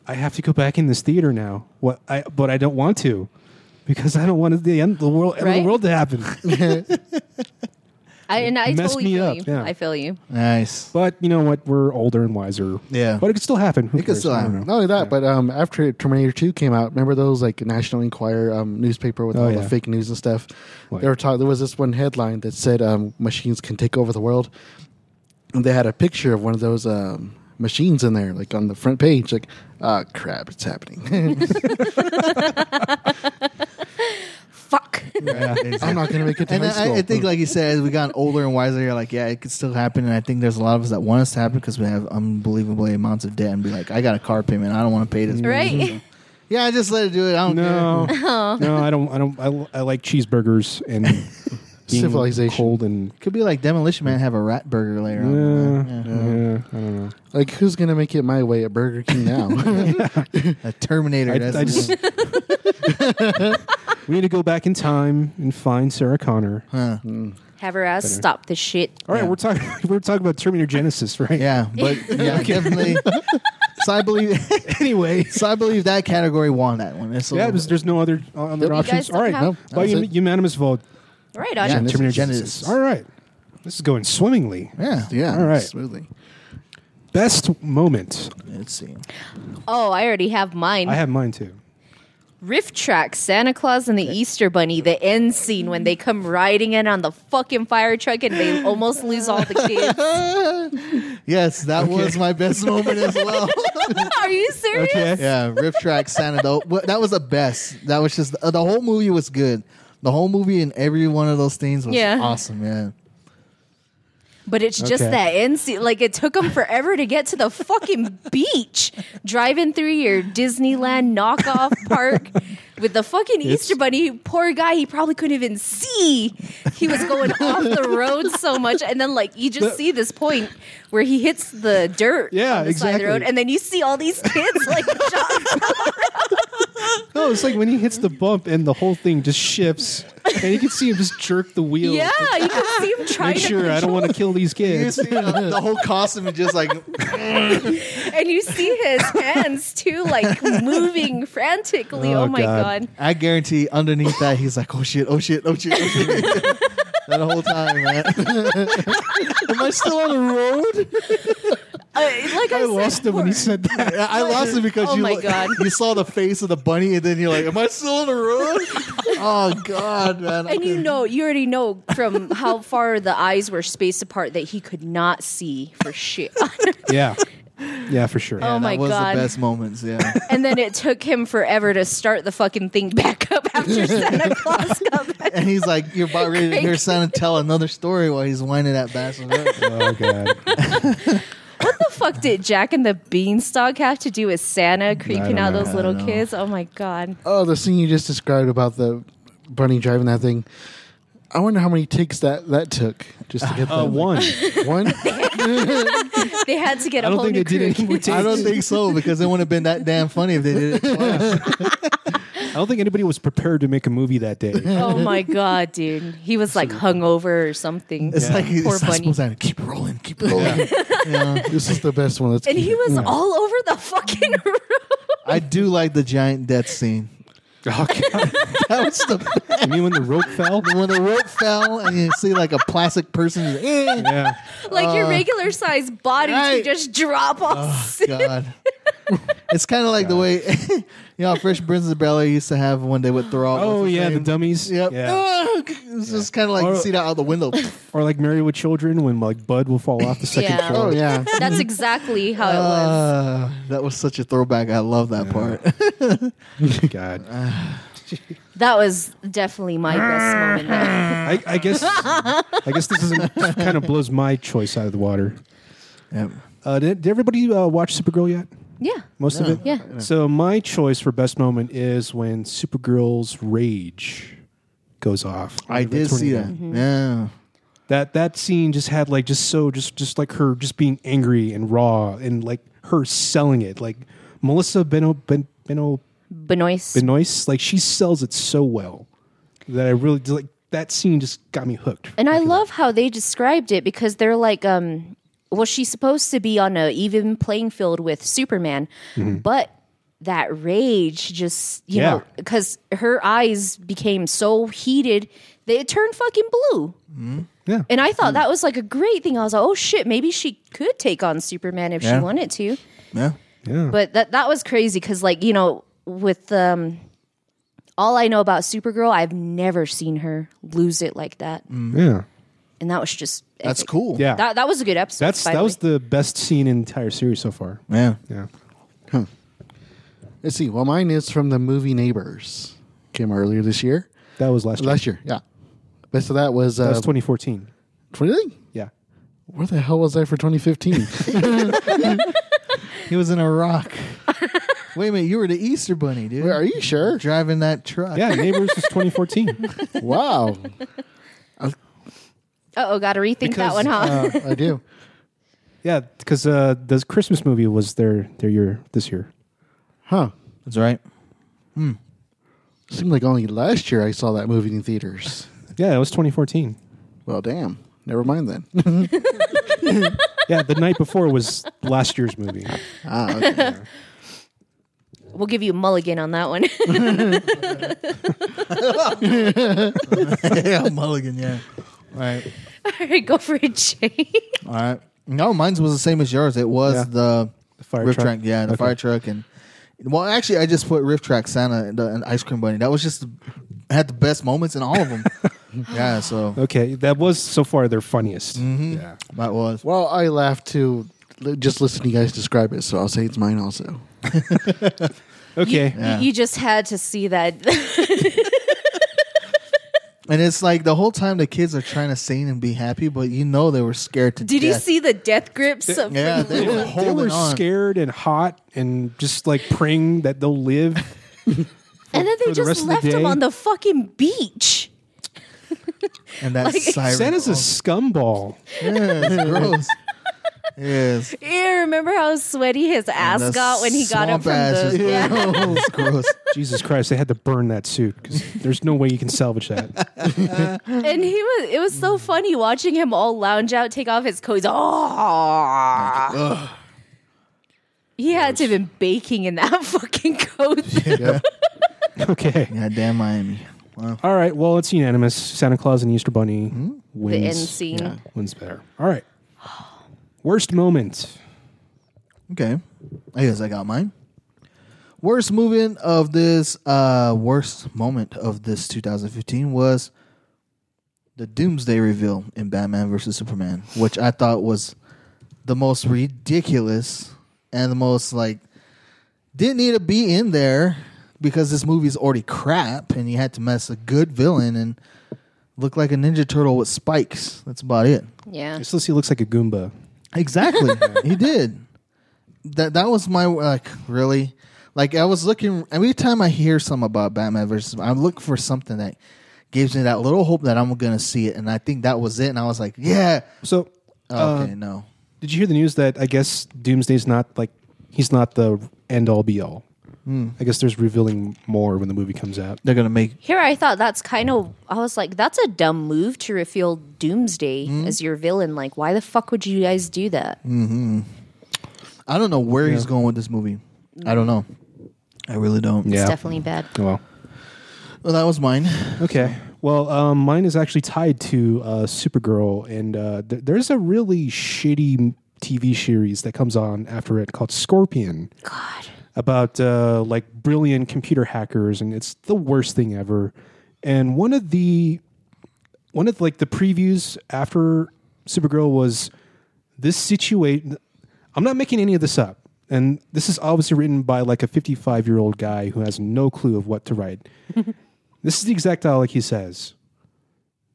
J: I have to go back in this theater now. What I but I don't want to because I don't want the end the world end of
C: Right?
J: the world to happen.
C: I, and I
J: Messed
C: totally
J: me
C: feel
J: up,
C: you.
J: yeah.
C: I feel you.
B: nice.
J: but you know what? We're older and wiser.
B: Yeah.
J: But it could still happen. Who
B: It could
J: cares?
B: still
J: I don't
B: happen.
J: know.
D: Not only that, but um, after Terminator Two came out, remember those like National Enquirer um, newspaper with
J: Oh,
D: all
J: yeah.
D: the fake news and stuff.
J: Right.
D: They were talking. There was this one headline that said um, machines can take over the world, and they had a picture of one of those um, machines in there, like on the front page. Like, ah, crap, it's happening. (laughs)
C: Fuck.
B: (laughs)
C: (laughs)
D: I'm not gonna make it to
B: And
D: high
B: I,
D: school.
B: I think, like you said, as we got older and wiser, you're like, yeah, it could still happen. And I think there's a lot of us that want us to happen because we have unbelievable amounts of debt and be like, I got a car payment. I don't want to pay this.
J: Mm-hmm.
C: right?
B: Yeah, I just let it do it. I don't
J: No,
B: care.
J: no, I don't. I don't. I, I like cheeseburgers
B: (laughs)
J: and being
D: Civilization.
J: cold and
B: Could be like Demolition Man have a rat burger later
J: yeah,
B: on. Yeah.
J: yeah, I don't know.
D: like, who's gonna make it my way at Burger King (laughs) now?
B: A (laughs) Terminator.
J: I,
B: that's
J: I just (laughs) we need to go back in time and find Sarah Connor.
B: Huh.
C: Have her ass stop this shit.
J: All right,
B: Yeah.
J: (laughs) we're talking. We're talking about Terminator Genesis, right?
B: Yeah, but yeah, definitely
D: So I (laughs) believe.
J: anyway,
D: so I believe that category won that one. It's a
J: yeah,
D: little-
J: there's, there's no other uh, other
E: You guys
J: options.
C: don't
J: All right,
C: have- No,
J: by
D: that's
J: un-
D: it.
J: unanimous vote,
C: Right,
D: Yeah,
C: Ajahn.
D: this
J: Terminator
D: is Genesis.
J: Genesis. All right, this is going swimmingly.
D: yeah,
E: Yeah.
J: All right.
D: Smoothly.
J: Best moment.
D: Let's see.
C: oh, I already have mine.
J: I have mine too.
C: Riff track, Santa Claus and the Easter Bunny, the end scene when they come riding in on the fucking fire truck and they almost lose all the
J: (laughs)
C: kids.
D: Yes, that was my best moment as well.
C: Are you serious?
D: yeah, riff track Santa. though. Wha- That was the best. That was just uh, the whole movie was good. The whole movie and every one of those things was
C: Yeah.
D: awesome, man. (laughs)
C: But it's just
J: Okay.
C: that end scene. Like it took them forever to get to the fucking beach, driving through your Disneyland knockoff park with the fucking Easter Bunny. Poor guy, he probably couldn't even see. He was going off the road so much, and then like you just see this point where he hits the dirt
J: Yeah,
C: on the side of the road,
J: exactly.
C: and then you see all these kids
J: (laughs)
C: like shot.
J: No, it's like when he hits the bump and the whole thing just shifts, and you can see him just jerk the wheel.
C: Yeah, you can see him trying
J: Make sure
C: to
J: I don't want to kill these
D: You
J: kids.
D: see, uh, the whole costume is just like
C: and you see his hands too, like moving frantically. Oh, (laughs)
J: Oh,
C: my
J: God.
C: god.
D: I guarantee underneath that he's like, oh shit, oh shit, oh shit, oh shit.
C: (laughs)
D: that whole time, man. (laughs) Am I still on the road?
C: Uh, like I,
J: I lost
C: said
J: him when he
C: before.
J: said that.
D: I lost it because
C: Oh
D: you
C: my
D: lo-
C: God.
D: you saw the face of the bunny, and then you're like, "Am I still on the road?"
C: (laughs)
D: oh God, man! I
C: And you
D: couldn't-
C: know, you already know from how far the eyes were spaced apart that he could not see for (laughs) shit.
J: Yeah, yeah, for sure.
D: Yeah,
C: Oh my
D: that was
C: God.
D: the best moments. Yeah,
C: and then it took him forever to start the fucking thing back up (laughs) after Santa Claus got back.
D: and he's like, "You're about ready to hear
C: Cranky.
D: Santa tell another story while he's whining at Bachelor."
J: Oh god.
C: What the fuck did Jack and the Beanstalk have to do with Santa creeping
J: don't
C: out
J: know.
C: those little kids? Oh my god.
E: (laughs) Oh, the scene you just described about the bunny driving that thing. I wonder how many takes that that took just to get
D: Oh,
J: Uh,
C: (laughs)
J: one.
E: that one.
C: They had to get a
J: I don't
C: whole
J: think
C: new
J: they did
C: crew.
J: any more
D: I
J: takes.
D: don't think so because it wouldn't have been that damn funny if they did it. Twice.
J: I don't think anybody was prepared to make a movie
C: (laughs)
J: that day.
C: (laughs) Oh my god, dude. He was like hungover or something.
D: It's like he's
C: Poor bunny.
D: supposed to keep rolling, keep rolling.
E: this is the best one. Let's
C: and
E: keep
C: he
E: it.
C: was
E: Yeah.
C: all over the fucking (laughs) room.
D: I do like the giant death scene.
J: Oh, God.
D: That was the
J: You mean when the rope fell?
D: when the rope fell and you see like a plastic person. he's like, "Eh."
J: Yeah.
C: like your regular sized body to
D: right.
C: just drop off.
D: God. (laughs) it's kind of like the way, you (laughs) know, Fresh Prince of Bel Air used to have when they would throw out.
J: Oh
D: what's his
J: yeah, the
D: name?
J: dummies.
D: Yep.
J: Yeah.
E: (laughs)
D: It's just kind of like
J: Or-
D: you see that out the
J: (laughs)
D: window.
J: Or like Married with Children when like Bud will fall off the second
C: Yeah.
J: floor.
E: Oh yeah.
C: That's exactly how it was.
D: Uh, that was such a throwback. I love that part.
E: (laughs)
J: God.
C: That was definitely my best moment. Though.
J: I, I guess I guess this is kind of blows my choice out of the water.
D: Yep.
J: Uh, did, did everybody uh, watch Supergirl yet?
C: (laughs) Yeah.
J: Most of it?
C: Yeah.
J: So my choice for best moment is when Supergirl's rage goes off.
D: I
J: Under the
D: did see that.
J: tornado.
D: Yeah.
J: That that scene just had like just so just just like her just being angry and raw and like her selling it. Like Melissa Beno ben, Beno
C: Benoist.
J: Benoist, like she sells it so well that I really like that scene just got me hooked.
C: and I love how they described it because they're like, um, well, she's supposed to be on a even playing field with Superman,
D: Mm-hmm.
C: but that rage just, you
J: Yeah.
C: know, because her eyes became so heated that it turned fucking blue.
D: Mm-hmm.
J: Yeah.
C: And I thought that was like a great thing. I was like, oh shit, maybe she could take on Superman if
D: Yeah.
C: she wanted to.
D: Yeah.
J: Yeah.
C: But that that was crazy because like you know with um, all I know about Supergirl, I've never seen her lose it like that,
J: yeah.
C: and that was just
D: That's
C: epic.
D: cool.
J: Yeah.
C: That that was a good episode.
J: That's
C: by
J: that
C: the
J: was
C: way.
J: the best scene in the entire series so far.
D: Yeah.
J: Yeah.
E: Let's see. Well, mine is from the movie Neighbors. Came out earlier this year.
J: That was last year.
E: Last year, yeah. Best of that was
J: That
E: uh,
J: was 2014.
E: 20.
J: Yeah.
E: Where the hell was I
J: (laughs)
E: for 2015?
D: He was
C: (laughs)
D: in Iraq. Wait a minute. You were the Easter Bunny, dude.
E: Wait, Are you sure?
D: Driving that truck.
J: Yeah, Neighbors was
C: (laughs)
J: 2014.
E: Wow,
C: oh, got to rethink that one, huh?
E: Uh, I do.
J: Yeah, because uh, the Christmas movie was their their year this year.
E: Huh? Hmm.
D: That's right.
E: Seemed like only last year I saw that movie in theaters.
J: Yeah, it was 2014.
D: (laughs)
E: Well, damn. Never mind then.
J: yeah, the night before was last year's movie.
D: Ah, okay.
C: We'll give you a mulligan on that one. (laughs)
D: (laughs) yeah, Mulligan. Yeah. All right.
C: All right, go for it, Jay.
D: All right. No, mine's was the same as yours. It was
J: Yeah.
D: the,
J: fire
D: riff
J: truck.
D: track. Yeah, the
J: Okay.
D: fire truck and well, actually, I just put riff track Santa and, the, and ice cream bunny. That was just had the best moments in all of them.
J: (laughs)
D: yeah. So
J: Okay, that was so far their funniest.
D: Mm-hmm.
J: Yeah.
D: that was.
E: Well, I laughed too, li- just listening to you guys describe it, so I'll say it's mine
D: (laughs)
E: also.
J: Okay.
C: You just had to see that. (laughs)
D: And it's like the whole time the kids are trying to sing and be happy, but you know they were scared to
C: Did you
D: death.
C: see the death grips? of
D: Yeah,
C: freaking- (laughs)
D: they were
J: They
D: holding
J: were
D: on.
J: scared and hot and just like praying that
D: (laughs)
J: they'll live.
C: and then
J: for
C: they
J: the rest
C: just
J: of the
C: left him
J: day?
C: on the fucking beach.
D: And that
C: Like-
D: siren.
J: Santa's a scumball.
D: oh, yeah, it's gross. yes.
C: Yeah, remember how sweaty his ass
D: The
C: got when he got up
D: swamp
C: from
D: ass
C: the
D: is-
C: yeah.
D: (laughs) Oh, it's
J: (laughs)
D: gross.
J: Jesus Christ, they had to burn that suit because there's no way you can salvage that.
C: (laughs)
J: (laughs)
C: And he was it was
J: Mm.
C: so funny watching him all lounge out, take off his coat. He's, oh. He had to have been baking in that (laughs) fucking coat.
J: Okay.
D: Yeah, damn Miami. Wow.
J: All right. Well, it's unanimous. Santa Claus and Easter Bunny
D: Hmm?
C: the
J: wins.
C: end scene.
J: Wins better. All right. Worst moment.
D: Okay. I guess I got mine. Worst movie of this uh worst moment of this 2015 was the Doomsday reveal in Batman versus Superman, which I thought was the most ridiculous and the most like didn't need to be in there because this movie's already crap and you had to mess a good villain and look like a ninja turtle with spikes. That's about it.
C: Yeah.
J: Just let's see. Looks like a Goomba. (laughs)
D: Exactly. he did. That that was my like really like I was looking every time I hear something about Batman versus I'm looking for something that gives me that little hope that I'm gonna see it and I think that was it and I was like, Yeah Uh,
J: So, uh,
D: Okay, no.
J: did you hear the news that I guess Doomsday's not like he's not the end all be all? I guess there's revealing more when the movie comes out.
D: They're gonna make
C: Here I thought that's kind of I was like, that's a dumb move to reveal Doomsday as your villain. Like, why the fuck would you guys do that?
D: I don't know where he's going with this movie. I don't know. I really don't.
J: Yeah.
C: It's definitely bad.
J: Oh, well.
D: Well that was mine.
J: Okay. Well, um, mine is actually tied to uh, Supergirl, and uh, th- there's a really shitty m- TV series that comes on after it called Scorpion. God. About uh, like brilliant computer hackers, and it's the worst thing ever. And one of the one of like the previews after Supergirl was this situation. I'm not making any of this up, and this is obviously written by like a 55 year old guy who has no clue of what to write. This is the exact dialogue he says.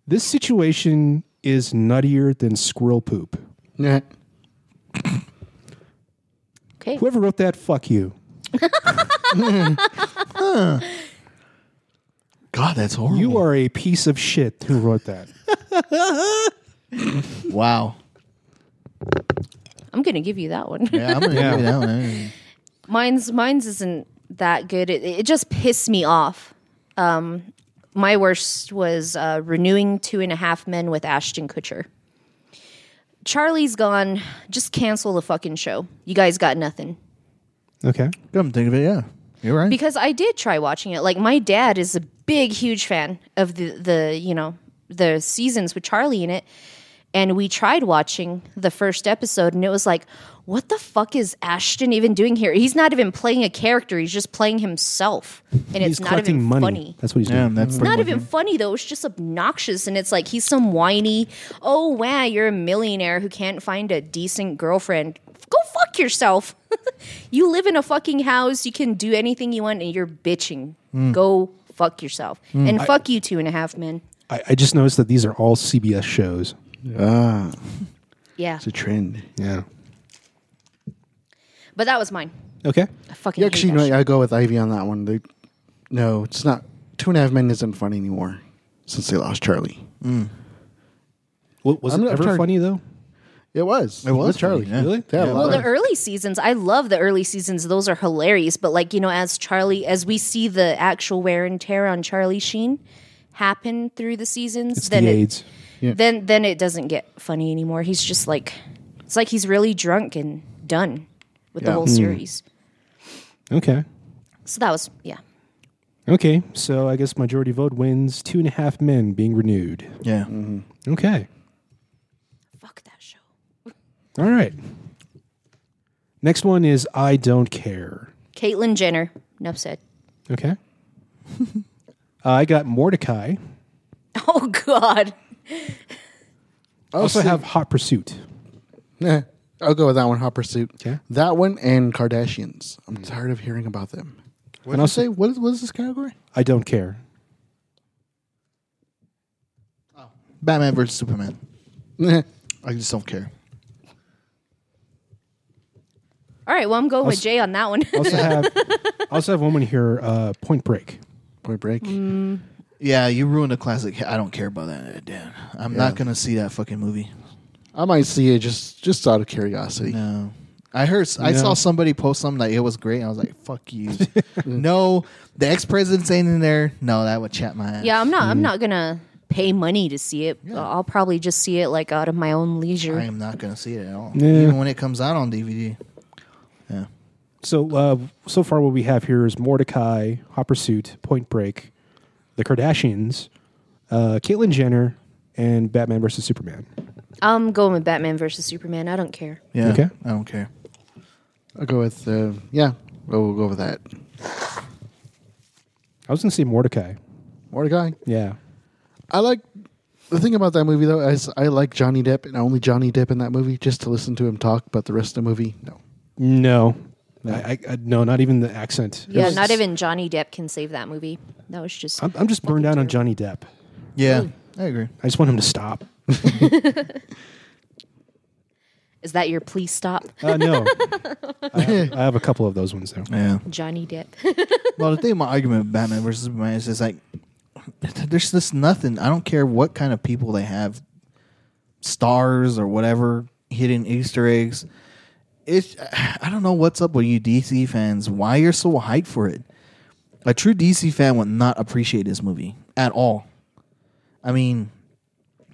J: This situation is nuttier than squirrel poop.
E: Yeah.
C: Okay.
J: Whoever wrote that, fuck you.
D: God, that's horrible.
J: You are a piece of shit who wrote that.
D: Wow.
C: I'm gonna give you that one.
D: Yeah, I'm gonna
J: (laughs) Yeah.
D: give you that one.
C: (laughs) mine's mine's isn't that good. It, it just pissed me off. Um, my worst was uh, renewing Two and a Half Men with Ashton Kutcher. Charlie's gone. Just cancel the fucking show. You guys got nothing.
J: (laughs) Okay.
D: Come think of it, yeah. You're right.
C: Because I did try watching it. Like my dad is a big, huge fan of the the you know the seasons with Charlie in it, and we tried watching the first episode, and it was like, what the fuck is Ashton even doing here? He's not even playing a character. He's just playing himself, and
J: He's
C: it's not
J: collecting
C: even
J: money.
C: funny.
J: That's what he's
D: Damn,
J: doing.
D: that's
C: It's not even funny though. It's just obnoxious, and it's like he's some whiny. Oh wow, you're a millionaire who can't find a decent girlfriend. Go fuck yourself. (laughs) you live in a fucking house. You can do anything you want, and you're bitching. Go fuck yourself, and fuck you two and a half men.
J: I, I just noticed that these are all CBS shows.
B: Ah,
C: Yeah,
B: it's a trend.
J: Yeah.
C: but that was mine.
J: Okay.
C: I fucking
E: Yeah,
C: hate
E: actually,
C: that
E: no,
C: shit.
E: I go with Ivy on that one. They, no, it's not. Two and a half men isn't funny anymore since they lost Charlie.
J: W- was
E: I'm
J: it
E: not
J: ever
E: trying-
J: funny though?
E: It was.
D: It was
E: With Charlie.
D: funny, yeah.
J: Really?
E: They had a lot
C: Well,
E: of-
C: the early seasons, I love the early seasons. Those are hilarious. But like you know, as Charlie, as we see the actual wear and tear on Charlie Sheen happen through the seasons,
J: It's
C: (laughs) then
J: the
C: it,
J: AIDS.
C: then then it doesn't get funny anymore. He's just like It's like he's really drunk and done with the
D: Yeah.
C: whole series.
J: Okay.
C: So that was yeah.
J: Okay. So I guess majority vote wins two and a half men being renewed.
D: Yeah.
J: Okay.
C: Fuck that show.
J: All right. Next one is I don't care.
C: Caitlyn Jenner. Enough said. (laughs)
J: Okay. (laughs) I got Mordecai.
C: Oh God.
J: I also have Hot Pursuit.
E: Nah, Eh, I'll go with that one. Hot Pursuit.
J: Okay.
E: That one and Kardashians. I'm tired of hearing about them. Hmm. What
J: And
E: did you
J: also-
E: say? What is, what is this category? (laughs)
J: I don't care.
D: Batman versus Superman.
E: Nah.
D: I just don't care.
C: All right. Well, I'm going with Jay on that one. (laughs)
J: Also have also have woman here. Uh, Point Break.
E: Point Break.
D: Yeah, you ruined a classic. I don't care about that, Dan. I'm not gonna see that fucking movie.
E: I might see it just just out of curiosity.
D: No. I heard. I
J: No.
D: saw somebody post something like it was great. And I was like, "Fuck
E: (laughs)
D: you." no, the ex president's ain't in there. No, that would chat my ass.
C: yeah, I'm not. I'm not gonna pay money to see it. I'll probably just see it like out of my own leisure.
D: I am not gonna see it at all.
J: Yeah.
D: Even when it comes out on DVD.
J: So uh, so far, what we have here is Mordecai, Hot Pursuit, Point Break, The Kardashians, uh, Caitlyn Jenner, and Batman versus Superman.
C: I'm going with Batman versus Superman. I don't care.
D: Yeah.
J: Okay.
D: I don't care.
E: I'll go with uh, yeah. We'll, we'll go with that.
J: I was gonna say Mordecai.
E: Mordecai.
J: Yeah.
E: I like the thing about that movie though is I like Johnny Depp and only Johnny Depp in that movie just to listen to him talk. But the rest of the movie, no.
J: No. I, I, I, no, not even the accent.
C: Yeah,
J: It's-
C: not even Johnny Depp can save that movie. That was just
J: I'm, I'm just burned out on Johnny Depp.
D: Yeah, I agree.
J: I just want him to stop.
C: Is that your please stop,
D: (laughs)
J: Uh, no, I, have, I have a couple of those ones though.
D: Yeah.
C: Johnny Depp? (laughs)
D: well, the thing, my argument with Batman versus Superman is just like, there's just nothing. I don't care what kind of people they have, stars or whatever, hidden Easter eggs. It's I don't know what's up with you DC fans. Why you're so hyped for it? A true DC fan would not appreciate this movie at all. I mean,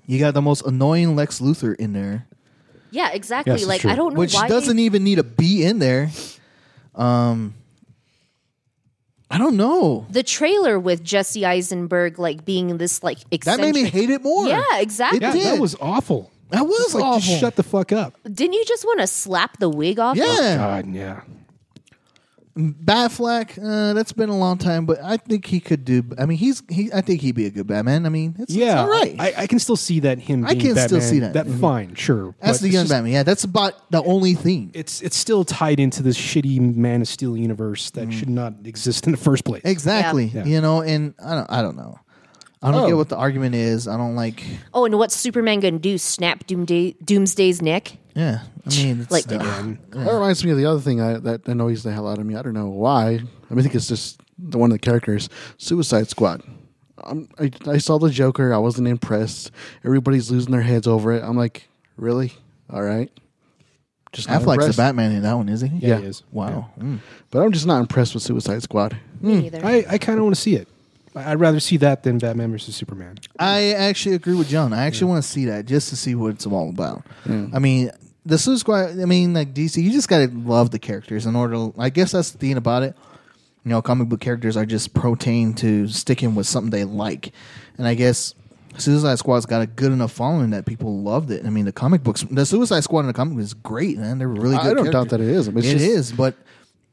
D: you got the most annoying Lex Luthor in there
C: yeah, exactly.
J: Yes, it's
C: like
J: true.
C: I don't know
D: which
C: why. they-
D: doesn't even need a B in there. Um, I don't know.
C: the trailer with Jesse Eisenberg like being this like
D: That
C: eccentric.
D: made me hate it more.
C: Yeah, exactly.
J: Yeah,
D: did.
J: that was awful.
D: that was
J: Like,
D: awful.
J: just shut the fuck up.
C: Didn't you just want to slap the wig off?
D: yeah,
J: God, yeah.
D: Batflack. Uh, that's been a long time, but I think he could do. I mean, he's he. I think he'd be a good Batman. I mean, it's, it's
J: Yeah,
D: all right.
J: I, I can still see that him.
D: I
J: Being
D: can still
J: Batman,
D: see that.
J: That
D: Mhm.
J: fine, sure.
D: that's
J: but
D: the
J: it's
D: young
J: just-
D: Batman. Yeah, that's about the only thing.
J: It's it's still tied into this shitty Man of Steel universe that
D: Mm.
J: should not exist in the first place.
D: Exactly.
J: Yeah. Oh.
D: You know, and I don't. I don't know. I don't get what the argument is. I don't like.
C: Oh, and what's Superman gonna do? Snap Doomday, Doomsday's neck?
D: Yeah, I mean, it's,
C: Like-
E: That reminds me of the other thing I, that annoys the hell out of me. I don't know why. I mean, I think it's just the one of the characters, Suicide Squad. Um, I, I saw the Joker. I wasn't impressed. Everybody's losing their heads over it. I'm like, really? All right. Just not
D: Affleck's the
E: impressed.
D: Batman in that one, isn't he?
J: Yeah, he is.
D: Wow. Mm.
E: But I'm just not impressed with Suicide Squad.
C: Me neither.
J: Mm. I, I kind of want to see it. I- I'd rather see that than Batman versus Superman.
D: I actually agree with John. I actually want to see that just to see what it's all about. I mean, the Suicide Squad. I mean, like DC, you just gotta love the characters in order. To, I guess that's the thing about it. You know, comic book characters are just protein to sticking with something they like, and I guess Suicide Squad's got a good enough following that people loved it. I mean, the comic books, the Suicide Squad in the comic book is great, man. They're really.
E: I
D: good
E: don't doubt
D: characters.
E: that it is. I mean, it's
D: It
E: just-
D: is, but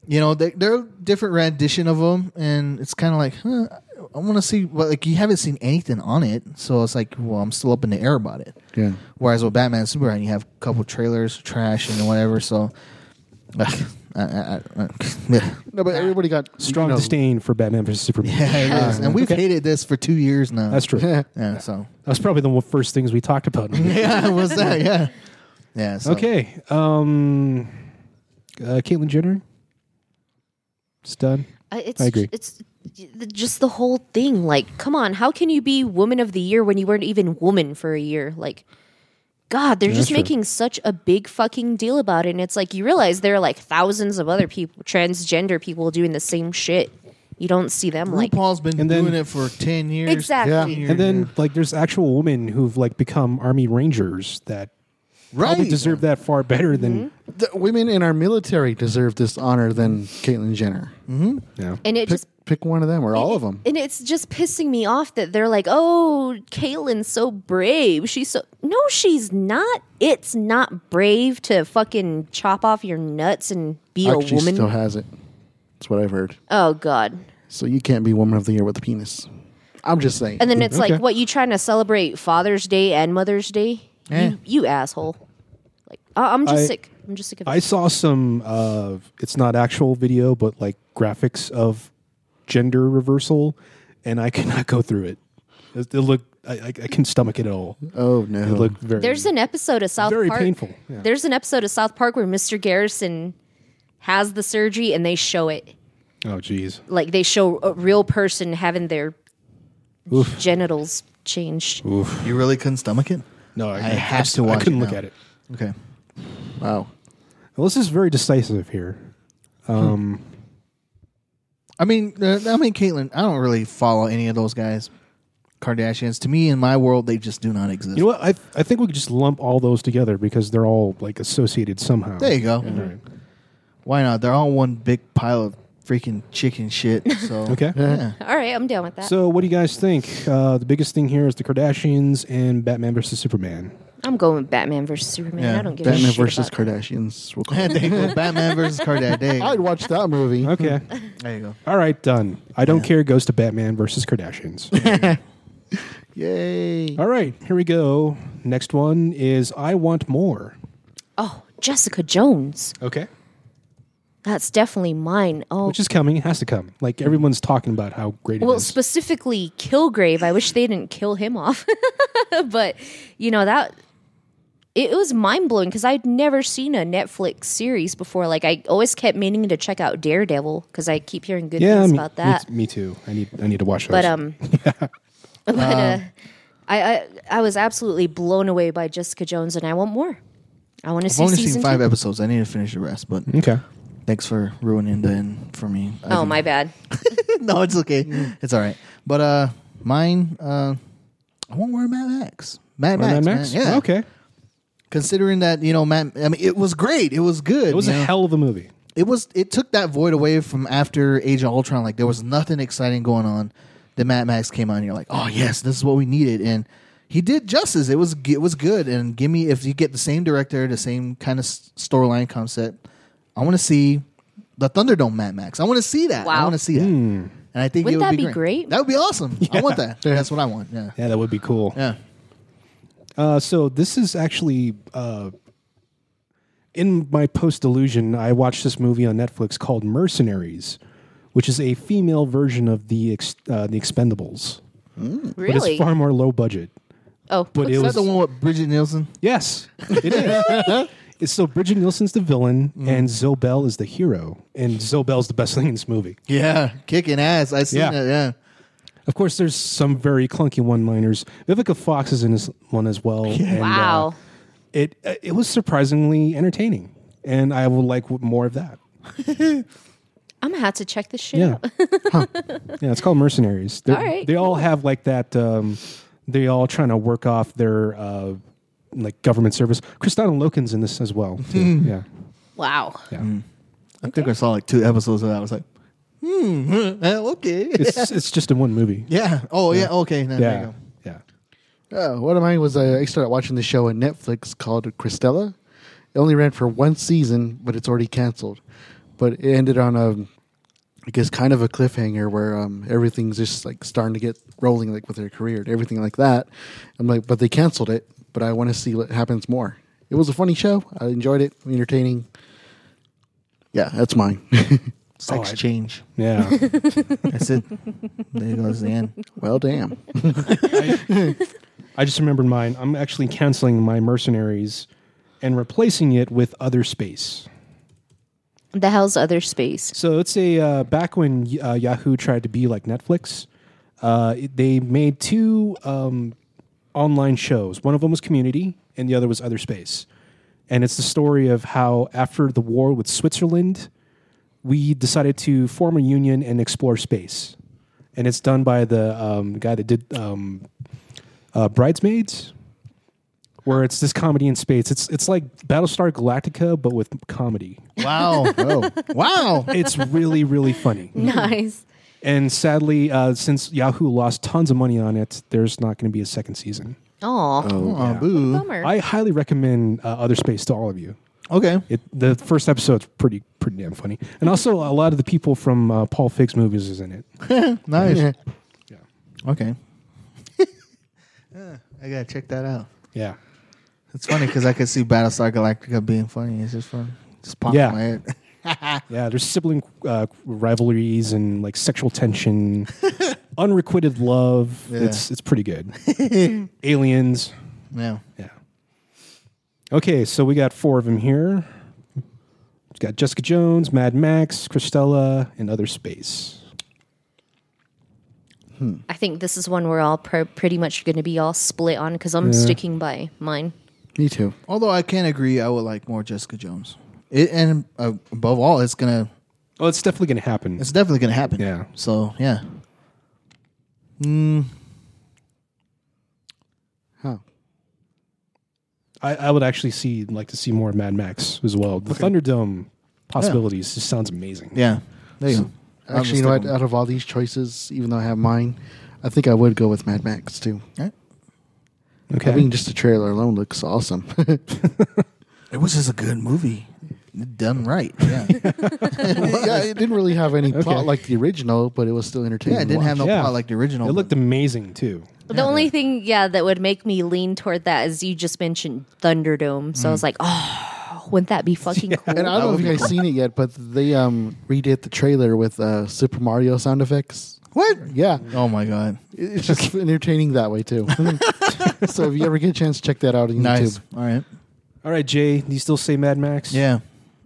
D: you know, they, they're a different rendition of them, and it's kind of like, huh, I want to see, well, like, you haven't seen anything on it, so it's like, well, I'm still up in the air about it.
E: Yeah.
D: Whereas with Batman and Superman, you have a couple trailers, trash, and whatever, so. (laughs) I, I, I, yeah.
E: No, but everybody got
J: Strong
E: you know,
J: disdain for Batman versus Superman.
D: Yeah, it is. and we've
J: Okay.
D: hated this for two years now.
J: That's
D: (laughs)
J: true. that
D: Yeah, so.
J: was probably the one- first things we talked about.
D: Yeah, what's that? Yeah. Yeah, so.
J: Okay. Um, uh, Caitlyn Jenner. It's done.
C: I, Uh, it's,
J: I agree.
C: It's the- just the whole thing. Like, come on, how can you be Woman of the Year when you weren't even Woman for a year? Like, God, they're just
J: that's true.
C: making such a big fucking deal about it. And it's like, you realize there are like thousands of other people, transgender people doing the same shit. You don't see them like.
D: RuPaul's been
J: And then-
D: doing it for 10 years.
C: Exactly.
D: Yeah.
J: And then like there's actual women who've like become army rangers that Probably
D: Right. Mm-hmm.
J: deserve that far better than.
E: The women in our military deserve this honor than Caitlyn Jenner.
J: Yeah.
C: And it
E: Pick,
C: just
E: pick one of them or all of them.
C: and it's just pissing me off that they're like, "Oh, Caitlin's so brave. She's so no, she's not. It's not brave to fucking chop off your nuts and be
E: Actually,
C: a woman.
E: still has it. That's what I've heard.
C: oh God.
E: So you can't be woman of the year with a penis. I'm just saying.
C: And then it's
J: Mm, okay.
C: like, what you trying to celebrate Father's Day and Mother's Day?
D: Eh.
C: You, you asshole. Like I I'm just
J: I-
C: sick. I'm just sick of
J: I
C: it.
J: saw some uh it's not actual video but like graphics of gender reversal and I could not go through it. It, it looked I, I, I can stomach it at all.
E: oh no!
J: It looked very
C: There's an episode of South
J: very
C: Park.
J: painful. Yeah.
C: There's an episode of South Park where Mr. Garrison has the surgery and they show it.
J: Oh jeez.
C: Like they show a real person having their genitals changed.
D: You really couldn't stomach it?
J: No, I,
D: have to watch
J: I couldn't
D: it
J: look
D: now.
J: at it.
D: Okay.
E: wow.
J: Well, this is very decisive here.
D: I mean, uh, I mean, Caitlyn. I don't really follow any of those guys, Kardashians. To me, in my world, they just do not exist.
J: You know what? I I think we could just lump all those together because they're all like associated somehow.
D: there you go.
J: right.
D: Why not? They're all one big pile of freaking chicken shit. So
J: (laughs) Okay.
D: yeah.
C: All right, I'm down with that.
J: So, what do you guys think? Uh, the biggest thing here is the Kardashians and Batman versus Superman.
C: I'm going with Batman versus Superman.
D: Yeah,
C: I don't give a
E: Batman
C: shit.
E: versus
C: about that.
E: Kardashians. We'll call
D: Had
E: it.
D: to equal Batman versus Kardashian. There you go.
E: I'd watch that movie.
J: Okay.
D: There you go.
J: (laughs) all right, done. I don't care goes to Batman versus Kardashians.
E: Yay!
J: All right, here we go. Next one is I Want More.
C: Oh, Jessica Jones.
J: Okay.
C: That's definitely mine. Oh,
J: Which is coming, it has to come. Like everyone's talking about how great it is.
C: Well, specifically Kilgrave. I wish they didn't kill him off. (laughs) but, you know, that it, it was mind blowing because I'd never seen a Netflix series before. Like, I always kept meaning to check out Daredevil because I keep hearing good
J: yeah,
C: things
J: me,
C: about that.
J: Me, me too. I need I need to watch those.
C: But,
J: (laughs)
C: um, (laughs) but, uh,
J: Um,
C: I, I, I was absolutely blown away by Jessica Jones and I want more. I want to
D: I've
C: see
D: only
C: season
D: seen five
C: two.
D: episodes. I need to finish the rest. But
J: okay.
D: thanks for ruining the end for me. I
C: Oh,
D: think-
C: my bad.
D: (laughs) no, it's okay.
J: Mm.
D: It's all right. But uh, mine. Uh, I won't wear Mad Max. Mad Max.
J: Mad
D: man.
J: Max?
D: Yeah.
J: Okay.
D: Considering that you know, Matt. I mean, it was great. It was good.
J: It was a hell of a movie.
D: it was it took that void away from after Age of Ultron. Like there was nothing exciting going on. The Mad Max came on. And you're like, oh yes, this is what we needed, and he did justice. It was it was good. And give me if you get the same director, the same kind of s- storyline concept. I want to see the Thunderdome Mad Max. I want to see that. I
C: Wow.
D: want to see that.
J: Hmm.
D: And I think
C: Wouldn't
D: it would
C: that
D: be
C: be
D: great.
C: great?
D: That would be awesome. I want that. That's what I want. Yeah.
J: Yeah, that would be cool.
D: Yeah.
J: Uh, so this is actually uh, in my post delusion. I watched this movie on Netflix called Mercenaries, which is a female version of the ex- uh, the Expendables, but
C: Really?
J: it's far more low budget.
C: oh,
J: But it
D: Is
J: was
D: that the one with Bridget Nielsen?
J: yes, it is. It's so Bridget Nielsen's the villain and Zobel is the hero, and Zobel's the best thing in this movie.
D: Yeah. Kicking ass. I seen
J: Yeah.
D: that. Yeah.
J: Of course, there's some very clunky one-liners. Vivica Fox is in this one as well. and, uh,
C: wow.
J: it uh, it was surprisingly entertaining, and I would like w- more of that.
C: I'm going to have to check this shit
J: Yeah,
C: out.
J: Huh. yeah. It's called mercenaries. They're-
C: All right,
J: They all have like that. Um, they all trying to work off their uh, like government service. Kristana Loken's in this as well. too.
D: Hmm.
J: yeah,
C: Wow.
D: I think I saw like two episodes of that. I was like, hmm, (laughs) eh, okay. (laughs)
J: it's it's just in one movie.
D: yeah. Oh, yeah. Okay. No, There you
J: yeah,
D: go.
J: yeah.
E: Uh, one of mine was uh, I started watching the show on Netflix called Christella. It only ran for one season, but it's already canceled. But it ended on a, I guess, kind of a cliffhanger where um, everything's just like starting to get rolling, like with their career and everything like that. I'm like, but they canceled it. But I want to see what happens more. It was a funny show. I enjoyed it. Entertaining. Yeah, that's mine. (laughs)
D: Sex
J: I-
D: change.
J: Yeah,
D: That's it. there goes the end.
E: well, damn.
J: I just remembered mine. I'm actually canceling my mercenaries and replacing it with other space.
C: The hell's other space?
J: So it's a uh, back when uh, Yahoo tried to be like Netflix. Uh, it- they made two um, online shows. One of them was Community, and the other was Other Space. And it's the story of how after the war with Switzerland, we decided to form a union and explore space. And it's done by the um, guy that did um, uh, Bridesmaids. where it's this comedy in space. It's it's like Battlestar Galactica, but with comedy.
D: Wow. Whoa. (laughs) wow.
J: It's really really funny.
C: Nice.
J: And sadly, uh, since Yahoo lost tons of money on it, there's not going to be a second season.
C: Aw,
D: Aw, boo.
C: bummer.
J: Oh. I highly recommend uh, Other Space to all of you.
D: Okay.
J: It, the first episode's pretty pretty damn funny, and also a lot of the people from uh, Paul Fig's movies is in it.
D: Nice. Yeah.
J: Yeah.
D: Okay. (laughs) Yeah, I gotta check that out.
J: Yeah,
D: It's funny because I could see Battlestar Galactica being funny. It's just fun. Just popped
J: Yeah.
D: in my head. (laughs)
J: yeah. There's sibling uh, rivalries and like sexual tension, unrequited love. It's it's pretty good. Aliens.
D: Yeah.
J: Yeah. Okay, so we got four of them here. We've got Jessica Jones, Mad Max, Christella, and Other Space.
C: I think this is one we're all pr- pretty much going to be all split on because I'm sticking by mine.
E: Me too.
D: Although I can agree, I would like more Jessica Jones. It, and uh, above all, it's gonna,
J: Oh, it's definitely going to happen.
D: it's definitely gonna happen.
J: Yeah.
D: So yeah.
E: How?
J: I, I would actually see like to see more of Mad Max as well. The Thunderdome possibilities just sounds amazing.
D: Yeah. There you go. I'll
E: Actually,
D: just
E: you
D: stick
E: know what?
D: with-
E: Out of all these choices, even though I have mine, I think I would go with Mad Max too.
D: All right.
J: Okay.
E: I mean, just the trailer alone looks awesome. (laughs)
D: It was just a good movie. Done right. Yeah. (laughs) yeah,
E: yeah, it didn't really have any plot like the original, but it was still entertaining.
D: it didn't
E: to
D: have no
J: Yeah.
D: plot like the original.
J: it looked
D: but-
J: amazing too.
C: The only thing, yeah, that would make me lean toward that is you just mentioned Thunderdome.
J: Mm.
C: So I was like, oh, wouldn't that be
J: (laughs)
C: fucking cool?
E: watch. And I don't know if you guys seen it yet, but they um, redid the trailer with uh, Super Mario sound effects.
D: what?
E: Yeah,
D: Oh my god.
E: it- it's just entertaining that way too. (laughs) so if you ever get a chance, check that out on
D: Nice.
E: YouTube.
D: All right.
J: All right, Jay, do you still say Mad Max?
D: Yeah.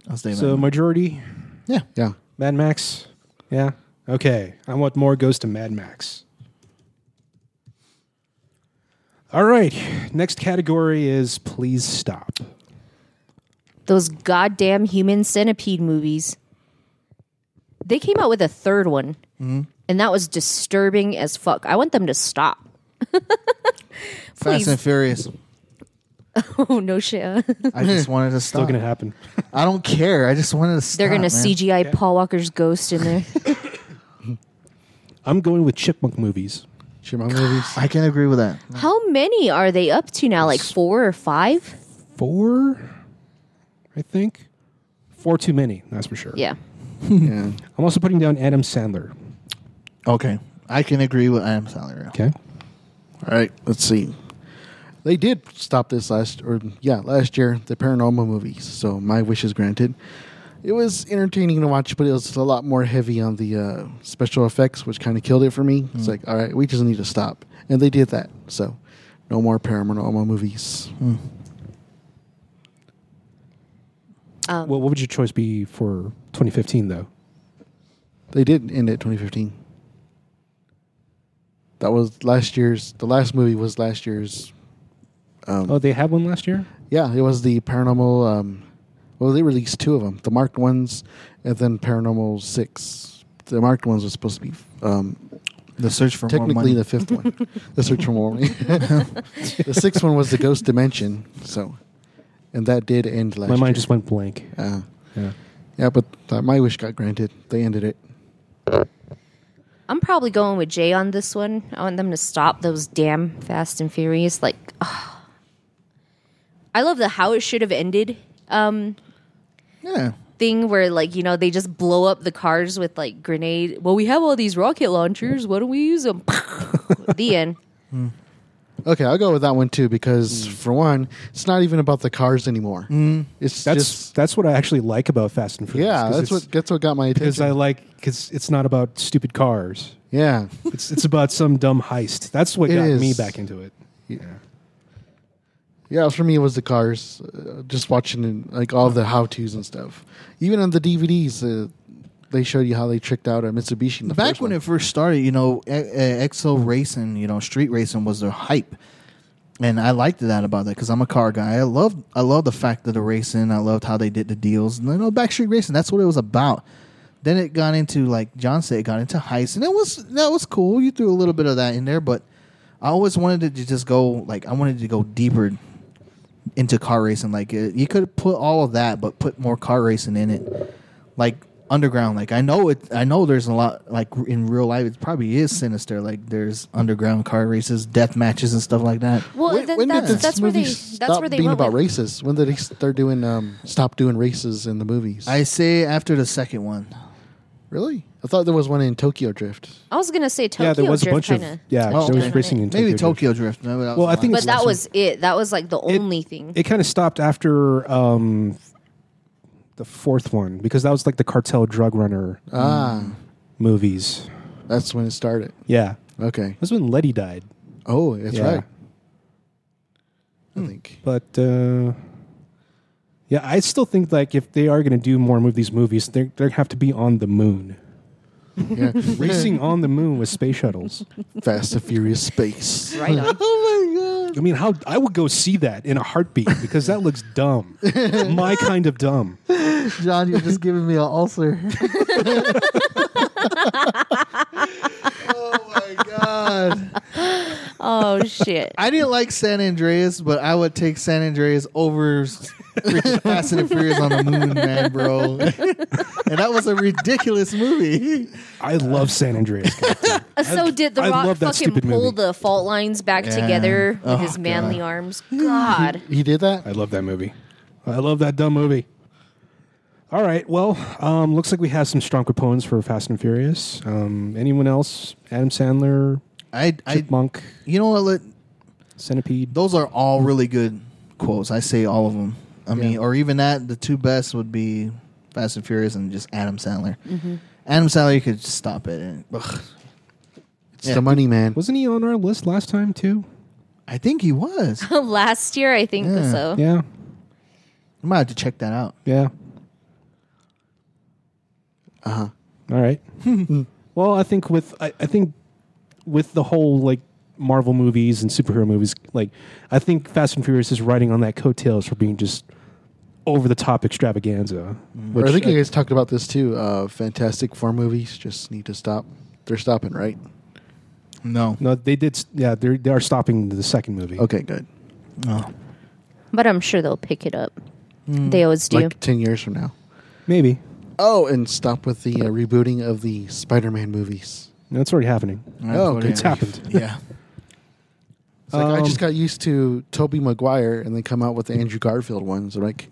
D: I'll stay.
J: So
D: back.
J: majority
D: yeah.
E: Yeah,
J: Mad Max. Yeah. Okay. I want more goes to Mad Max. All right. Next category is please stop.
C: Those goddamn human centipede movies. They came out with a third one, and that was disturbing as fuck. I want them to stop.
D: Fast
C: Please.
D: and Furious.
C: (laughs) Oh, no shit.
D: I just wanted to stop.
J: Still gonna happen. (laughs)
D: I don't care. I just wanted to
C: (laughs)
D: stop.
C: They're going to
D: man.
C: CGI Paul Walker's ghost in there.
J: I'm going with chipmunk movies.
E: Shimon movies.
D: I can agree with that.
C: How many are they up to now? Like four or five?
J: Four, I think. Four too many. That's for sure.
C: Yeah.
E: Yeah.
J: I'm also putting down Adam Sandler.
D: Okay. I can agree with Adam Sandler.
J: Okay.
E: All right, let's see. They did stop this last, or yeah, last year, the paranormal movies. So my wish is granted. It was entertaining to watch, but it was a lot more heavy on the uh, special effects, which kind of killed it for me. It's like, all right, we just need to stop, and they did that. So, no more paranormal movies.
J: Well, what would your choice be for 2015 though?
E: They did end it 2015. That was last year's. The last movie was last year's. Um.
J: Oh, they had one last year.
E: Yeah, it was the paranormal. Um, well, they released two of them: the marked ones, and then Paranormal Six. The marked ones was supposed to be um,
D: The search for more
E: technically
D: money.
E: the fifth one, the search for
J: (laughs)
E: more. Money. the sixth one was the Ghost Dimension. So, and that did end last.
J: My
E: year.
J: mind just went blank.
E: Uh,
J: Yeah.
E: yeah, but uh, my wish got granted. They ended it.
C: I'm probably going with Jay on this one. I want them to stop those damn Fast and Furious. Like, ah. I love the how it should have ended um,
D: yeah.
C: thing where, like, you know, they just blow up the cars with like grenade. Well, we have all these rocket launchers. Why don't we use them? (laughs) the end.
E: Okay, I'll go with that one too because
J: Mm.
E: for one, it's not even about the cars anymore. It's
J: That's
E: just
J: that's what I actually like about Fast and Furious.
E: yeah, that's what that's what got my
J: because I
E: attention.
J: like because it's not about stupid cars.
E: yeah,
J: It's it's about some dumb heist. That's what
E: It
J: got me
E: is.
J: back into it.
E: Yeah, for me it was the cars. Uh, just watching it, like all the how tos and stuff. Even on the DVDs, uh, they showed you how they tricked out a Mitsubishi. In the
D: Back
E: first
D: when
E: one.
D: it first started, you know, e- e- XO racing, you know, street racing was their hype, and I liked that about that because I'm a car guy. I loved, I loved the fact of the racing. I loved how they did the deals. And, you know, backstreet racing. That's what it was about. Then it got into like John said, it got into heists, and that was that was cool. You threw a little bit of that in there, but I always wanted it to just go like I wanted to go deeper into car racing. Like it, you could put all of that, but put more car racing in it, like underground. Like I know it. I know there's a lot. Like in real life, it probably is sinister. Like there's underground car races, death matches, and stuff like that.
C: Well,
E: When,
C: then
E: when
C: that's,
E: did this
C: that's where
E: movie
C: they that's
E: stop
C: where they
E: being
C: went
E: about
C: with-
E: races? When did they start doing um, stop doing races in the movies?
D: I say after the second one.
E: really? I thought there was one in Tokyo Drift.
C: I was gonna say Tokyo
J: yeah, there was a
C: Drift
J: bunch
C: kinda
J: of yeah,
C: touched
J: there
C: on
J: was
C: it.
J: racing in Tokyo.
D: Maybe
J: Drift.
D: Tokyo Drift. No, that was
J: Well, I
D: the
J: think
C: But
D: last
C: that
J: Last
C: was it. That was like the only thing.
J: It kind of stopped after um, the fourth one because that was like the cartel drug runner um,
E: Ah,
J: movies.
E: that's when it started.
J: Yeah,
E: Okay.
J: that's when Letty died.
E: Oh, that's
J: Yeah.
E: right. I think.
J: But uh, yeah, I still think like if they are going to do more of these movies, they're they have to be on the moon,
E: Yeah.
J: (laughs) racing on the moon with space shuttles.
E: Fast and Furious Space.
C: Right
E: (laughs)
C: on.
J: I mean, how I would go see that in a heartbeat because that looks dumb, my kind of dumb.
D: John, you're just giving me an ulcer. (laughs) oh my god!
J: (laughs)
C: Oh shit.
D: I didn't like San Andreas, but I would take San Andreas over s-
J: (laughs)
D: freaking Fast and the Furious on the Moon, man, bro. and that was a ridiculous movie.
J: I love San Andreas. Captain.
C: Uh, so did the
J: I
C: Rock
J: love that
C: fucking
J: stupid
C: pull
J: movie.
C: the fault lines back
D: Yeah.
C: together with
D: Oh,
C: his manly arms?
J: (laughs)
C: God.
E: He did that?
J: I love that movie. I love that dumb movie. All right. Well, um, looks like we have some strong proponents for Fast and Furious. Um, anyone else? Adam Sandler,
D: I, I,
J: Chipmunk,
D: you know what? Let,
J: Centipede.
D: those are all really good quotes. I say all of them. I mean, or even that the two best would be Fast and Furious and just Adam Sandler. Adam Sandler, you could just stop it. And, ugh.
E: It's
D: Yeah.
E: the money man.
J: Wasn't he on our list last time too?
D: I think he was. I
C: Last year, I think
D: Yeah.
C: so.
J: Yeah.
D: might have to check that out.
J: Yeah. Uh huh. All right. well, I think with I, I think with the whole like Marvel movies and superhero movies, like I think Fast and Furious is riding on that coattails for being just over the top extravaganza.
E: Or
J: which
E: I think you guys talked about this too. Uh, Fantastic Four movies just need to stop. They're stopping, right?
D: No.
J: no, they did. s- Yeah, they they are stopping the second movie.
E: Okay, good.
D: No.
C: But I'm sure they'll pick it up.
J: Hmm.
C: They always do.
E: Like 10 years from now.
J: Maybe
E: Oh, and stop with the uh, rebooting of the Spider Man movies.
J: that's already happening.
E: Oh,
D: That's what
J: It's
D: it is.
J: happened.
D: (laughs) Yeah.
E: It's like, I
J: Um,
E: just got used to Tobey Maguire and then come out with the Andrew Garfield ones. I'm like,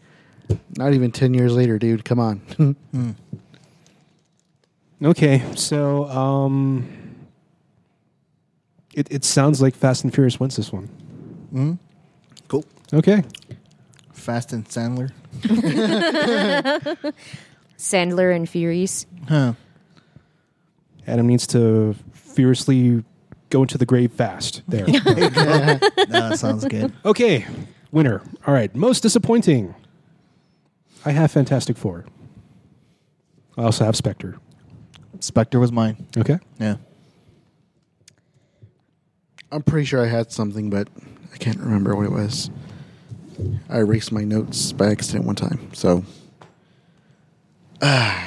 E: not even 10 years later, dude. Come on. (laughs)
J: Okay, so um, it it sounds like Fast and Furious wins this one.
D: Cool.
J: Okay,
D: Fast and Sandler.
C: Sandler and Furies.
D: (laughs) Huh.
J: Adam needs to furiously go into the grave fast. There.
D: No, that sounds good.
J: okay, winner. All right, most disappointing. I have Fantastic Four. I also have Spectre.
D: Spectre was mine.
J: Okay.
D: Yeah.
E: I'm pretty sure I had something, but I can't remember what it was. I erased my notes by accident one time. So, (sighs) want to
J: Um,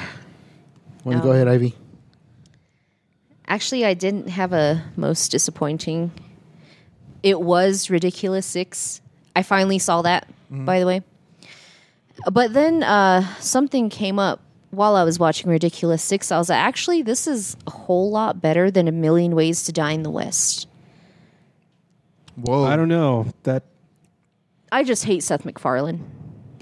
C: Oh.
E: go ahead, Ivy?
C: Actually, I didn't have a most disappointing. It was Ridiculous Six. I finally saw that, by the way. But then uh, something came up while I was watching Ridiculous Six. I was like, actually, this is a whole lot better than A Million Ways to Die in the West.
E: Oh.
D: Whoa.
J: I don't know that.
C: I just hate Seth MacFarlane.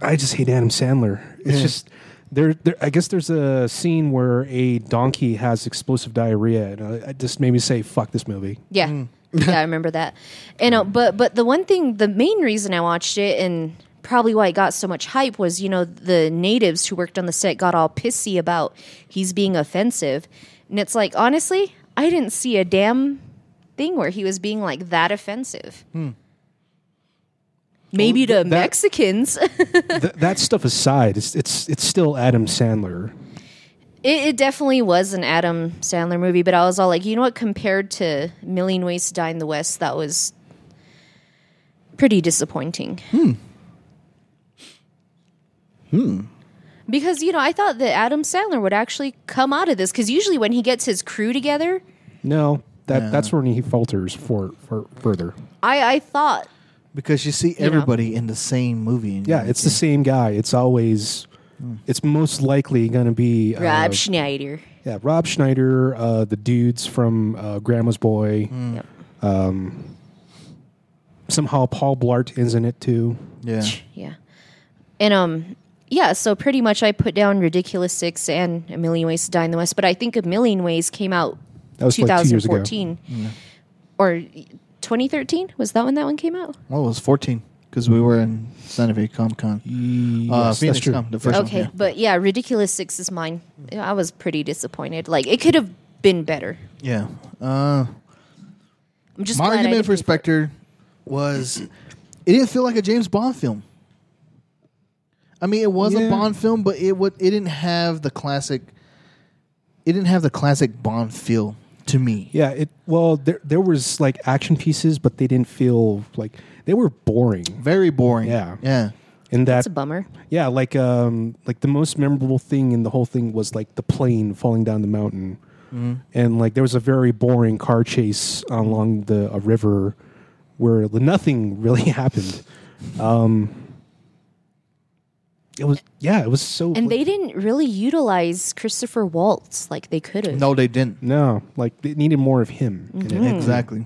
J: I just hate Adam Sandler. It's just there, there. I guess there's a scene where a donkey has explosive diarrhea, and uh, it just made me say, "Fuck this movie."
C: Yeah. (laughs) yeah, I remember that. And uh, but but the one thing, the main reason I watched it, and probably why it got so much hype, was you know the natives who worked on the set got all pissy about he's being offensive, and it's like honestly, I didn't see a damn thing where he was being like that offensive. Maybe to Mexicans. (laughs) it,
J: Th- that stuff aside, it's it's it's still Adam Sandler.
C: it definitely was an Adam Sandler movie, but I was all like, you know what? Compared to Million Ways to Die in the West, that was pretty disappointing. Because you know, I thought that Adam Sandler would actually come out of this because usually when he gets his crew together,
J: No, that that's when he falters for, for further.
C: I, I thought
D: because you see
C: know?
D: everybody in the same movie. and
J: Yeah,
D: you're
J: it's the
D: like,
J: same guy. It's always,
D: Hmm.
J: it's most likely going to be uh,
C: Rob Schneider.
J: Yeah, Rob Schneider, uh, the dudes from uh, Grandma's Boy.
D: Hmm.
C: Yep.
J: Um, Somehow Paul Blart is in it too.
D: yeah.
C: (sniffs) Yeah. And um yeah, so pretty much I put down Ridiculous Six and A Million Ways to Die in the West, but I think A Million Ways came out
J: That was like two years ago. Mm-hmm.
C: 2014. Or 2013? Was that when that one came out?
D: Well, it was 14 because we were in Santa Fe Comic Con. uh,
J: that's
D: Phoenix
J: true.
D: Comic, the first
C: okay,
D: one.
C: but yeah, Ridiculous Six is mine. I was pretty disappointed. Like it could have been better.
D: Yeah. yeah. Uh,
C: I'm just
D: my
C: glad I
D: argument
C: didn't
D: for
C: pay it.
D: Spectre was it didn't feel like a James Bond film. I mean, it was
J: Yeah.
D: a Bond film, but it would it didn't have the classic. It didn't have the classic Bond feel to me.
J: Yeah, it well there there was like action pieces, but they didn't feel like they were boring.
D: Very boring.
J: Yeah.
D: Yeah.
J: In that
C: That's a bummer.
J: yeah, like um like the most memorable thing in the whole thing was like the plane falling down the mountain. And like there was a very boring car chase along the a river where nothing (laughs) really happened. Um it was yeah, it was so
C: And they didn't really utilize Christopher Waltz like they could have.
D: No, they didn't.
J: No, like it needed more of him.
C: Mm-hmm.
J: in it.
D: Exactly.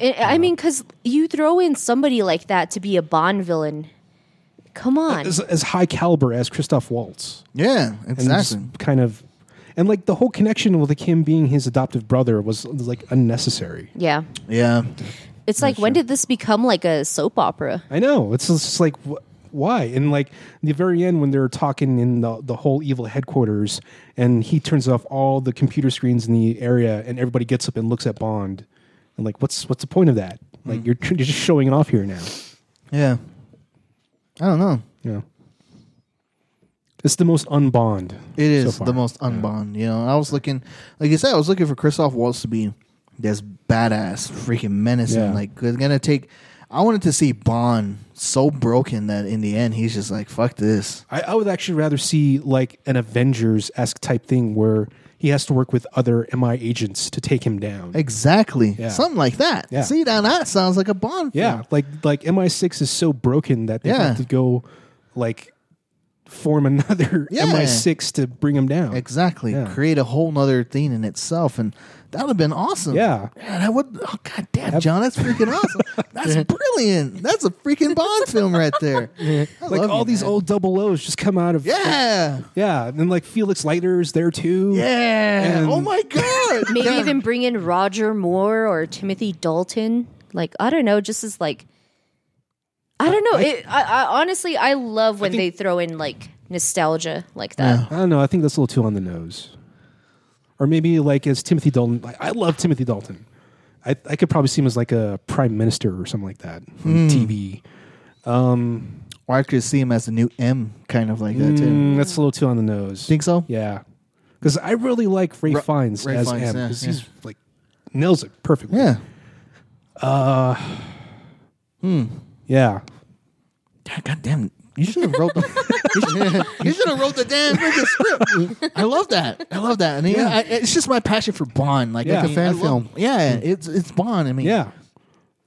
C: I I mean, because you throw in somebody like that to be a Bond villain. Come on.
J: As, as high caliber as Christoph Waltz.
D: Yeah.
J: and just
D: Exactly.
J: kind of and like the whole connection with like him being his adoptive brother was like unnecessary
C: Yeah.
D: yeah.
C: It's like, when did this become like a soap opera?
J: i know it's just like wh- why and like the very end when they're talking in the, the whole evil headquarters and he turns off all the computer screens in the area and everybody gets up and looks at bond and like what's what's the point of that like you're, tr- you're just showing off here now
D: Yeah. I don't know.
J: you know it's the most unbond
D: It
J: so
D: is
J: far.
D: the most unbond. You know, I was looking, like you said, I was looking for Christoph Waltz to be this badass, freaking menacing.
J: Yeah.
D: Like, it's gonna take. I wanted to see Bond so broken that in the end he's just like, "Fuck this."
J: I, I would actually rather see like an Avengers esque type thing where he has to work with other MI agents to take him down.
D: Exactly,
J: Yeah.
D: something like that.
J: Yeah.
D: See, now that sounds like a Bond.
J: yeah,
D: film.
J: like like MI six is so broken that they
D: Yeah.
J: have to go like form another
D: (laughs) Yeah.
J: MI six to bring him down.
D: exactly.
J: Yeah.
D: Create a whole nother thing in itself, and that would have been awesome.
J: Yeah.
D: Man, that would. Oh god damn, John, that's freaking
J: (laughs)
D: awesome. That's brilliant. That's a freaking Bond film right there. I
J: (laughs) like
D: love
J: all
D: you,
J: these
D: man.
J: old double O's just come out of
D: Yeah.
J: yeah, and then like Felix Leiter's there too.
D: Yeah.
J: And-
D: oh my god.
C: Maybe
D: Yeah.
C: even bring in Roger Moore or Timothy Dalton. Like, I don't know, just as like, I don't know. it, I, I honestly, I love when they throw in like nostalgia like that.
J: I don't know. I think that's a little too on the nose. Or maybe like as Timothy Dalton. Like, I love Timothy Dalton. I, I could probably see him as like a prime minister or something like that
D: Hmm.
J: on TV.
D: Or I could see him as the new M, kind of like that too.
J: Mm, that's a little too on the nose.
D: Think so?
J: Yeah, because I really like Ray Fiennes
D: Ray
J: as
D: Fiennes,
J: M
D: yeah,
J: because
D: yeah.
J: he's like nails it perfectly.
D: Yeah.
J: yeah.
D: God, god damn. You should have wrote the. (laughs) you should- you should have wrote the damn freaking script. I love that. I love that. I mean, I, it's just my passion for Bond, like
J: Yeah.
D: like a fan
J: I
D: film. Yeah, it's it's Bond. I mean,
J: Yeah.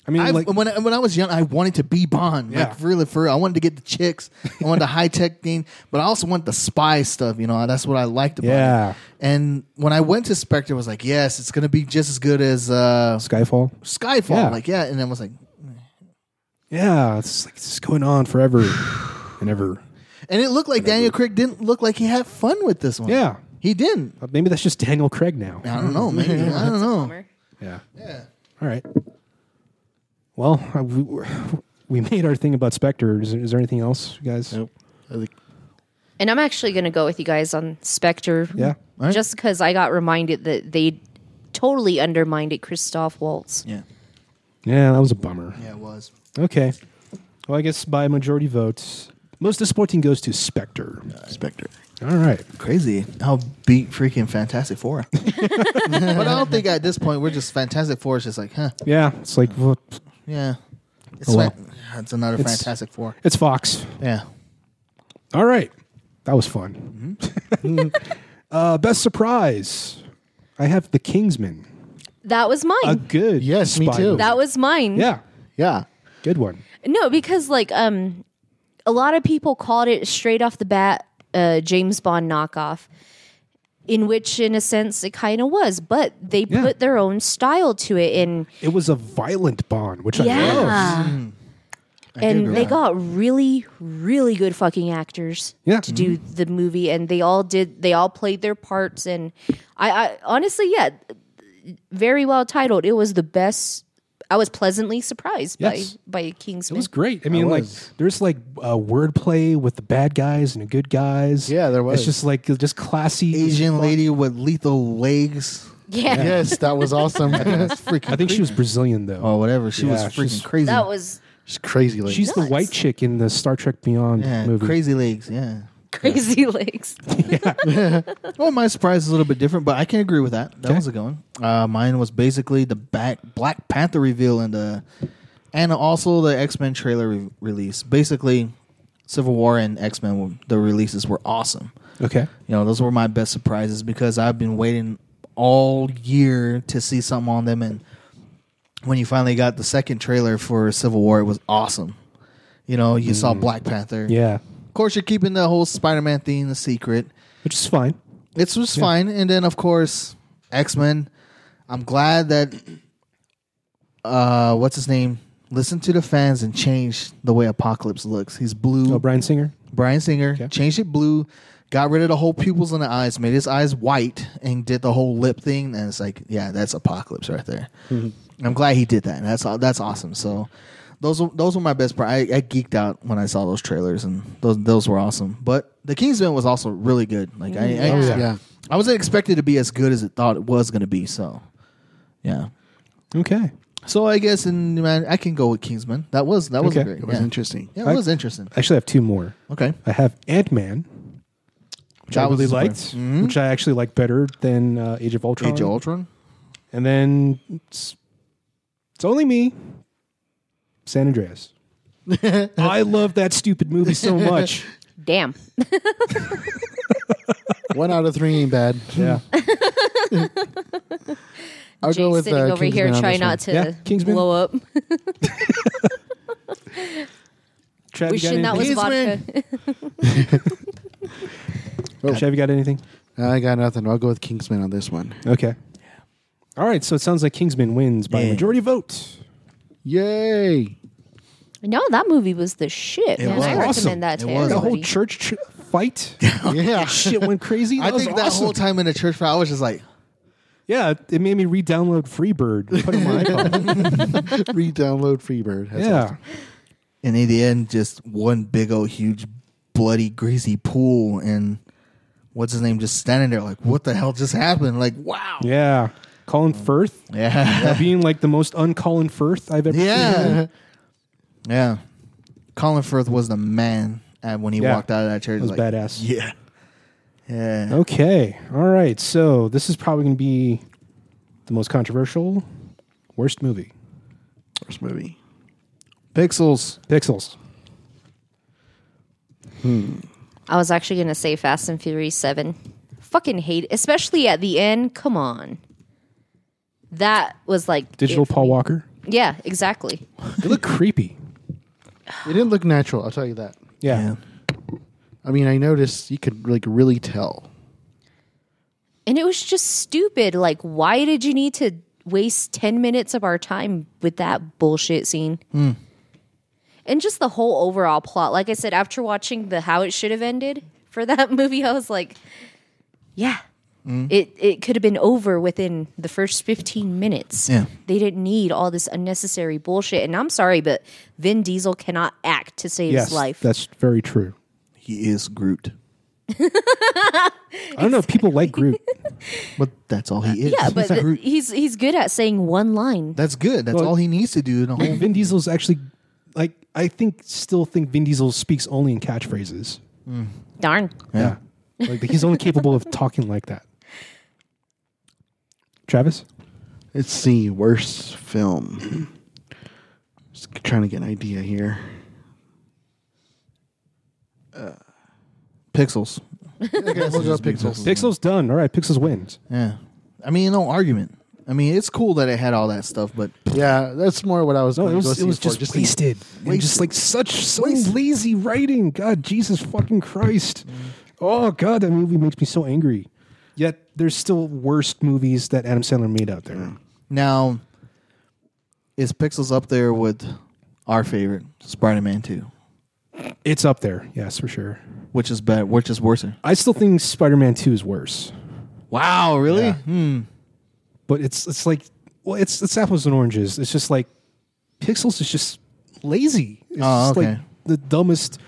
J: I mean,
D: I've-
J: like,
D: when I, when I was young, I wanted to be Bond.
J: Yeah.
D: Like really, for real. I wanted to get the chicks. I wanted the high tech thing, but I also wanted the spy stuff. You know, that's what I liked about
J: Yeah.
D: it. And when I went to Spectre, I was like, yes, it's gonna be just as good as uh,
J: Skyfall.
D: Skyfall.
J: Yeah.
D: Like yeah, and I was like,
J: Yeah, it's like it's just going on forever
D: (sighs)
J: and ever.
D: and it looked like Daniel Craig didn't look like he had fun with this one.
J: Yeah.
D: he didn't.
J: But maybe that's just Daniel Craig now.
D: I don't
J: (laughs)
D: know. Maybe I don't know.
J: Yeah. Yeah. All right. Well, I- we, we made our thing about Spectre. Is there, is there anything else, you guys?
D: Nope.
C: And I'm actually going to go with you guys on Spectre.
J: Yeah.
D: All right.
C: Just because I got reminded that they totally undermined it, Christoph Waltz.
D: Yeah,
J: Yeah, that was a bummer.
D: yeah, it was.
J: Okay. Well, I guess by majority vote, most disappointing goes to Spectre.
D: Spectre.
J: All right.
D: Crazy. I'll beat freaking Fantastic Four. (laughs) but I don't think at this point we're just Fantastic Four is just like, huh,
J: Yeah, it's like well,
D: yeah. It's,
J: Oh, well.
D: fan- it's another
J: It's-
D: Fantastic Four.
J: it's Fox.
D: Yeah.
J: All right. That was fun. uh, best surprise. I have The Kingsman.
C: That was mine.
J: A good
E: Yes, me
J: spy
E: too.
J: movie.
C: that was mine.
J: Uh, yeah,
E: Yeah.
J: good one.
C: No, because like um a lot of people called it straight off the bat uh James Bond knockoff. In which, in a sense, it kind of was, but they
J: Yeah.
C: put their own style to it, and
J: It was a violent Bond, which Mm. I love.
C: yeah,
D: I do agree
C: and they
D: with that.
C: got really, really good fucking actors
J: Yeah.
C: to do the movie, and they all did, they all played their parts, and I, I honestly, yeah, very well titled. It was the best. I was pleasantly surprised
J: Yes.
C: by by Kingsman.
J: It was great. I mean, like
D: was.
J: there's like uh, wordplay with the bad guys and the good guys.
D: Yeah, there was.
J: It's just like just classy
D: Asian
J: fun.
D: lady with lethal legs.
C: yeah.
D: Yes, that was awesome.
J: (laughs)
D: That's freaking.
J: I think she was Brazilian though.
D: (laughs) Oh, whatever. She was
J: Yeah,
D: freaking
J: she's-
D: crazy.
C: That was
D: she's crazy legs.
J: She's the
C: Nice.
J: white chick in the Star Trek Beyond
D: yeah,
J: movie.
D: crazy legs. Yeah.
C: crazy (laughs) legs.
D: Well, my surprise is a little bit different, but I can agree with that. That
J: Okay.
D: was a good one. Uh, mine was basically the back Black Panther reveal and the, and also the X Men trailer re- release. Basically, Civil War and X Men the releases were awesome.
J: Okay.
D: You know, those were my best surprises because I've been waiting all year to see something on them, and when you finally got the second trailer for Civil War, it was awesome. You know, you saw Black Panther.
J: Mm. Yeah.
D: Of course, you're keeping the whole Spider Man thing a secret.
J: Which is fine.
D: It's was fine, and then of course X Men. I'm glad that uh, what's his name listened to the fans and changed the way Apocalypse looks. He's blue.
J: Oh, Brian Singer.
D: Brian Singer changed it blue, got rid of the whole pupils in the eyes, made his eyes white, and did the whole lip thing. And it's like, yeah, that's Apocalypse right there. I'm glad he did that. And that's that's awesome. So those were- those were my best part. I, I geeked out when I saw those trailers, and those those were awesome. But the Kingsman was also really good. Like I, I,
C: Yeah.
D: yeah. I wasn't expected to be as good as it thought it was going to be. So yeah.
J: Okay.
D: So I guess and man, I can go with Kingsman. That was that was
J: Okay.
D: great.
B: It was
D: yeah.
B: interesting.
D: yeah, it was interesting.
J: I actually have two more.
D: Okay.
J: I have Ant Man, which I
D: That was
J: really
D: a surprise.
J: liked, which I actually like better than uh, Age of Ultron.
D: Age of Ultron.
J: And then it's, it's only me,
D: (laughs)
J: San Andreas. I love that stupid movie
D: (laughs)
J: so much.
C: Damn.
K: One out of three ain't bad.
J: Yeah.
K: I'll
C: Jay's
K: go with
C: sitting
K: uh,
C: over here
K: Kingsman on
C: trying
K: this one.
C: not to
J: Yeah, Kingsman.
C: blow up.
J: (laughs) Trav,
C: we
J: you got
C: should that was
J: anything?
C: vodka.
J: Trav, you got anything?
K: I got nothing. I'll go with Kingsman on this one.
J: Okay. All right, so it sounds like Kingsman wins by
D: Yeah.
J: majority vote.
K: Yay!
C: No, that movie was the shit, man.
D: was
C: I recommend
J: awesome.
C: that to
D: It was.
J: The whole
C: everybody.
J: church ch- fight,
D: (laughs)
E: (laughs)
D: Yeah.
J: shit went crazy.
D: I
J: That was
D: think that
J: awesome.
D: whole time in the church, I was just like,
J: Yeah, it made me re-download Freebird. and Put it
D: (laughs)
J: on my iPod.
K: Re-download Freebird. That's
J: yeah,
K: awesome.
D: and in the end, just one big old huge bloody greasy pool, and what's his name just standing there like, what the hell just happened? Like, wow.
J: yeah. Colin Firth
D: Um, Yeah.
J: uh, (laughs) being like the most un-Colin Firth I've ever
D: (laughs)
J: seen.
D: Yeah. yeah. Colin Firth was the man at, when he
J: Yeah.
D: walked out of that church.
J: That was
D: like,
J: badass.
D: Yeah. Yeah.
J: Okay, all right. So this is probably going to be the most controversial, worst movie.
B: First movie.
D: Pixels.
J: Pixels.
C: I was actually going to say Fast and Furious 7. Fucking hate it, especially at the end. Come on. That was like it
J: Digital
C: for
J: Paul
C: me.
J: Walker.
C: Yeah, exactly.
J: They look creepy.
K: It didn't look natural. I'll tell you that.
J: Yeah.
D: Yeah.
K: I mean, I noticed you could like really tell.
C: And it was just stupid. Like, why did you need to waste 10 minutes of our time with that bullshit scene?
D: Hmm.
C: And just the whole overall plot. Like I said, after watching the how it should have ended for (laughs) that movie, I was like, yeah.
D: Hmm.
C: It it could have been over within the first 15 minutes.
D: Yeah.
C: They didn't need all this unnecessary bullshit. And I'm sorry, but Vin Diesel cannot act to save
J: Yes,
C: his life.
J: that's very true.
D: He is Groot.
J: I don't know. People like
C: (laughs)
J: Groot.
D: But that's all he is.
C: yeah, but
D: He's
C: th-
D: Groot.
C: he's he's good at saying one line.
D: That's good. That's
J: Well-
D: all he needs to do in the whole
J: Vin Diesel's actually like I think still think Vin Diesel speaks only in catchphrases.
C: Darn.
J: Yeah. like he's only capable of talking like that. Travis?
B: Let's see. Worst film.
K: Just trying to get an idea here.
D: Pixels.
K: Okay, we'll go Pixels.
J: Pixel's done. All right, Pixels wins.
D: Yeah. I mean, no argument. I mean, it's cool that it had all that stuff, but
K: Yeah, that's more what I was.
J: No,
K: going
J: it
K: to go
J: was,
K: see
J: it was
K: for,
J: just,
K: the-
J: wasted. And just like such so lazy writing. God, Jesus fucking Christ. Oh God, that movie makes me so angry. Yet there's still worst movies that Adam Sandler made out there.
D: now is Pixels up there with our favorite Spider-Man Two,
J: It's up there, yes, for sure.
D: which is better, which is worse.
J: I still think Spider-Man Two is worse,
D: Wow, really? Hmm.
J: but it's it's like well, it's it's apples and oranges. It's just like Pixels is just lazy. It's
D: Oh,
J: just like
D: okay.
J: the dumbest,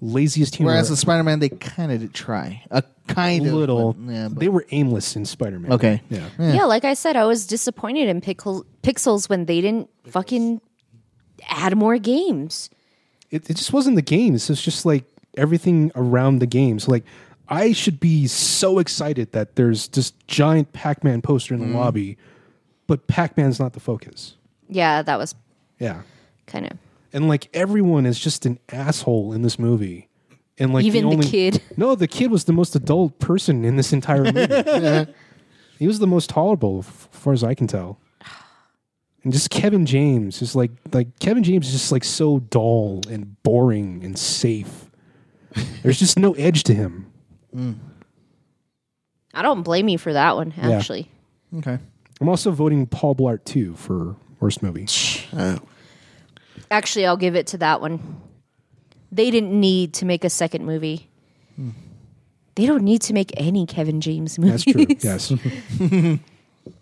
J: laziest humor.
D: Whereas the Spider-Man, they kind of did try a kind of
J: little,
D: but- yeah, but-
J: they were aimless in Spider-Man.
D: okay.
J: yeah.
C: Yeah, like I said, I was disappointed in Pickle- Pixels when they didn't fucking add more games.
J: it, it just wasn't the games. It's just like everything around the games. Like I should be so excited that there's this giant Pac-Man poster in the lobby, but Pac-Man's not the focus.
C: Yeah, that was
J: Yeah,
C: kind of.
J: and like everyone is just an asshole in this movie. And like
C: Even the
J: only-
C: kid.
J: (laughs) No, the kid was the most adult person in this entire movie. he was the most tolerable, f- far as I can tell. And just Kevin James is like like Kevin James is just like so dull and boring and safe. There's just no edge to him.
C: I don't blame you for that one, actually.
D: Okay.
J: I'm also voting Paul Blart too for worst movie.
C: Actually, I'll give it to that one. They didn't need to make a second movie.
D: Hmm.
C: They don't need to make any Kevin James
J: That's
C: movies.
J: true. Yes. (laughs)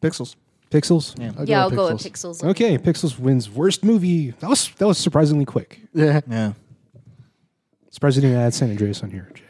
D: Pixels.
J: Pixels.
D: Yeah.
C: (laughs) yeah, I'll go with Pixels.
J: Okay, Pixels wins worst movie. That was that was surprisingly quick.
K: Yeah,
D: (laughs) Yeah.
J: Surprised you didn't add San Andreas on here. Jay.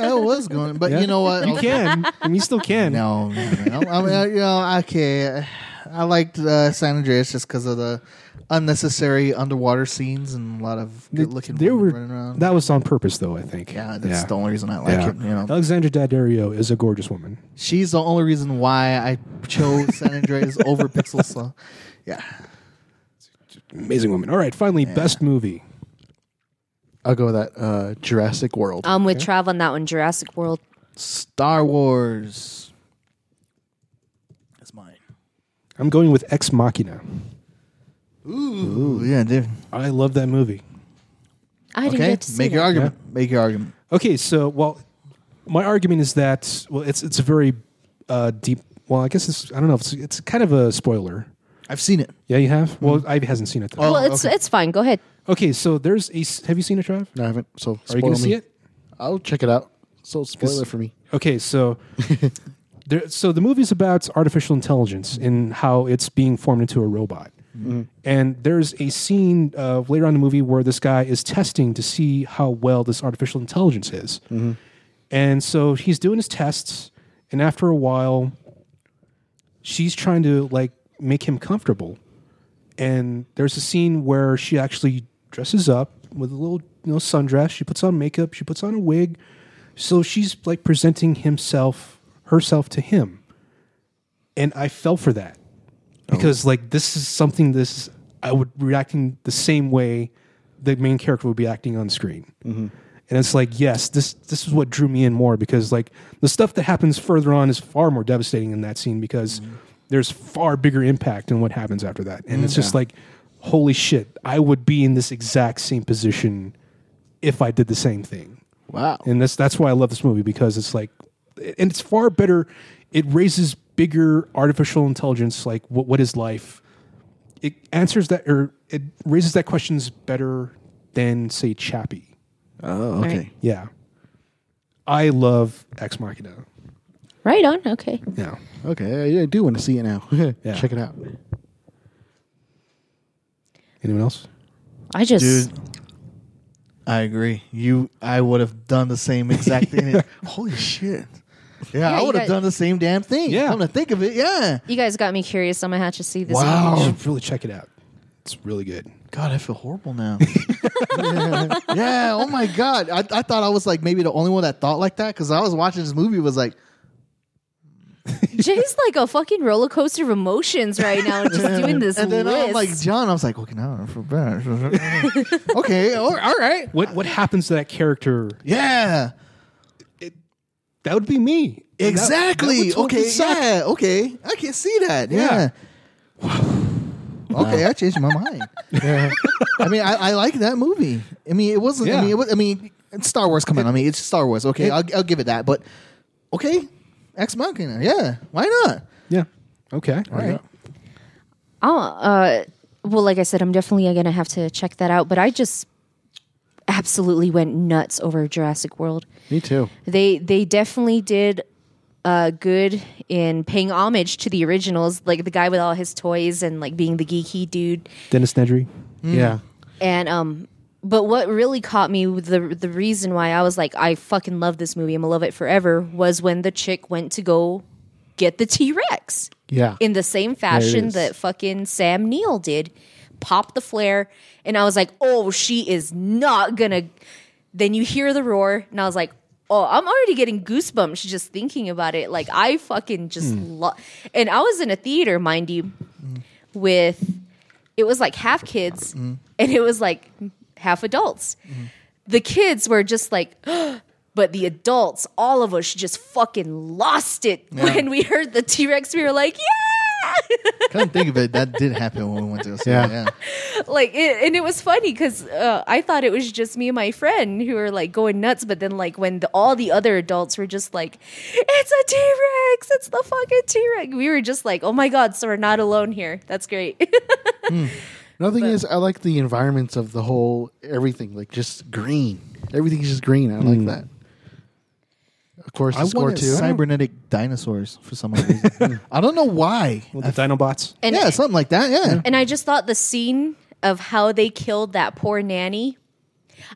D: I was going, but you know what? Oh,
J: You can. (laughs) and you still can.
D: No, no, no. I mean, I- uh, you know, okay. I liked uh, San Andreas just because of the
K: uh,
D: unnecessary underwater scenes and a lot of
J: They-
D: good looking
J: they
D: women
J: were-
D: running around.
J: That was on purpose, though. I think.
D: yeah, that's the only reason I like
J: Yeah.
D: it. You know,
J: Alexandra Daddario is a gorgeous woman.
D: she's the only reason why I chose San (laughs) Andreas over Pixel. So, yeah,
J: Amazing woman. All right, finally, best movie.
K: I'll go with that. Uh, Jurassic World.
C: I'm with Trav on that one. Jurassic World.
D: Star Wars is mine.
J: I'm going with Ex Machina.
D: Ooh, yeah, dude.
J: I love that movie.
C: I didn't
D: Okay,
C: get to see
D: make your
C: that.
D: argument. Make your argument.
J: Okay, so well, my argument is that well, it's it's a very uh, deep. Well, I guess it's I don't know. If it's it's kind of a spoiler.
D: I've seen it.
J: Yeah, you have.
D: Hmm.
J: Well, I hasn't seen it. Though.
C: Well,
D: Oh,
C: it's it's fine. Go ahead.
J: okay, so there's a. s- Have you seen it, Trav?
K: No, I haven't. So
J: Are you
K: spoil
J: going to see
K: me.
J: it?
K: I'll check it out. So spoiler for me. (laughs)
J: Okay, so there, so the movie's about artificial intelligence and how it's being formed into a robot.
K: Mm-hmm.
J: And there's a scene uh, later on in the movie where this guy is testing to see how well this artificial intelligence is.
K: Mm-hmm.
J: And so he's doing his tests, and after a while, she's trying to like make him comfortable. And there's a scene where she actually dresses up with a little you know sundress. She puts on makeup. She puts on a wig. So she's like presenting himself herself to him. And I fell for that because like this is something this I would reacting the same way the main character would be acting on screen. And it's like yes, this this is what drew me in more because like the stuff that happens further on is far more devastating in that scene because there's far bigger impact in what happens after that. And it's just like holy shit, I would be in this exact same position if I did the same thing
D: Wow.
J: and that's that's why I love this movie because it's like, and it's far better. It raises bigger artificial intelligence, like what what is life? It answers that or it raises that questions better than say Chappie.
D: Oh, okay.
J: Yeah, I love Ex Machina.
C: Right on. Okay.
J: Yeah,
K: Okay, I, I do want to see it now. (laughs)
J: Yeah.
K: Check it out.
J: anyone else?
C: I just
D: dude. I agree. You, I would have done the same exact thing. (laughs) Holy shit! Yeah,
C: Yeah,
D: I
C: you
D: would have
C: guys-
D: done the same damn thing.
J: Yeah.
D: come to think of it, yeah.
C: you guys got me curious. I'm gonna have to see this.
D: Wow.
J: You
C: movie.
J: should really check it out. It's really good.
D: God, I feel horrible (laughs) now. yeah. Oh my god, I, I thought I was like maybe the only one that thought like that because I was watching this movie was like,
C: Jay's like a fucking roller coaster of emotions right now, just doing this
D: and then
C: list.
D: I'm like John. I was like, okay, now I feel (laughs) bad. okay, all, all right.
J: What what happens to that character?
D: Yeah.
J: That would be me. And that- that
D: Exactly.
J: would totally
D: okay.
J: suck.
D: Yeah. Okay. I can see that. Yeah. (sighs) okay. I changed my mind. I mean, I, I like that movie. I mean, it wasn't. I
J: Yeah.
D: mean, it was. I mean, it's Star Wars. Come on. I mean, it's Star Wars. Okay. I'll, I'll give it that. But okay, Ex Machina. Yeah. Why not?
J: (laughs) Yeah. Okay.
D: All right.
C: Oh, uh, well, like I said, I'm definitely gonna have to check that out. But I just absolutely went nuts over Jurassic World.
K: Me too.
C: They they definitely did uh, good in paying homage to the originals, like the guy with all his toys and like being the geeky dude.
J: Dennis Nedry.
D: Hmm.
K: Yeah.
C: And um, but what really caught me with the the reason why I was like, I fucking love this movie. I'm gonna love it forever. Was when the chick went to go get the T Rex
K: Yeah.
C: in the same fashion
K: is.
C: that fucking Sam Neill did, pop the flare, and I was like, oh, she is not gonna. Then you hear the roar, and I was like, oh, I'm already getting goosebumps just thinking about it. Like I fucking just
K: Hmm.
C: love, and I was in a theater, mind you, with it was like half kids,
K: Hmm.
C: and it was like half adults. The kids were just like. (gasps) But the adults, all of us, just fucking lost it when we heard the T Rex. We were like, "Yeah!" (laughs)
D: Come think of it, that did happen when we went to the cinema. Yeah.
C: like, it, and it was funny because uh, I thought it was just me and my friend who were like going nuts. But then, like, when the, all the other adults were just like, "It's a T Rex! It's the fucking T Rex!" We were just like, "Oh my god!" So we're not alone here. That's great. (laughs)
K: Another thing is, I like the environments of the whole everything, like just green. Everything's just green. I like that. Of course, the
D: I
K: score
D: wanted
K: too.
D: cybernetic dinosaurs for some odd reason. (laughs) I don't know why.
J: Well, the Dinobots.
C: and
D: yeah, something like that. Yeah.
C: and I just thought the scene of how they killed that poor nanny.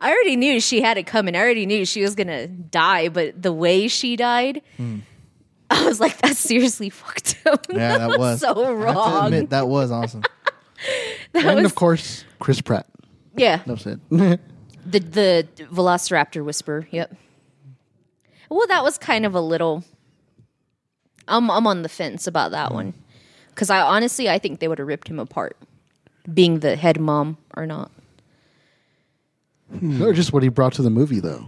C: I already knew she had it coming. I already knew she was gonna die, but the way she died, I was like, "That's seriously fucked up." (laughs)
D: Hmm. Yeah, that was
C: so
D: I have to
C: wrong.
D: admit, that was awesome.
C: That
K: and
C: was-
K: of course, Chris Pratt.
C: yeah,
K: That's it.
C: the the Velociraptor whisper. Yep. Well, that was kind of a little. I'm I'm on the fence about that
D: Hmm.
C: one, because I honestly I think they would have ripped him apart, being the head mom or not.
K: (laughs) Or just what he brought to the movie, though.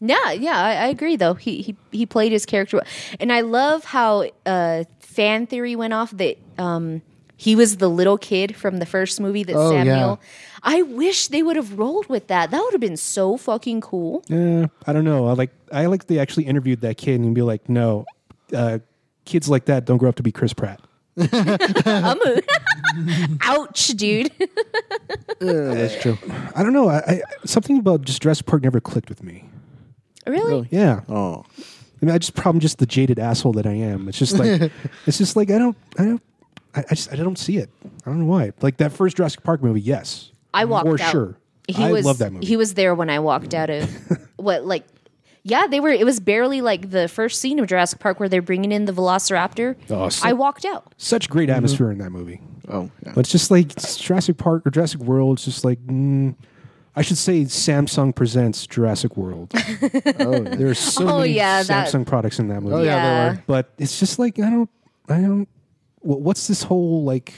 C: Yeah, yeah, I, I agree. Though he, he he played his character, well. and I love how uh, fan theory went off that um, he was the little kid from the first movie that
K: Oh, yeah.
C: Samuel. I wish they would have rolled with that. That would have been so fucking cool.
J: Yeah, I don't know. I like I like they actually interviewed that kid and be like, no, uh, kids like that don't grow up to be Chris Pratt.
C: (laughs) Ouch, dude.
K: that's true.
J: I don't know. I, I something about just Jurassic Park never clicked with me.
C: really?
J: Yeah,
K: Oh,
J: I mean, I just probably just the jaded asshole that I am. It's
K: (laughs)
J: just like it's just like I don't I don't I, I just I don't see it. I don't know why. Like that first Jurassic Park movie, yes,
C: I walked
J: for
C: out.
J: sure.
C: He
J: I
C: was,
J: love that movie.
C: He was there when I walked out of what like. Yeah, they were. It was barely like the first scene of Jurassic Park where they're bringing in the Velociraptor.
J: Oh, so-
C: I walked out.
J: Such great atmosphere in that movie.
K: oh, yeah.
J: But it's just like it's Jurassic Park or Jurassic World. It's just like mm, I should say Samsung presents
C: (laughs)
J: Jurassic World. oh, there are so
C: Oh,
J: many
C: yeah, that-
J: Samsung products in that movie.
E: Oh,
K: Oh, yeah, there
C: Oh, Yeah.
K: were.
J: But it's just like I don't, I don't. wha- What's this whole like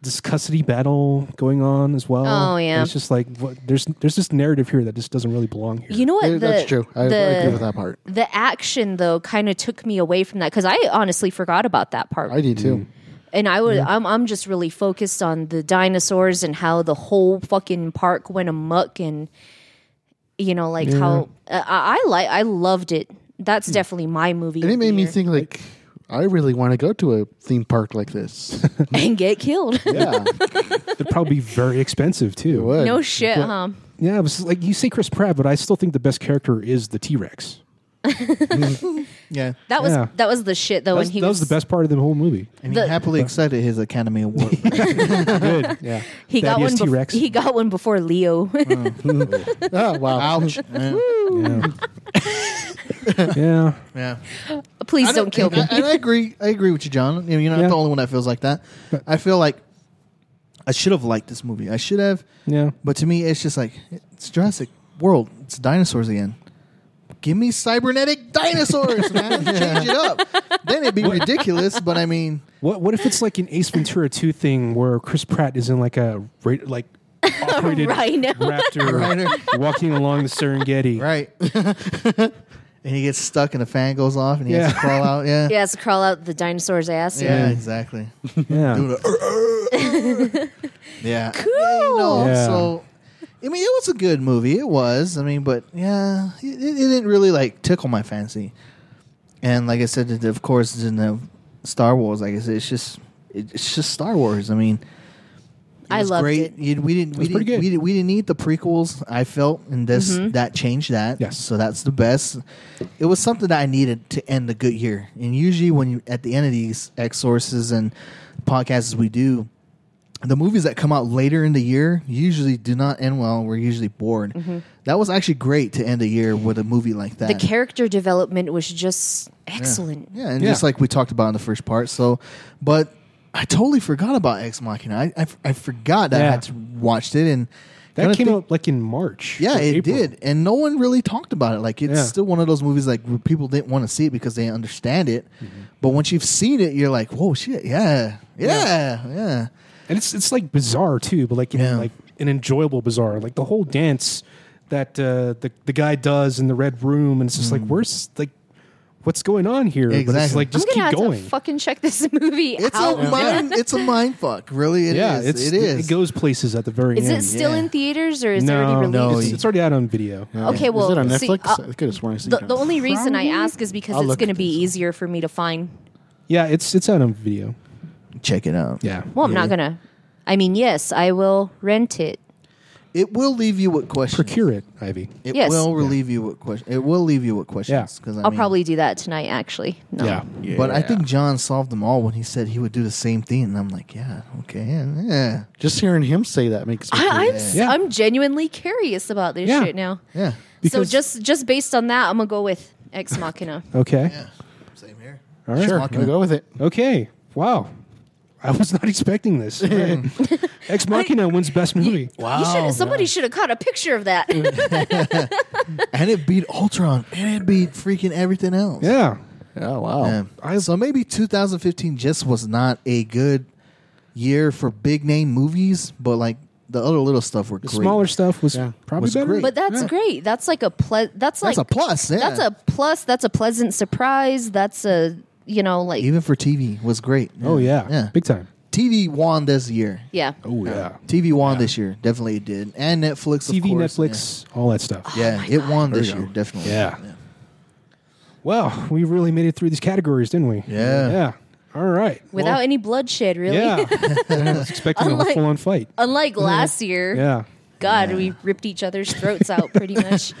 J: this custody battle going on as well?
C: Oh, yeah.
J: And it's just like what, there's there's this narrative here that just doesn't really belong here.
C: You know what?
K: Yeah,
C: the,
K: that's true. I, I
C: the-
K: agree with that part.
C: The action though kind of took me away from that because I honestly forgot about that part,
K: I did too.
C: and I would I'm I'm just really focused on the dinosaurs and how the whole fucking park went amok and you know like how uh, I, I like I loved it. That's definitely my movie.
K: And it
C: of
K: made
C: the
K: me
C: (laughs) year.
K: think, like, I really want to go to a theme park like this.
C: and get killed.
K: (laughs) yeah,
J: It'd probably be very expensive
K: it
J: too.
K: would.
C: no shit, um, huh?
J: Yeah, it was like you say Chris Pratt, but I still think the best character is the T Rex.
D: Yeah.
C: That was
J: Yeah.
C: that was the shit though.
J: That, was,
C: when he
J: that was the best part of the whole movie.
D: And
C: The- (laughs)
D: he happily accepted his Academy Award.
J: Good. Yeah.
C: He got one.
J: Thaddeus
C: bef-
J: T-Rex.
C: he got one before Leo. (laughs)
K: Oh, wow.
D: Ouch. Yeah.
J: Yeah. (laughs) yeah.
D: Yeah.
C: Please
D: I
C: don't kill me.
D: and I, and I agree. I agree with you, John. You know, You're not
J: Yeah.
D: the only one that feels like that. I feel like I should have liked this movie. I should have.
J: Yeah.
D: But to me, it's just like it's Jurassic World. It's dinosaurs again. Give me cybernetic
C: (laughs)
D: dinosaurs, man. Change it up. Then it'd be ridiculous. But I mean,
J: What What if it's like an Ace Ventura two thing where Chris Pratt is in like a ra- (laughs) like operated
C: Rhino.
J: (laughs) raptor walking along the Serengeti?
D: right? (laughs) and he gets stuck, and the fan goes off, and he has to
J: Yeah.
D: crawl out.
C: (laughs)
D: Yeah,
C: He has to crawl out the dinosaur's ass.
D: yeah,
J: Yeah.
D: exactly.
J: Yeah.
D: Doing a- yeah. Cool. Yeah, you know,
J: Yeah.
D: So, I mean, it was a good movie. It was. I mean, but yeah, it, it didn't really like tickle my fancy. And like I said, it- of course, it's in the Star Wars. Like I said, it's just it, it's just Star Wars. I mean,
C: I
D: was
C: loved
D: great.
C: it.
D: You- we didn't. We
J: was pretty
D: didn't,
J: good.
D: we, didn't- we didn't need the prequels. I felt, and this
C: Mm-hmm.
D: that changed that.
J: Yes.
D: So that's the best. It was something that I needed to end a good year. And usually, when you at the end of these X sources and podcasts we do, the movies that come out later in the year usually do not end well. We're usually bored. That was actually great to end a year with a movie like that.
C: Mm-hmm. The character development was just excellent.
D: Yeah, and
J: Yeah.
D: just like we talked about in the first part. So, but I totally forgot about Ex Machina. I, I, I forgot that I
J: Yeah.
D: had to watched it and
J: That
D: kinda
J: came
D: think-
J: out like in March.
D: Yeah,
J: or
D: it
J: April.
D: did, and no one really talked about it. Like it's
J: Yeah.
D: still one of those movies like where people didn't want to see it because they understand it,
J: Mm-hmm.
D: but once you've seen it, you're like, whoa, shit, yeah, yeah, yeah.
J: and it's it's like bizarre too, but like in,
D: Yeah.
J: like an enjoyable bizarre. Like the whole dance that uh, the the guy does in the red room, and it's just like where's like what's going on here? But it's
D: Mm. Exactly.
J: like just
C: I'm gonna
J: keep
C: have
J: going.
C: to fucking check this (laughs) movie
D: It's
C: out.
D: a mind, it's a mind fuck, really. It is.
J: yeah, it's
D: it is.
J: It goes places at the very
C: Is
J: end.
C: it still
D: yeah.
C: in theaters or is
J: no,
C: it already released?
J: no,
D: released?
J: it's, it's already out on video. Yeah.
C: Okay,
K: is
C: well,
K: it on
C: see,
K: Netflix?
C: uh,
K: I could have sworn I seen
C: the,
K: it.
C: the only reason I ask is because
K: I'll
C: it's
K: look
C: going to
K: at
C: be easier for me to find.
J: yeah, it's it's out on video.
D: Check it out.
J: Yeah,
C: Well, I'm not going to. I mean, yes, I will rent it.
D: It will leave you with questions.
J: procure it, Ivy.
D: It
C: Yes.
D: will relieve you with questions. It will leave you with questions.
J: Yeah.
D: Because I
C: I'll
D: mean-
C: probably do that tonight, actually. No.
J: Yeah,
D: But I think John solved them all when he said he would do the same thing, and I'm like, yeah, okay, yeah, yeah,
K: Just hearing him say that makes me.
C: I, (laughs) I'm,
K: feel-
C: s
J: Yeah.
C: am genuinely curious about this
J: Yeah.
C: shit now.
D: yeah.
J: Because-
C: so just just based on that, I'm going to go with Ex Machina.
J: Okay.
D: Same here.
J: All right.
K: sure.
D: (laughs) Machina.
K: I'll go with it.
J: Okay. Wow. I was not
D: (laughs)
J: expecting this. All right. Ex Machina wins best movie.
C: You
D: Oh,
C: should somebody should have caught a picture of that.
D: And it beat Ultron, and it beat freaking everything else.
J: Yeah.
K: Oh wow.
D: Yeah. so maybe 2015 just was not a good year for big name movies, but like the other little stuff were
J: The
D: great.
J: smaller stuff was
K: Yeah.
J: probably
D: Was
J: better.
D: great.
C: but that's
J: Yeah.
C: great. That's like a ple- that's like
D: That's a plus. Yeah.
C: that's a plus. That's a pleasant surprise. That's a you know like
D: even for TV was great.
J: Oh yeah.
D: yeah.
J: Big time.
D: TV won this year.
C: yeah.
J: Oh yeah.
D: TV won this year, definitely it did, and Netflix.
J: TV,
D: of course,
J: Netflix, all that stuff.
D: Yeah, Yeah, it won this
J: There you
D: year,
J: go.
D: definitely.
J: Yeah. Wow, we really made it through these categories, didn't we?
D: Yeah.
J: Yeah. All right.
C: Without
J: Well,
C: any bloodshed, really.
J: Yeah. (laughs) I was expecting
C: (laughs)
J: a
C: Unlike-
J: full on fight.
C: (laughs) Unlike last year,
J: Yeah.
C: God, we ripped each other's throats out
D: (laughs)
C: pretty much.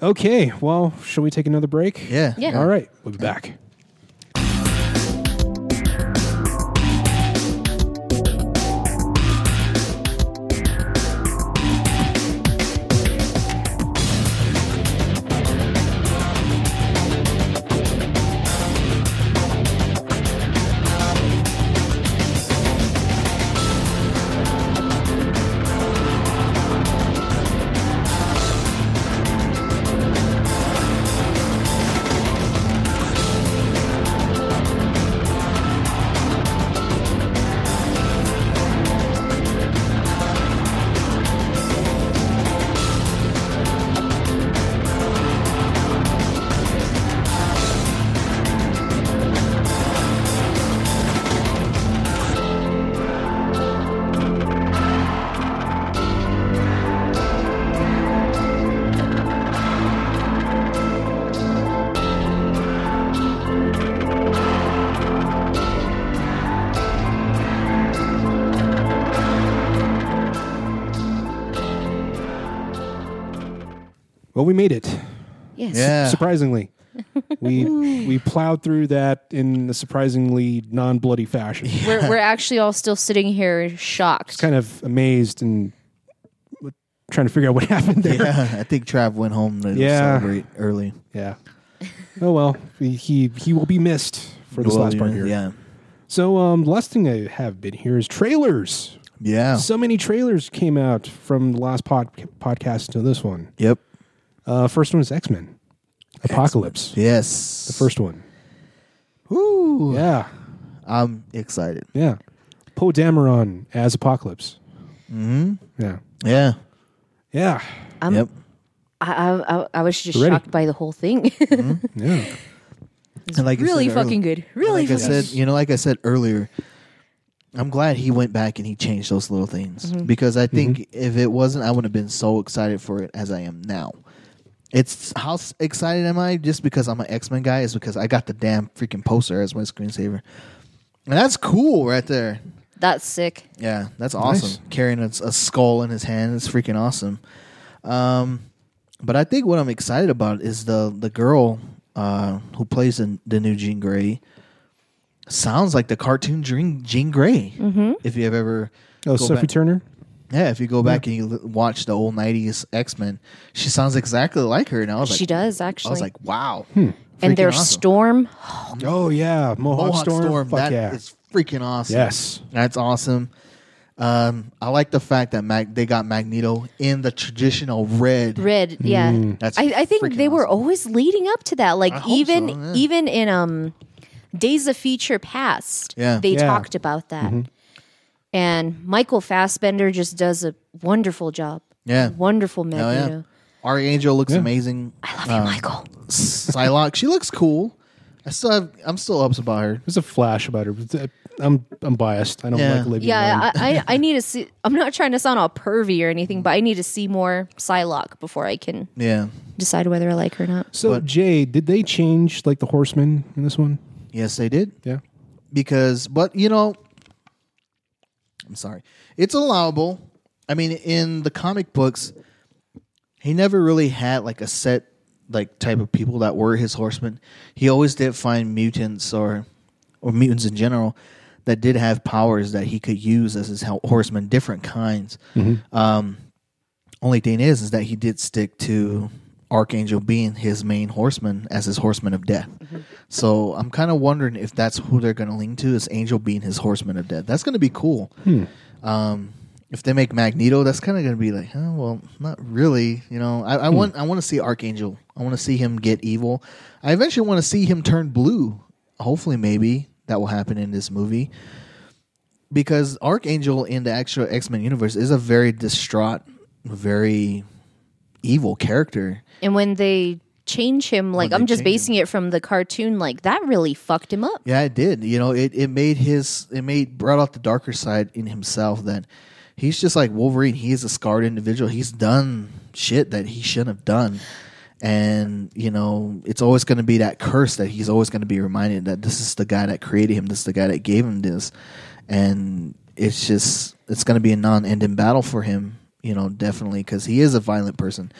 J: Okay. Well, shall we take another break?
D: Yeah.
C: Yeah.
J: All right. We'll be back. Well, we made it.
C: Yes.
D: Yeah.
J: Surprisingly. we we plowed through that in a surprisingly non bloody fashion.
C: We're, we're actually all still sitting here shocked.
J: Kind of amazed and trying to figure out what (laughs) happened there.
D: (laughs) Yeah, I think Trav went home to
J: Yeah.
D: celebrate early.
J: Yeah. oh well, he he he will be missed for this
D: Well,
J: last part
D: yeah,
J: here.
D: Yeah.
J: So um, last thing I have been here is trailers.
D: Yeah.
J: So many trailers came out from the last pod- podcast to this one.
D: yep.
J: Uh, first one is X Men, Apocalypse.
D: Yes. The
J: First one.
D: Ooh.
J: Yeah,
D: I'm excited.
J: yeah. Poe Dameron as Apocalypse. Mm-hmm. Yeah,
D: Yeah.
J: yeah.
C: I'm
D: yep.
C: I, I, I- I was just
J: Ready.
C: shocked by the whole thing.
J: Yeah.
C: It's
D: And like
C: (laughs)
D: I
C: really
D: said earlier-
C: fucking good. Really
D: like I
C: fucking
D: said,
C: good.
D: you know, like I said earlier, I'm glad he went back and he changed those little things because
J: Mm-hmm.
D: I think if it wasn't, I would have been so excited for it as I am now. It's how s- excited am I just because I'm an X Men guy? Is because I got the damn freaking poster as my screensaver, and that's cool right there.
C: That's sick.
D: Yeah, that's awesome. Carrying a, a skull in his hand is freaking awesome. Um, but I think what I'm excited about is the the girl uh, who plays the, the new Jean Grey. Sounds like the cartoon Jean, Jean Grey. Mm-hmm. If you have ever,
J: Oh,
D: go
J: Sophie
D: back-
J: Turner.
D: yeah, if you go back and you l- watch the old '90s X Men, she sounds exactly like her. And I was like,
C: she does
D: I
C: actually.
D: was like, wow.
J: Hmm.
C: and their
D: freaking awesome.
C: storm.
J: Oh yeah, Mohawk,
D: Um, Mohawk
J: Storm.
D: Storm,
J: Fuck
D: that
J: yeah.
D: is freaking awesome.
J: yes.
D: That's awesome. Um, I like the fact that Mag- they got Magneto in the traditional red.
C: Red, yeah.
D: Mm. That's
C: I, I think
D: freaking
C: they were
D: awesome.
C: always leading up to that. Like
D: I hope
C: even
D: so, yeah.
C: even in um Days of Future Past,
D: Yeah. Mm-hmm.
C: they
J: Yeah.
C: talked about that. And Michael Fassbender just does a wonderful job.
D: Yeah.
C: Wonderful
D: Oh,
C: Magneto.
D: yeah. Archangel looks amazing.
C: I love you, Michael.
D: Psylocke, she looks cool. I still have, I'm still ups about her.
J: There's a flash about her. but, uh, I'm I'm biased. I don't
D: Yeah.
J: like Olivia. Munn.
C: Yeah,
D: (laughs)
C: I, I I need to see I'm not trying to sound all pervy or anything, but I need to see more Psylocke before I can
D: Yeah.
C: decide whether I like her or not.
J: so Jay, did they change like the horseman in this one?
D: Yes, they did.
J: Yeah.
D: because but you know I'm sorry. It's allowable. I mean in the comic books he never really had like a set like type of people that were his horsemen. He always did find mutants or or mutants in general that did have powers that he could use as his hel- horsemen, different kinds. Um only thing is is that he did stick to Archangel being his main horseman as his horseman of death. So I'm kind of wondering if that's who they're going to lean to is Angel being his horseman of death. That's going to be cool. Um, if they make Magneto, that's kind of going to be like, huh, well, not really. You know, I, I want I want to see Archangel. I want to see him get evil. I eventually want to see him turn blue. Hopefully, maybe that will happen in this movie because Archangel in the actual X Men universe is a very distraught, very evil character.
C: And when they change him, like
D: they
C: I'm just
D: change him.
C: basing it from the cartoon, like that really fucked him up.
D: Yeah, it did. You know, it, it made his it made brought out the darker side in himself that he's just like Wolverine. He is a scarred individual. He's done shit that he shouldn't have done. And, you know, it's always gonna be that curse that he's always gonna be reminded that this is the guy that created him, this is the guy that gave him this. And it's just it's gonna be a non ending battle for him, you know, definitely, because he is a violent person.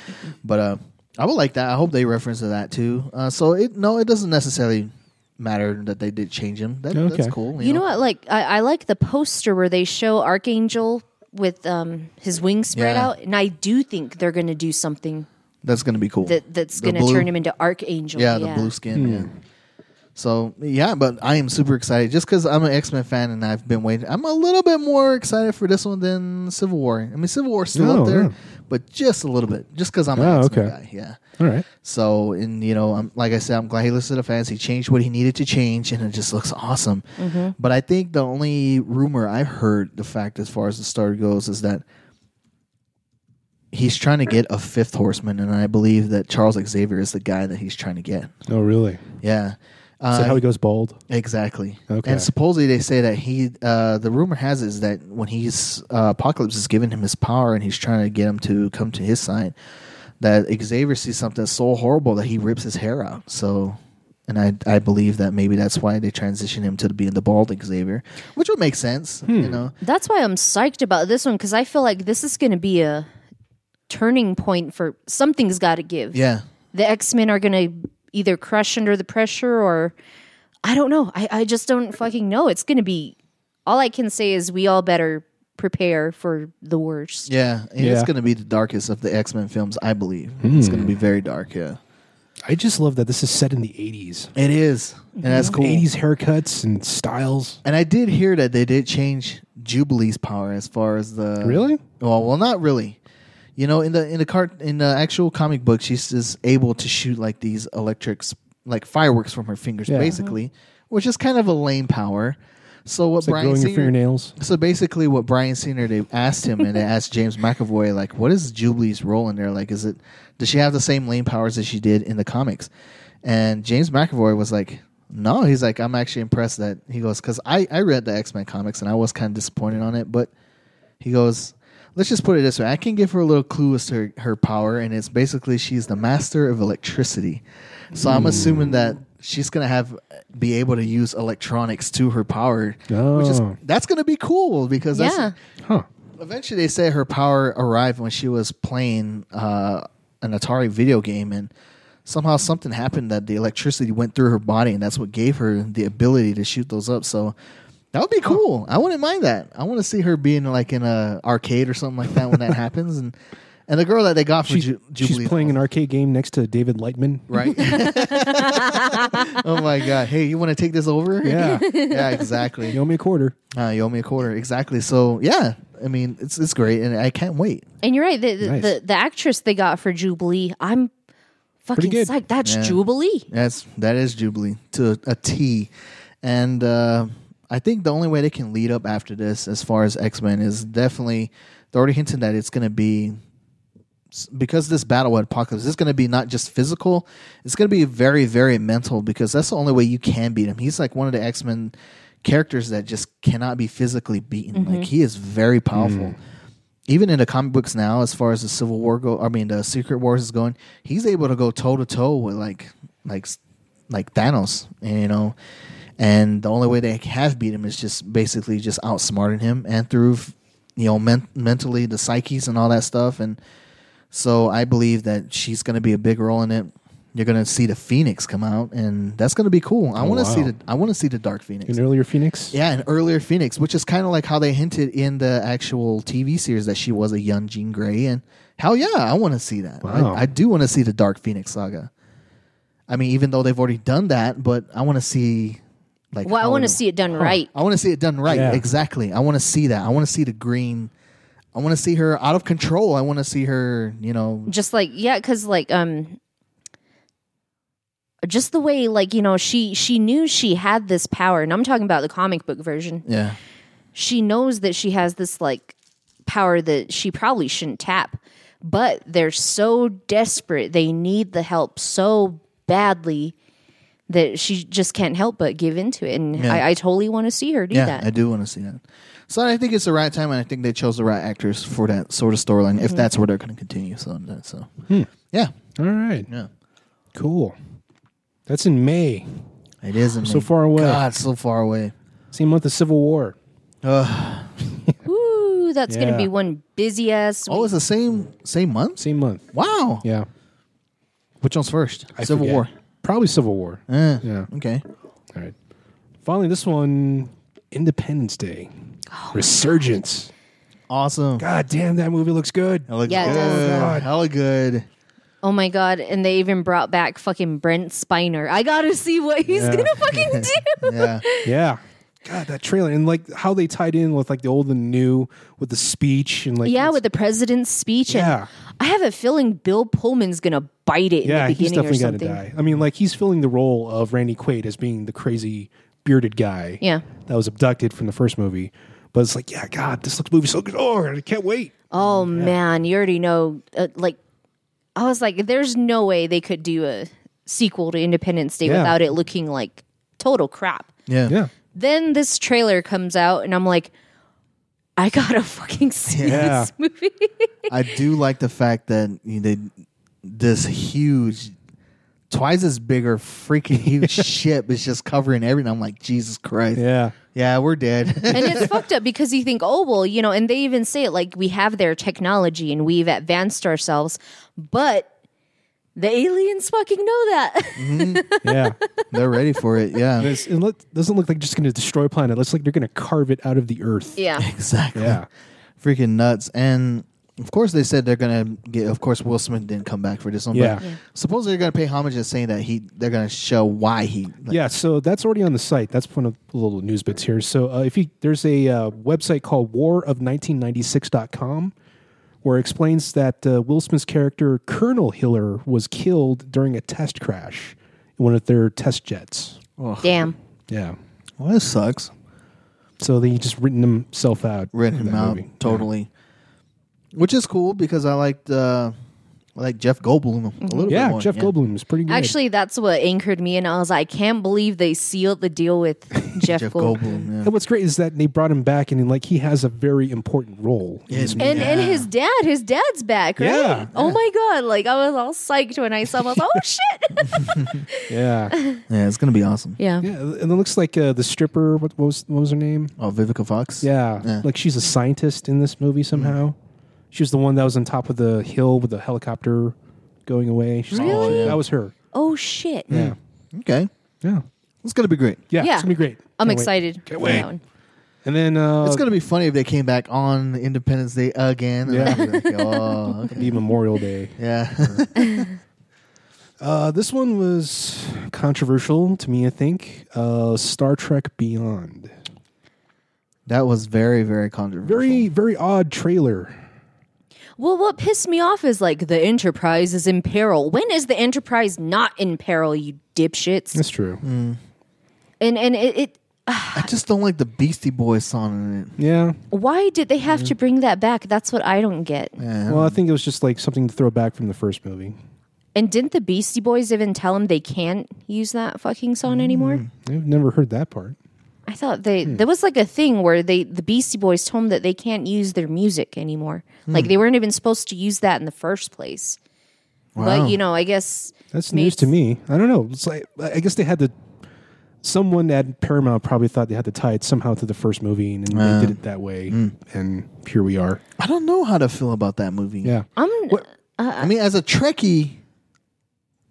D: But uh I would like that. I hope they reference to that too. Uh, so it no, it doesn't necessarily matter that they did change him. That, That's
J: Okay.
D: cool.
C: You, know, what? Like I, I like the poster where they show Archangel with um his wings spread
D: Yeah.
C: out, and I do think they're gonna do something
D: That's gonna be cool.
C: that that's
D: The
C: gonna
D: blue-
C: turn him into Archangel.
D: Yeah, the blue skin.
J: Hmm.
D: Yeah. So yeah, but I am super excited just because I'm an X Men fan and I've been waiting. I'm a little bit more excited for this one than Civil War. I mean, Civil War's still
J: Oh,
D: up there,
J: yeah.
D: but just a little bit, just because I'm an
J: Oh,
D: X Men
J: okay.
D: guy. Yeah.
J: All right.
D: So, and you know, I'm like I said, I'm glad he listened to the fans. He changed what he needed to change, and it just looks awesome. But I think the only rumor I've heard, the fact as far as the story goes, is that he's trying to get a fifth horseman, and I believe that Charles Xavier is the guy that he's trying to get.
J: Oh really? Is
D: Yeah.
J: that how
D: Uh,
J: he goes bald?
D: exactly.
J: Okay.
D: And supposedly they say that he, uh, the rumor has is that when he's uh, Apocalypse is giving him his power and he's trying to get him to come to his side, that Xavier sees something so horrible that he rips his hair out. So, and I, I believe that maybe that's why they transition him to being the bald Xavier, which would make sense. You
J: Hmm.
D: know,
C: That's why I'm psyched about this one because I feel like this is gonna be a turning point for something's got to give.
D: yeah.
C: the X Men are going to either crush under the pressure or I don't know. I, I just don't fucking know. It's going to be all I can say is we all better prepare for the worst.
D: Yeah, and it's
J: Yeah. Hmm.
D: going to be the darkest of the X Men films, I believe. It's going to be very dark. Yeah,
J: I just love that this is set in the 80s.
D: it is, and that's cool.
J: 80s haircuts and styles.
D: And I did hear that they did change Jubilee's power as far as the Oh,
J: Really?
D: Well, well, not really. You know, in the in the cart in the actual comic book, she's just able to shoot like these electrics, like fireworks from her fingers,
J: Yeah.
D: basically, which is kind of a lame power. So what
J: It's like
D: Brian
J: growing your
D: Singer
J: fingernails.
D: So basically, what Brian Singer they asked him, and they asked James McAvoy, like, what is Jubilee's role in there? Like, is it does she have the same lane powers that she did in the comics? And James McAvoy was like, no, he's like, I'm actually impressed that he goes because I I read the X Men comics and I was kind of disappointed on it, but he goes, let's just put it this way, I can give her a little clue as to her, her power, and it's basically she's the master of electricity. So I'm assuming that. She's gonna have be able to use electronics to her power, which is
J: Oh.
D: that's gonna be cool because that's,
C: Yeah.
J: Huh.
D: eventually they say her power arrived when she was playing uh, an Atari video game and somehow something happened that the electricity went through her body and that's what gave her the ability to shoot those up so that would be cool I wouldn't mind that I want to see her being like in a arcade or something like that when that happens and and the girl that they got for
J: She's,
D: Ju-
J: she's
D: Jubilee
J: playing an arcade game next to David Lightman. (laughs)
D: right (laughs) oh my god hey you want to take this over
J: Yeah.
D: (laughs) yeah exactly
J: You owe me a quarter.
D: Uh, you owe me a quarter. Exactly. So yeah, I mean it's it's great, and I can't wait.
C: And you're right. The the,
J: Nice.
C: the the actress they got for Jubilee, I'm fucking
J: good.
C: psyched. That's
D: Yeah.
C: Jubilee.
D: That's that is Jubilee to a T, and uh, I think the only way they can lead up after this, as far as X Men, is definitely they're already hinting that it's going to be because this battle with Apocalypse is going to be not just physical, it's going to be very, very mental because that's the only way you can beat him. He's like one of the X Men characters that just cannot be physically beaten. Like he is very powerful. Even in the comic books now, as far as the Civil War go, I mean the Secret Wars is going, he's able to go toe to toe with like, like, like Thanos, you know. And the only way they have beat him is just basically just outsmarting him and through, you know, men- mentally the psyches and all that stuff. And so I believe that she's going to be a big role in it. You're going to see the Phoenix come out, and that's going to be cool. I want to see the I want to see the Dark Phoenix.
J: An earlier Phoenix.
D: Yeah, an earlier Phoenix, which is kind of like how they hinted in the actual TV series that she was a young Jean Grey, and hell yeah, I want to see that.
J: Wow.
D: I, I do want to see the Dark Phoenix saga. I mean, even though they've already done that, but I want to see like.
C: Well, I
D: how
C: want to
D: it'll-
C: see it done right.
D: I want to see it done right.
J: Yeah.
D: Exactly. I want to see that. I want to see the green. I want to see her out of control. I want to see her, you know,
C: just like yeah because like um just the way like you know she she knew she had this power and i'm talking about the comic book version
D: yeah.
C: she knows that she has this like power that she probably shouldn't tap but they're so desperate they need the help so badly that she just can't help but give into it and
D: Yeah.
C: I, I totally want to see her do
D: yeah,
C: that
D: I do want to see that. So I think it's the right time, and I think they chose the right actors for that sort of storyline, if that's where they're going to continue. So, that- so
J: Hmm.
D: yeah,
J: All right.
D: yeah,
J: Cool. That's in May.
D: it is. in
J: So
D: May.
J: far away.
D: God, so far away.
J: Same month as Civil War.
C: Woo, that's
J: Yeah.
C: gonna be one busy ass
D: Oh, it's the same same month.
J: Same month.
D: Wow.
J: Yeah.
D: Which one's first?
J: I
D: Civil
J: forget.
D: War.
J: Probably Civil War.
D: Eh,
J: Yeah.
D: Okay.
J: All right. Finally, this one Independence Day.
D: Oh,
J: Resurgence.
D: Awesome.
J: God. damn, that movie looks good.
D: That looks
C: Yeah, it does.
D: good.
J: Oh, God.
D: Hella good.
C: Oh my god! And they even brought back fucking Brent Spiner. I gotta see what he's
J: Yeah.
C: gonna
J: (laughs)
C: fucking do.
D: Yeah.
J: Yeah. God, that trailer and like how they tied in with like the old and new with the speech and like
C: yeah,
J: it's-
C: with the president's speech. and
J: Yeah.
C: I have a feeling Bill Pullman's gonna bite it in
J: yeah,
C: the
J: he's
C: beginning or
J: definitely gonna
C: something.
J: die. I mean, like he's filling the role of Randy Quaid as being the crazy bearded guy.
C: Yeah.
J: that was abducted from the first movie. But it's like, yeah, God, this looks movie so good. Oh, I can't wait.
C: Oh man, you already know. Uh, like, I was like, there's no way they could do a sequel to Independence Day
J: Yeah.
C: without it looking like total crap.
D: Yeah.
J: Yeah,
C: Then this trailer comes out, and I'm like, I gotta
J: (laughs)
C: fucking see
J: Yeah.
C: this movie.
D: I do like the fact that you know, they this huge, twice as bigger, freaking
J: (laughs)
D: huge ship is just covering everything. I'm like, Jesus Christ.
J: yeah,
D: Yeah, we're dead.
C: and it's fucked up because you think, oh well, you know, and they even say it like we have their technology and we've advanced ourselves, but the aliens fucking know that.
J: yeah.
D: (laughs) They're ready for it. Yeah.
J: (laughs) It's- it look- doesn't look like just going to destroy planet. It looks like they're going to carve it out of the earth.
C: yeah.
D: Exactly.
J: Yeah.
D: Freaking nuts. And of course they said they're gonna get of course Will Smith didn't come back for this one,
J: Yeah.
D: but
J: Yeah.
D: supposedly they're gonna pay homage to saying that he they're gonna show why he like,
J: Yeah, so that's already on the site. That's one of the little news bits here. So uh, if you there's a uh, website called warof1996.com where it explains that uh, Will Smith's character Colonel Hiller was killed during a test crash in one of their test jets.
C: (laughs) Damn.
J: Yeah.
D: Well this sucks.
J: So they just written himself out.
D: written
J: in
D: him
J: that
D: out
J: movie.
D: totally, which is cool because I liked uh, I like Jeff Goldblum a little bit
J: Yeah,
D: more.
J: Jeff Goldblum is pretty good.
C: Actually, that's what anchored me, and I was like, I can't believe they sealed the deal
J: (laughs)
C: with Jeff,
D: Jeff
C: Goldblum.
D: Goldblum. Yeah.
J: And what's great is that they brought him back, and like he has a very important role. in this
C: And and his dad, his dad's back, right?
J: Yeah.
C: Oh my god! Like I was all psyched when I saw him. I was
J: (laughs)
C: like, oh shit!
J: movie. yeah,
D: yeah, it's gonna be awesome.
C: yeah.
J: yeah. And it looks like uh, the stripper. What, what was what was her name?
D: Oh, Vivica Fox.
J: Yeah.
D: Yeah.
J: like she's a scientist in this movie somehow. She was the one that was on top of the hill with the helicopter going away. She's
C: Really?
J: oh, that was her.
C: Oh shit!
J: Yeah,
D: Okay,
J: Hmm. yeah,
D: it's gonna be great.
J: yeah.
C: Yeah.
J: It's gonna be great.
C: I'm
J: Can't wait.
C: excited for
J: wait.
C: that one.
J: And then uh,
D: It's gonna be funny if they came back on Independence Day again.
J: Yeah.
D: I'd be (laughs) like, oh, okay.
J: be Memorial Day.
D: yeah.
J: Uh, this one was controversial to me. I think uh, Star Trek Beyond.
D: (laughs) that was very, very controversial.
J: Very very odd trailer.
C: Well, what pissed me off is like the Enterprise is in peril. When is the Enterprise not in peril, you dipshits?
J: That's true.
C: Mm. And and it, it
D: I just don't like the Beastie Boys song in it.
J: Yeah.
C: why did they have to bring that back? That's what I don't get.
D: Yeah.
J: Well, I think it was just like something to throw back from the first movie.
C: And didn't the Beastie Boys even tell him they can't use that fucking song
J: Mm.
C: anymore?
J: I've never heard that part.
C: I thought they
J: Hmm.
C: there was like a thing where they the Beastie Boys told them that they can't use their music anymore. Like
J: Hmm.
C: they weren't even supposed to use that in the first place. But you know, I guess
J: That's
C: Made
J: news to
C: s-
J: me. I don't know. It's like I guess they had to. Someone at Paramount probably thought they had to tie it somehow to the first movie, and
D: Uh,
J: they did it that way.
D: hmm.
J: And here we are.
D: I don't know how to feel about that movie.
J: Yeah.
C: I'm
D: I mean, as a Trekkie,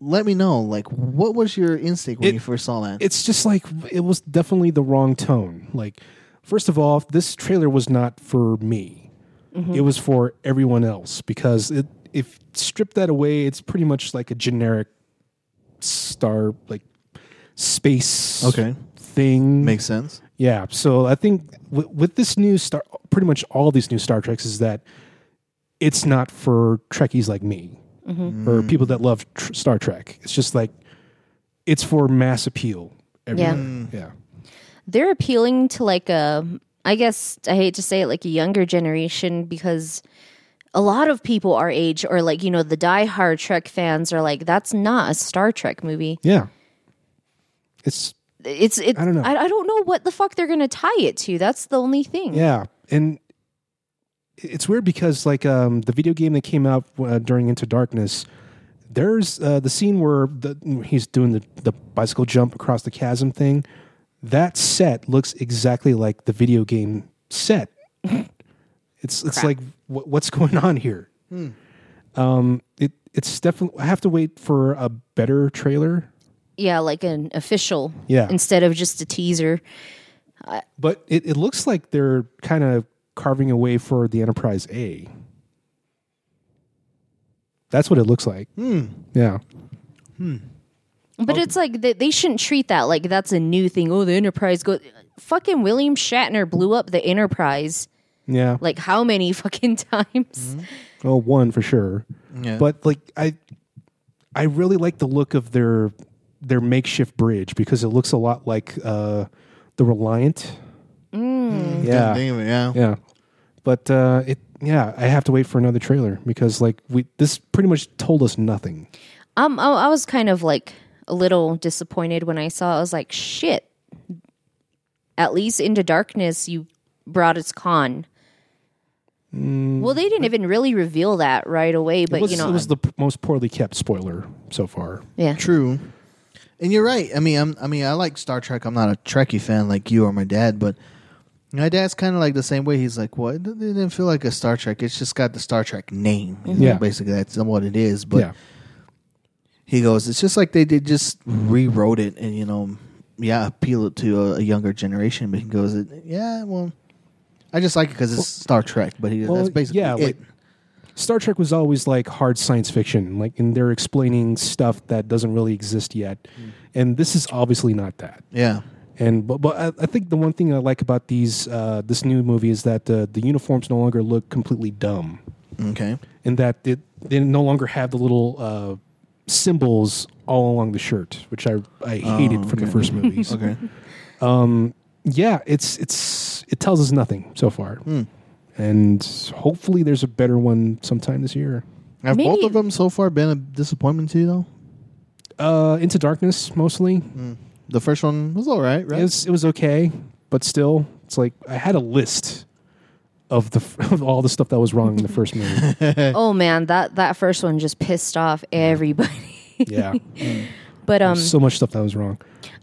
D: let me know. Like, what was your instinct when
J: It-
D: you first saw that?
J: it's just like it was definitely the wrong tone. Like, first of all, this trailer was not for me. It was for everyone else because it if strip that away, it's pretty much like a generic star like space
D: Okay.
J: thing.
D: Makes sense.
J: Yeah. So I think w- with this new star, pretty much all these new Star Treks is that it's not for Trekkies like me or people that love tr- Star Trek. It's just like it's for mass appeal.
C: Yeah.
J: Everywhere. Yeah. Yeah.
C: they're appealing to like a I guess I hate to say it like a younger generation because a lot of people our age or like, you know, the diehard Trek fans are like, that's not a Star Trek movie.
J: It's
C: It's it
J: I don't know.
C: I, I don't know what the fuck they're gonna tie it to. That's the only thing.
J: yeah, and it's weird because like um, the video game that came out uh, during Into Darkness. There's uh, the scene where the, he's doing the, the bicycle jump across the chasm thing. That set looks exactly like the video game set It's it's like what, what's going on here? Um, it it's definitely. I have to wait for a better trailer,
C: Yeah, like an official
J: Yeah.
C: instead of just a teaser.
J: but it, it looks like they're kind of carving a way for the Enterprise A. That's what it looks like. Yeah,
C: But it's like they, they shouldn't treat that like that's a new thing. Oh, the Enterprise go fucking William Shatner blew up the Enterprise
J: yeah.
C: like how many (laughs) fucking times?
J: Oh, one for sure.
D: Yeah.
J: But like I, I really like the look of their their makeshift bridge because it looks a lot like uh, the Reliant. Yeah,
D: Think of it, yeah.
J: Yeah. But uh, it yeah, I have to wait for another trailer because like we this pretty much told us nothing.
C: Um, I, I was kind of like a little disappointed when I saw. it. I was like, shit. At least into darkness, you brought its con. well, they didn't even really reveal that right away, but
J: Mm, it was,
C: you know,
J: it was the p- most poorly kept spoiler so far.
C: yeah,
D: True. And you're right. I mean, I'm, I mean, I like Star Trek. I'm not a Trekkie fan like you or my dad, but my dad's kind of like the same way. He's like, "What? It didn't feel like a Star Trek. It's just got the Star Trek name. You know,
J: Yeah.
D: basically that's what it is." But
J: yeah.
D: he goes, "It's just like they did, just rewrote it, and you know, yeah, appeal it to a, a younger generation." But he goes, it- "Yeah, well, I just like it because it's Star Trek." But he,
J: well,
D: that's basically
J: yeah,
D: it.
J: like- Star Trek was always like hard science fiction, like and they're explaining stuff that doesn't really exist yet. And this is obviously not that.
D: yeah,
J: And but, but I, I think the one thing I like about these uh, this new movie is that uh, the uniforms no longer look completely dumb.
D: okay,
J: in that it, they no longer have the little uh, symbols all along the shirt, which I I hated from the first movies.
D: okay,
J: yeah, it's it's it tells us nothing so far, and hopefully there's a better one sometime this year.
D: Have
C: Maybe-
D: both of them so far been a disappointment to you though?
J: Uh, Into Darkness mostly.
D: The first one was all right, right?
J: It was it was okay, but still, it's like I had a list of the (laughs) f- of all the stuff that was wrong in the first movie.
C: oh man, that that first one just pissed off everybody. (laughs)
J: yeah,
C: but um,
J: so much stuff that was wrong.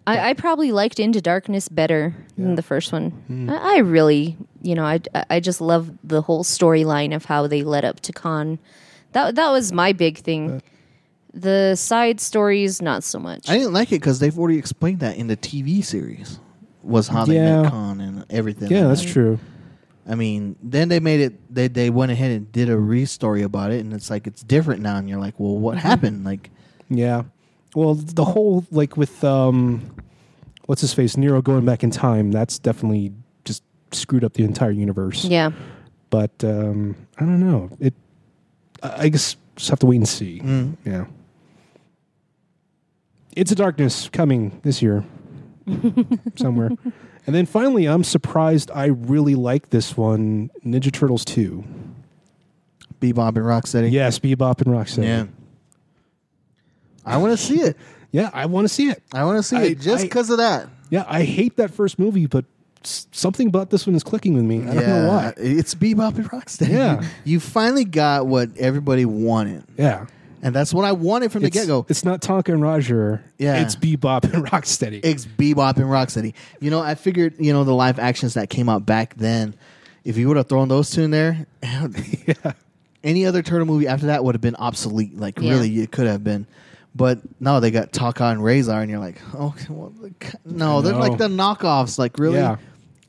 C: I, I probably liked Into Darkness better than the first one. I, I really, you know, I I just love the whole storyline of how they led up to Khan. That that was my big thing. The side stories, not so much.
D: I didn't like it because they've already explained that in the TV series was how they
J: Yeah.
D: met Khan and everything.
J: Yeah,
D: like
J: that's
D: that.
J: true.
D: I mean, then they made it. They they went ahead and did a re-story about it, and it's like it's different now. And you're like, well, what
J: Mm-hmm.
D: happened? Like,
J: Yeah. Well, the whole like with um, what's his face Nero going back in time. That's definitely just screwed up the entire universe.
C: yeah,
J: But um, I don't know. It. I I guess just have to wait and see.
D: Mm.
J: Yeah. It's a darkness coming this
D: (laughs)
J: year, somewhere, and then finally, I'm surprised. I really like this one, Ninja Turtles two.
D: Bebop and Rocksteady.
J: Yes, Bebop and Rocksteady.
D: yeah. I want to see it.
J: yeah. I want to see it.
D: I want to see
J: I-
D: it just
J: I-
D: because of that.
J: Yeah, I hate that first movie, but s- something about this one is clicking with me. I don't know why.
D: It's Bebop and Rocksteady.
J: Yeah.
D: you finally got what everybody wanted,
J: Yeah.
D: and that's what I wanted from the
J: It's-
D: get go.
J: It's not Tonka and Roger.
D: Yeah.
J: It's Bebop and (laughs) Rocksteady.
D: It's Bebop and Rocksteady. You know, I figured, you know, the live actions that came out back then, if you would have thrown those two in there, (laughs) any other turtle movie after that would have been obsolete. Like,
C: Yeah.
D: really, it could have been. But no, they got Taka and Razor, and you're like, oh, well, the c- no, they're
J: know.
D: like the knockoffs. Like, really?
J: Yeah.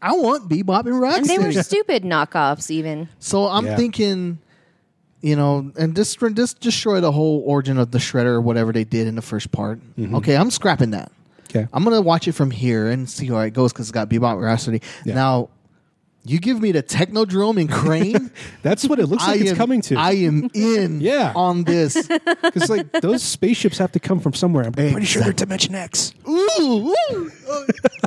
D: I want Bebop and Rocksteady.
C: and they were stupid knockoffs. Even
D: So I'm
J: Yeah.
D: thinking, you know, and this this destroy the whole origin of the shredder or whatever they did in the first part. Okay, I'm scrapping that.
J: Mm-hmm. Okay.
D: I'm gonna watch it from here and see how it goes because it's got Bebop Rhapsody. Now, you give me the Technodrome and Crane.
J: That's what it (laughs) looks like it's
D: am,
J: coming to.
D: I
J: (laughs)
D: am in.
J: Yeah.
D: on
J: (laughs)
D: this. (laughs)
J: Because like those spaceships have to come from somewhere. I'm pretty sure they're Dimension X.
D: Ooh, ooh.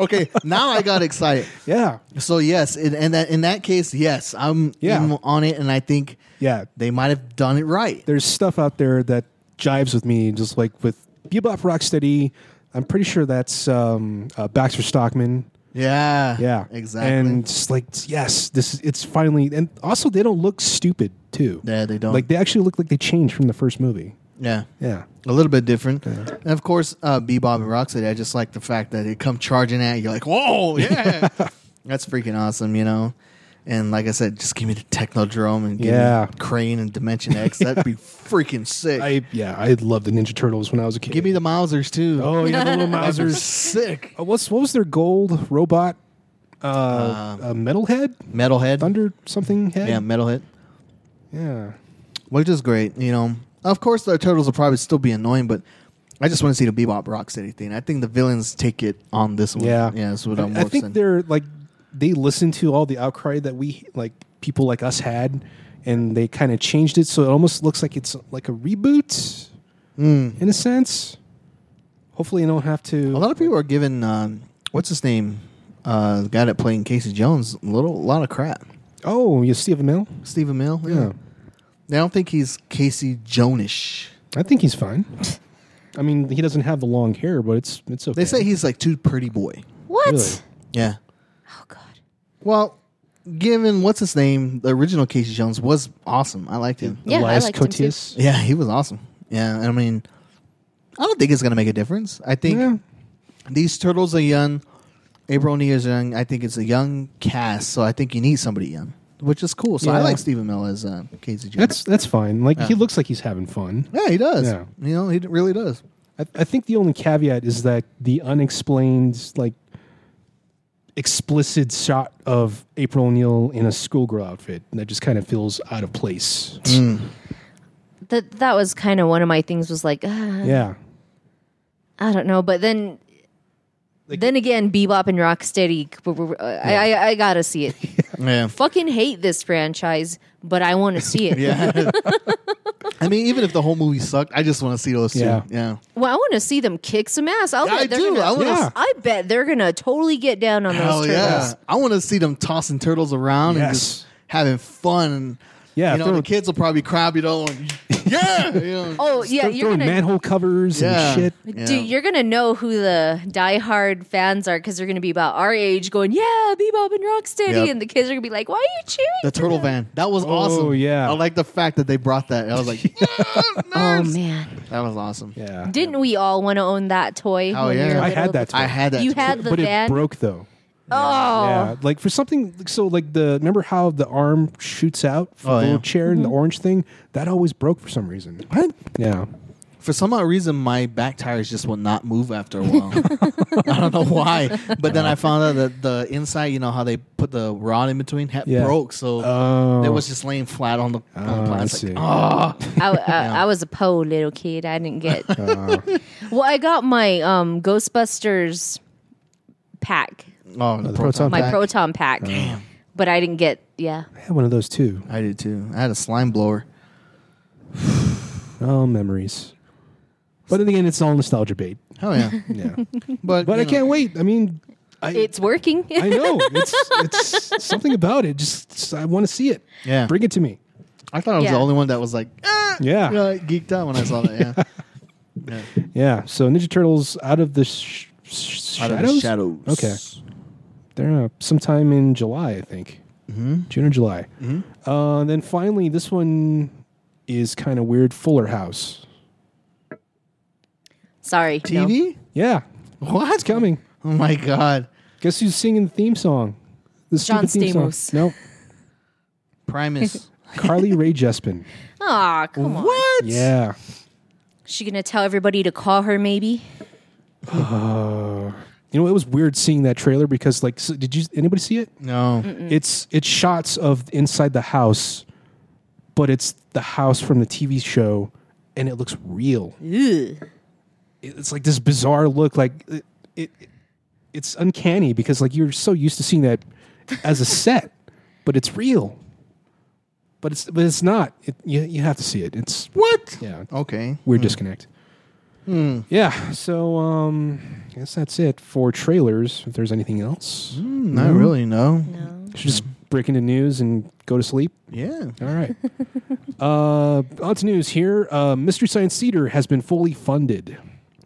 D: okay. Now I got excited.
J: Yeah.
D: So yes, in, and that in that case, yes, I'm
J: Yeah.
D: in on it, and I think
J: Yeah.
D: they might have done it right.
J: There's stuff out there that jives with me, just like with Bebop Rocksteady. I'm pretty sure that's um, uh, Baxter Stockman.
D: Yeah.
J: Yeah,
D: Exactly.
J: And just like, yes, this is, it's finally. And also, they don't look stupid too.
D: Yeah, they don't.
J: Like they actually look like they changed from the first movie.
D: yeah.
J: Yeah,
D: A little bit different. And of course, uh, Bebop and Rocksteady, I just like the fact that they come charging at you. You're like, whoa,
J: (laughs)
D: yeah. That's freaking awesome, you know? And like I said, just give me the Technodrome and give
J: Yeah.
D: me Crane and Dimension X. That'd
J: (laughs)
D: be freaking sick.
J: I yeah I loved the Ninja Turtles when I was a kid.
D: give me the Mausers, too.
J: oh yeah (laughs) the little
D: That'd be
J: Mausers.
D: sick.
J: Uh, what's what was their gold robot? Uh, uh,
D: Um,
J: metalhead,
D: Metalhead.
J: thunder something head.
D: Yeah, Metalhead.
J: yeah.
D: Which is great, you know. Of course, the Turtles will probably still be annoying, but I just want to see the Bebop Rocksteady thing. I think the villains take it on this one.
J: Yeah,
D: Yeah, that's what
J: I,
D: I'm
J: I think
D: saying.
J: they're like they listened to all the outcry that we like people like us had, and they kind of changed it so it almost looks like it's like a reboot
D: Hmm.
J: in a sense. Hopefully, I don't have to.
D: A lot of people are giving um, what's his name, uh, the guy that played Casey Jones, a little a lot of crap.
J: oh, you Stephen Mill?
D: Stephen Mill.
J: Yeah.
D: I don't think he's Casey Joneish.
J: I think he's
D: (laughs)
J: fine. I mean, he doesn't have the long hair, but it's it's okay.
D: They say he's like too pretty boy.
C: what?
J: Really?
D: Yeah.
C: Oh god,
D: Well, given what's his name, the original Casey Jones was awesome. I liked him.
C: yeah,
J: Elias
C: I liked him too.
J: Koteas.
D: Yeah, he was awesome. Yeah, I mean, I don't think it's gonna make a difference. I think
J: Yeah.
D: these turtles are young. April O'Neil is young. I think it's a young cast, so I think you need somebody young, which is cool. So I
J: Yeah.
D: like Stephen Mill as uh, Casey Jones.
J: That's that's fine. Like he looks like he's having fun.
D: Yeah, he does.
J: Yeah.
D: You know, he d- really does.
J: I, I think the only caveat is that the unexplained, like, explicit shot of April O'Neil in a schoolgirl outfit that just kind of feels out of place.
D: Mm.
C: That that was kind of one of my things. Was like, ah,
J: yeah,
C: I don't know, but then. then again, Bebop and Rocksteady. uh, I, I I gotta see it.
D: Yeah. (laughs)
C: Fucking hate this franchise, but I want to see it.
D: Yeah. (laughs) I mean, even if the whole movie sucked, I just want to see those two.
J: Yeah.
D: Yeah.
C: Well, I want to see them kick some ass. I'll
D: Yeah,
C: bet
D: I
C: they're
D: do.
C: Gonna,
D: I wanna-
J: Yeah.
C: I bet they're gonna totally get down on
D: Hell
C: those turtles.
D: yeah. I want to see them tossing turtles around and
J: Yes.
D: just having fun.
J: Yeah,
D: You know,
J: throw-
D: the kids will probably crab, you know, and (laughs) yeah. You know.
C: Oh yeah,
J: Throw-
C: you're
J: throwing
C: gonna
J: manhole covers
D: Yeah.
J: and shit.
D: Yeah.
C: dude, you're gonna know who the diehard fans are because they're gonna be about our age, going yeah, Bebop and Rocksteady,
D: Yep.
C: and the kids are gonna be like, why are you cheering?
D: The turtle van. That was awesome.
J: Oh, yeah.
D: I like the fact that they brought that. I was
J: (laughs)
D: like, yeah,
C: Oh
D: nice.
C: man,
D: That was awesome.
J: Yeah,
C: didn't we all want to own that toy?
D: Oh,
C: when we
D: yeah.
C: were
J: I
C: little?
J: had that.
D: I
J: toy.
D: had that.
C: You
D: too.
C: had the
J: but
C: van.
J: it broke though.
C: oh,
J: Yeah, like for something. So like the remember how the arm shoots out from
D: Oh,
J: the little
D: yeah.
J: chair
C: Mm-hmm.
J: and the orange thing that always broke for some reason. What? Yeah.
D: For some odd reason, my back tires just will not move
C: (laughs)
D: after a while. I don't know why. But
J: Uh-huh.
D: then I found out that the inside, you know, how they put the rod in between, had
J: Yeah.
D: broke. So
J: Oh.
D: it was just laying flat on the, on the
J: I
D: plastic. Oh,
J: see.
C: I, I, I was a poor little kid. I didn't
D: (laughs)
C: get.
D: Uh.
C: well, I got my um, Ghostbusters pack,
D: Oh, the
J: proton
D: proton
C: my
D: pack.
C: proton pack, but I didn't get. Yeah,
J: I had one of those too.
D: I did too. I had a slime blower.
J: Oh, memories. But in the end, it's all nostalgia bait.
C: (laughs)
D: Hell yeah. (laughs)
J: Yeah.
D: But,
J: But
D: you
J: I
D: know,
J: can't wait. I mean, I,
C: it's working.
J: (laughs) I know it's it's something about it. Just I want to see it.
D: Yeah.
J: Bring it to me.
D: I thought I was
C: Yeah.
D: the only one that was like, ah!
J: Yeah.
D: You know, I geeked out when I saw that. Yeah.
J: Yeah. So Ninja Turtles out of the sh- sh-
D: Out of the
J: shadows.
D: shadows.
J: Okay. They're uh, sometime in July, I think. Mm-hmm. June or July. Mm-hmm. Uh, then finally, this one is kind of weird. Fuller House.
C: (laughs) Sorry, no.
D: TV?
J: Yeah.
D: What?
J: It's coming.
D: Oh my god.
J: Guess who's singing the theme song? The
C: John
J: stupid theme song.
C: Stamos. (laughs)
J: No.
D: Primus. (laughs)
J: Carly Ray Jepsen.
C: Aw, come on.
D: what?
J: Yeah.
C: She gonna tell everybody to call her? Maybe.
J: You know, it was weird seeing that trailer because, like, so did you anybody see it?
D: No.
J: It's it's shots of inside the house, but it's the house from the TV show, and it looks real.
C: Ugh.
J: It- It's like this bizarre look, like it, it it's uncanny because like you're so used to seeing that as a set, (laughs) but it's real. But it's but it's not. It, you you have to see it. It's
D: What?
J: yeah
D: Okay.
J: weird disconnect. Yeah, so um, I guess that's it for trailers. If there's anything else,
D: Not really, no.
J: should just break into news and go to sleep.
D: Yeah.
J: All right. uh, on to news here. Uh, Mystery Science Theater has been fully funded.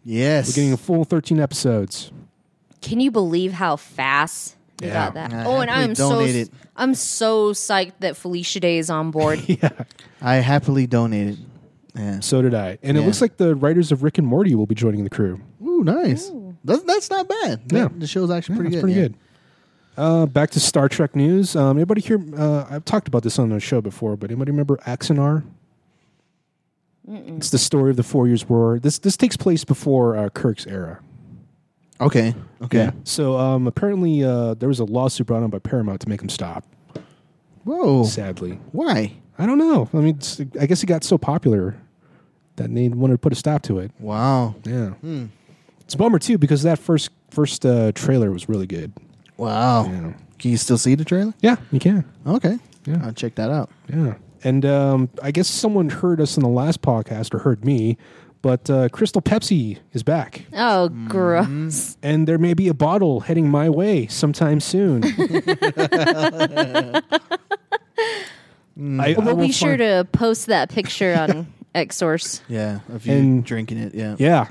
D: Yes.
J: We're getting a full 13 episodes.
C: Can you believe how fast they
J: Yeah.
C: got that?
D: I
C: oh, and
D: happily
C: I'm so
D: donate it.
C: I'm so psyched that Felicia Day is on
J: (laughs)
C: board.
D: I happily donated. Yeah.
J: So did I. And it
D: Yeah.
J: looks like the writers of Rick and Morty will be joining the crew.
D: Ooh, nice. That's, that's not bad.
J: Yeah.
D: The, the show's actually pretty
J: That's
D: good.
J: pretty
D: yeah.
J: good. Uh, back to Star Trek news. Um, anybody here? Uh, I've talked about this on the show before, but anybody remember Axanar? It's the story of the Four Years' War. This this takes place before uh, Kirk's era.
D: Okay. Okay.
J: So um, apparently, uh, there was a lawsuit brought on by Paramount to make him stop.
D: Whoa.
J: Sadly,
D: Why?
J: I don't know. I mean, it's, I guess it got so popular that they wanted to put a stop to it.
D: Wow.
J: Yeah,
D: Hmm.
J: it's a bummer too because that first first uh, trailer was really good.
D: Wow. Can you still see the trailer?
J: Yeah, you can.
D: Okay.
J: Yeah.
D: I'll check that out.
J: Yeah. And um, I guess someone heard us in the last podcast or heard me, but uh, Crystal Pepsi is back.
C: Oh, gross.
J: And there may be a bottle heading my way sometime soon. (laughs) I, I
C: We'll
J: will
C: be sure
J: find-
C: to post that picture on (laughs) Xsource.
D: Yeah. If you
J: And-
D: drinking it, yeah.
J: Yeah.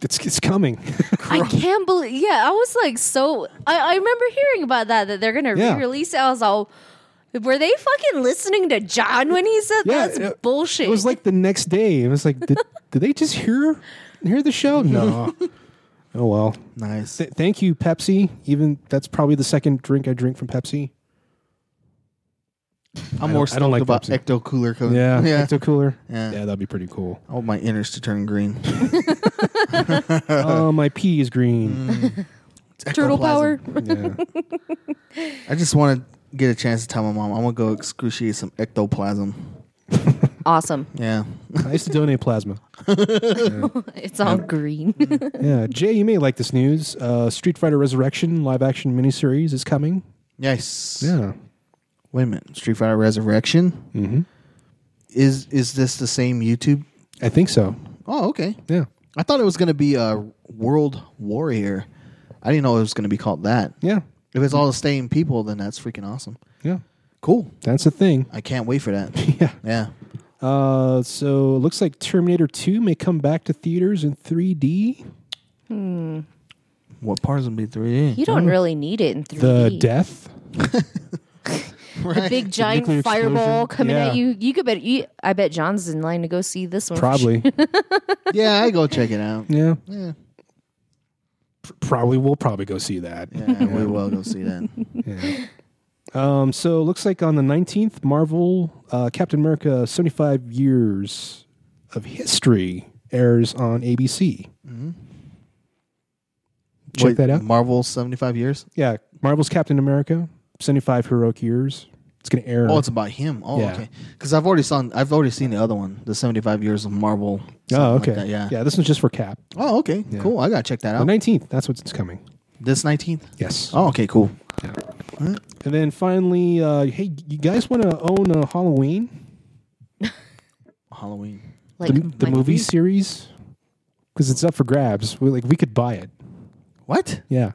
J: It's, it's coming. (laughs)
C: I can't believe. Yeah, I was like so. I, I remember hearing about that that they're gonna
J: Yeah.
C: re-release it. I was all, were they fucking listening to John when he said
J: Yeah,
C: that's
J: it-
C: bullshit?
J: It was like the next day. It was like, did, did they just hear hear the
C: (laughs)
J: show? No. oh well.
D: Nice.
J: Th- thank you, Pepsi. Even that's probably the second drink I drink from Pepsi.
D: I'm more
J: don't- I don't
D: stoked
J: like
D: about
J: Pepsi.
D: Ecto Cooler Coke.
J: Yeah,
D: Yeah.
J: Ecto Cooler.
D: Yeah.
J: yeah, that'd be pretty cool.
D: I want my innards to turn green.
J: Oh, my pee is green.
D: It's
C: turtle power.
D: ectoplasm.
J: Yeah.
D: I just want to get a chance to tell my mom I'm gonna go excruciate some ectoplasm.
C: Awesome.
D: Yeah. (laughs)
J: I used to donate plasma.
C: It's all green. (laughs)
J: Yeah, Jay, you may like this news. Uh, Street Fighter Resurrection live action miniseries is coming.
D: Yes.
J: Yeah,
D: Wait a minute. Street Fighter Resurrection. Mm-hmm. is is this the same YouTube?
J: I think so.
D: Oh, okay.
J: Yeah.
D: I thought it was going to be a World Warrior. I didn't know it was going to be called that.
J: Yeah.
D: If it's all the same people, then that's freaking awesome.
J: Yeah.
D: Cool.
J: That's a thing.
D: I can't wait for that.
J: (laughs)
D: (laughs)
J: Yeah.
D: yeah.
J: Uh, so it looks like Terminator 2 may come back to theaters in 3D.
D: What parts will be 3D?
C: (laughs) You don't really need it in 3D.
J: Mm-hmm. The death.
C: The big giant
J: nuclear
C: fireball
J: explosion.
C: coming
J: Yeah.
C: at you. You could bet. You, I bet John's in line to go see this one. for
J: Probably.
D: yeah, I go check it out.
J: (laughs) yeah.
D: Yeah.
J: P- Probably we'll probably go see that.
D: Yeah, we will go see that.
J: Yeah. Um, so it looks like on the 19th, Marvel uh, Captain America 75 Years of History airs on ABC.
D: Mm-hmm.
J: Check
D: Wait,
J: that out.
D: Marvel 75 years.
J: yeah. Marvel's Captain America 75 Heroic Years. It's going to air.
D: Oh, it's about him. Oh,
J: Yeah.
D: okay. Because I've already saw, I've already seen the other one, the 75 years of Marvel.
J: Oh,
D: something
J: okay.
D: like that, yeah.
J: Yeah. This one's just for Cap.
D: Oh, okay.
J: Yeah.
D: Cool. I gotta check that
J: The
D: out.
J: 19th. That's what's coming.
D: this 19th.
J: Yes.
D: Oh, okay. Cool.
J: And then finally, uh, hey, you guys want to own a Halloween
D: Halloween.
C: Like
J: the, the
C: Mike
J: movie
C: Reed.
J: series? Because it's up for grabs. We like we could buy it.
D: What?
J: Yeah,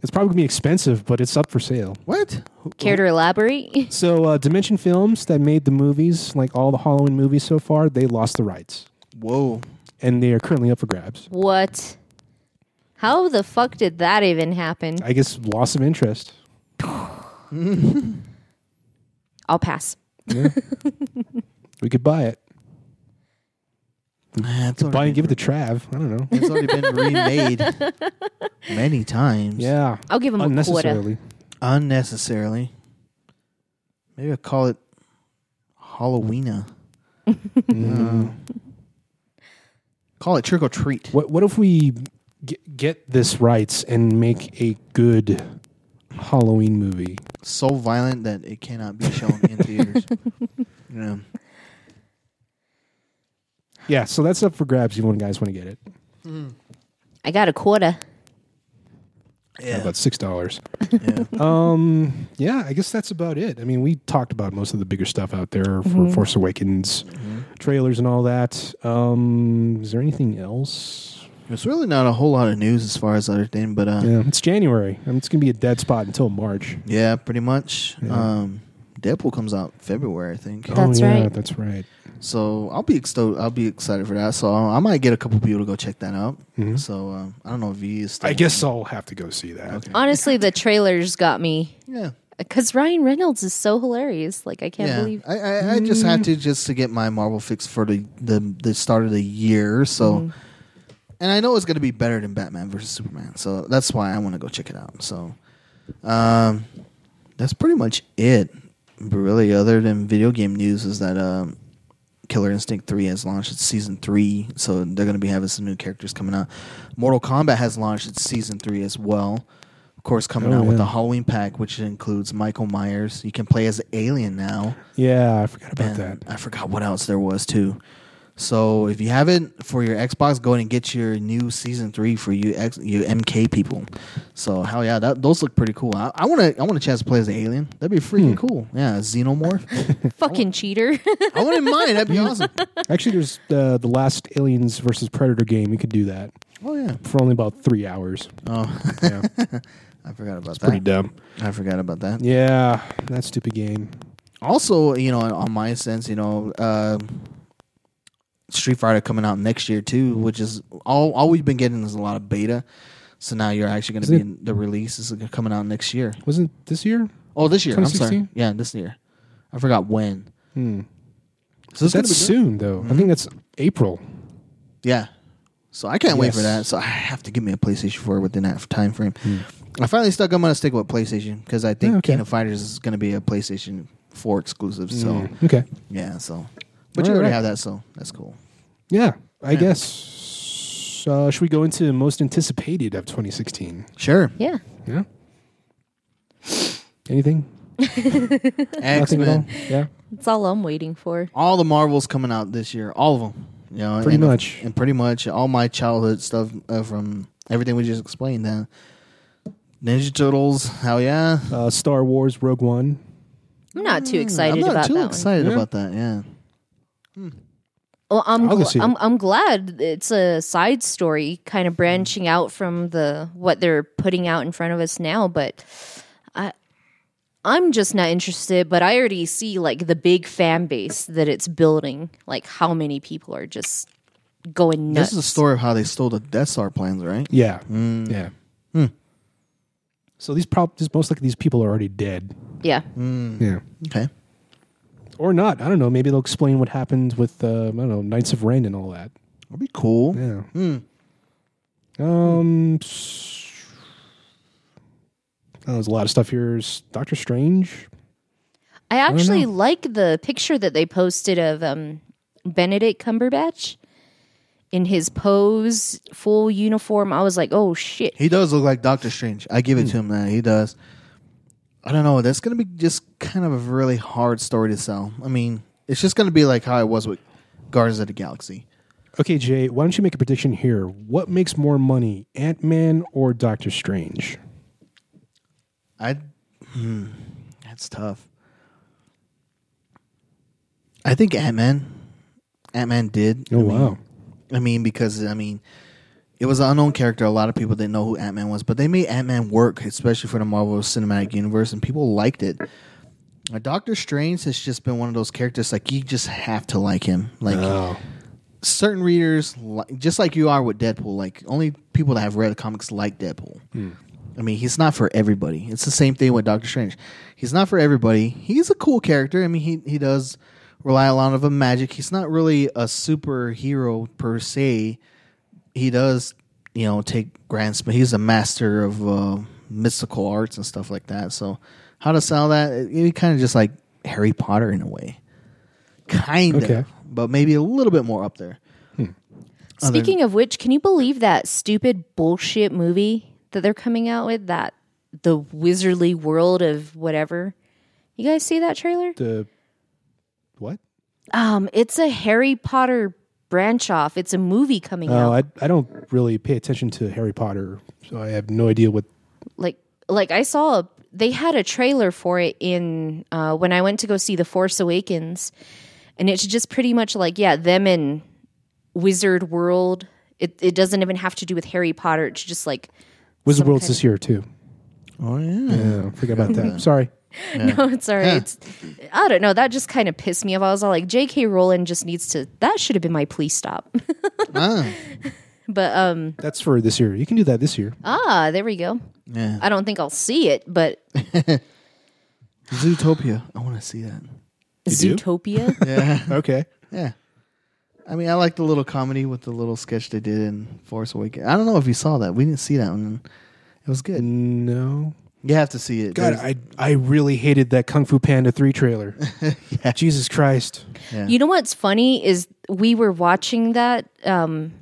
J: it's probably gonna be expensive, but it's up for sale.
D: What?
C: Care to elaborate?
J: So uh, Dimension Films that made the movies, like all the Halloween movies so far, they lost the rights,
D: Whoa.
J: and they are currently up for grabs.
C: what? How the fuck did that even happen?
J: I guess loss of interest.
C: I'll pass.
J: (laughs) We could buy it.
D: Man, it's,
J: Buy
D: already,
J: and give it to Trav. I don't (laughs) know.
D: it's already been
J: (laughs)
D: remade many times.
J: Yeah,
C: I'll give him a quarter.
J: unnecessarily.
D: Unnecessarily. Maybe I'll call it
J: (laughs)
D: Halloweena.
J: Mm.
D: Uh, call it trick or treat.
J: What What if we g- get this rights and make a good Halloween movie?
D: So violent that it cannot be shown in theaters. yeah.
J: Yeah, so that's up for grabs. If you guys want to get it,
C: I got a quarter.
D: Yeah.
J: about six dollars.
D: yeah.
J: Um, yeah, I guess that's about it. I mean, we talked about most of the bigger stuff out there for Force Awakens trailers and all that. Um, is there anything else?
D: There's really not a whole lot of news as far as other thing, but uh,
J: Yeah, it's January. I mean, it's gonna be a dead spot until March.
D: Yeah, pretty much. Um, Deadpool comes out February, I think.
C: That's
J: oh, yeah,
C: right.
J: That's right.
D: So I'll be exto- I'll be excited for that. So I might get a couple people to go check that out. So um, I don't know if he is. Still
J: Mm-hmm. I guess I'll have to go see that.
D: Okay.
C: Honestly, the trailers got me
D: Yeah,
C: because Ryan Reynolds is so hilarious. Like I can't
D: yeah.
C: believe Mm.
D: I, I, I just had to just to get my Marvel fix for the the, the start of the year. So,
C: Mm-hmm.
D: and I know it's going to be better than Batman versus Superman. So that's why I want to go check it out. So, um, that's pretty much it. But really, other than video game news, is that um, Killer Instinct 3 has launched its season 3, so they're going to be having some new characters coming out. Mortal Kombat has launched its season 3 as well. Of course, coming
J: Oh,
D: out with
J: yeah.
D: the Halloween pack, which includes Michael Myers. You can play as an alien now.
J: Yeah, I forgot about
D: And
J: that.
D: I forgot what else there was too. So if you haven't for your Xbox, go ahead and get your new season three for you X, you MK people. So hell yeah, that, those look pretty cool. I want to I want a chance to play as an alien. That'd be freaking
J: Hmm.
D: cool. Yeah, xenomorph. (laughs)
C: fucking cheater. (laughs)
D: I wouldn't mind.
J: (laughs)
D: That'd be awesome.
J: Actually, there's uh, the last Aliens versus Predator game. You could do that
D: Oh yeah.
J: for only about three hours.
D: Oh, (laughs)
J: Yeah,
D: I forgot about
J: pretty
D: that.
J: dumb.
D: I forgot about that.
J: Yeah, that stupid game.
D: also, you know, on my sense, you know, uh, Street Fighter coming out next year too, which is all all we've been getting is a lot of beta. So now you're actually going to be
J: Isn't
D: in the release is coming out next year.
J: Wasn't it this year?
D: Oh, this year. I'm sorry.
J: 2016?
D: Yeah, this year. I forgot when.
J: Hmm.
D: So it's gonna
J: That's
D: be good.
J: soon, though. I think that's April.
D: Yeah. So I can't wait for
J: Yes. Hmm.
D: that. So I have to give me a PlayStation 4 within that time frame. I finally stuck. I'm gonna stick with PlayStation because I think
J: Yeah, okay.
D: King of Fighters is gonna be a PlayStation 4 exclusive. So
J: Okay.
D: yeah. So, but you
J: All
D: already
J: right.
D: have that. So that's cool.
J: Yeah, I guess. Uh, should we go into most anticipated of 2016?
D: Sure.
C: yeah.
J: Yeah. Anything?
D: X
J: Nothing at all?
D: Men.
J: Yeah.
C: That's all I'm waiting for.
D: All the Marvels coming out this year. All of them. You know,
J: Pretty
D: and-
J: much.
D: And pretty much all my childhood stuff uh, from everything we just explained. Now, Ninja Turtles. Hell yeah.
J: Uh, Star Wars Rogue One.
C: I'm not too excited
D: Mm, I'm not
C: about
D: too
C: that
D: excited
J: Yeah.
D: about that. Yeah.
C: Well, I'm,
J: I'll go
C: gl-
J: see it.
C: I'm I'm glad it's a side story, kind of
D: Mm.
C: branching out from the what they're putting out in front of us now. But I, I'm just not interested. But I already see like the big fan base that it's building. Like how many people are just going nuts.
D: This is a story of how they stole the Death Star plans, right?
J: Yeah. Yeah. So these prob just most likely these people are already dead.
C: Yeah,
J: Yeah.
D: Okay.
J: Or not. I don't know. Maybe they'll explain what happened with uh, I don't know, Knights of Ren and all that.
D: That'd be cool.
J: Yeah. Um s- oh, there's a lot of stuff here. S- Doctor Strange.
C: I actually like the picture that they posted of um, Benedict Cumberbatch in his pose, full uniform. I was like, oh shit.
D: He does look like Doctor Strange. I give it
J: Hmm.
D: to him that he does. I don't know. That's going to be just kind of a really hard story to sell. I mean, it's just going to be like how it was with Guardians of the Galaxy.
J: Okay, Jay, why don't you make a prediction here? What makes more money, Ant Man or Doctor Strange?
D: I hmm, that's tough. I think Ant Man. Ant Man did.
J: Oh
D: I mean,
J: wow.
D: I mean, because I mean, it was an unknown character. A lot of people didn't know who Ant Man was, but they made Ant Man work, especially for the Marvel Cinematic Universe, and people liked it. Uh, Doctor Strange has just been one of those characters like you just have to like him. Like certain readers, li- just like you are with Deadpool, like only people that have read the comics like Deadpool. I mean, he's not for everybody. It's the same thing with Doctor Strange. He's not for everybody. He's a cool character. I mean, he, he does rely a lot of a magic. He's not really a superhero per se. He does, you know, take grants, but he's a master of uh, mystical arts and stuff like that. So, how to sell that? It, kind of just like Harry Potter in a way, kind of,
J: Okay.
D: but maybe a little bit more up there. Other-
C: Speaking of which, can you believe that stupid bullshit movie that they're coming out with? That the Wizardly World of whatever. You guys see that trailer?
J: The what?
C: Um, it's a Harry Potter branch off. It's a movie coming
J: Oh,
C: out.
J: I, I don't really pay attention to Harry Potter, so I have no idea what.
C: like like I saw a, they had a trailer for it in uh, when I went to go see The Force Awakens, and it's just pretty much like yeah, them in Wizard World. It it doesn't even have to do with Harry Potter. It's just like (laughs)
J: Wizard
C: Some
J: World's
C: kind
J: this year too.
D: Oh yeah.
J: Yeah, forget about (laughs) that. Sorry.
C: No, it's all right.
D: Huh.
C: It's, I don't know. That just kind of pissed me off. I was all like, J.K. Rowling just needs to. That should have been my please stop. (laughs)
D: Ah,
C: but um,
J: That's for this year. You can do that this year.
C: ah, there we go.
D: yeah.
C: I don't think I'll see it, but
D: Zootopia. I want to see that.
J: do?
C: Zootopia.
D: Yeah.
J: Okay.
D: Yeah. I mean, I like the little comedy with the little sketch they did in Force Awakens. I don't know if you saw that. We didn't see that one. It was good.
J: No.
D: You have to see it.
J: God,
D: There's-
J: I I really hated that Kung Fu Panda three trailer.
D: (laughs)
J: Jesus Christ.
C: You know what's funny is we were watching that um,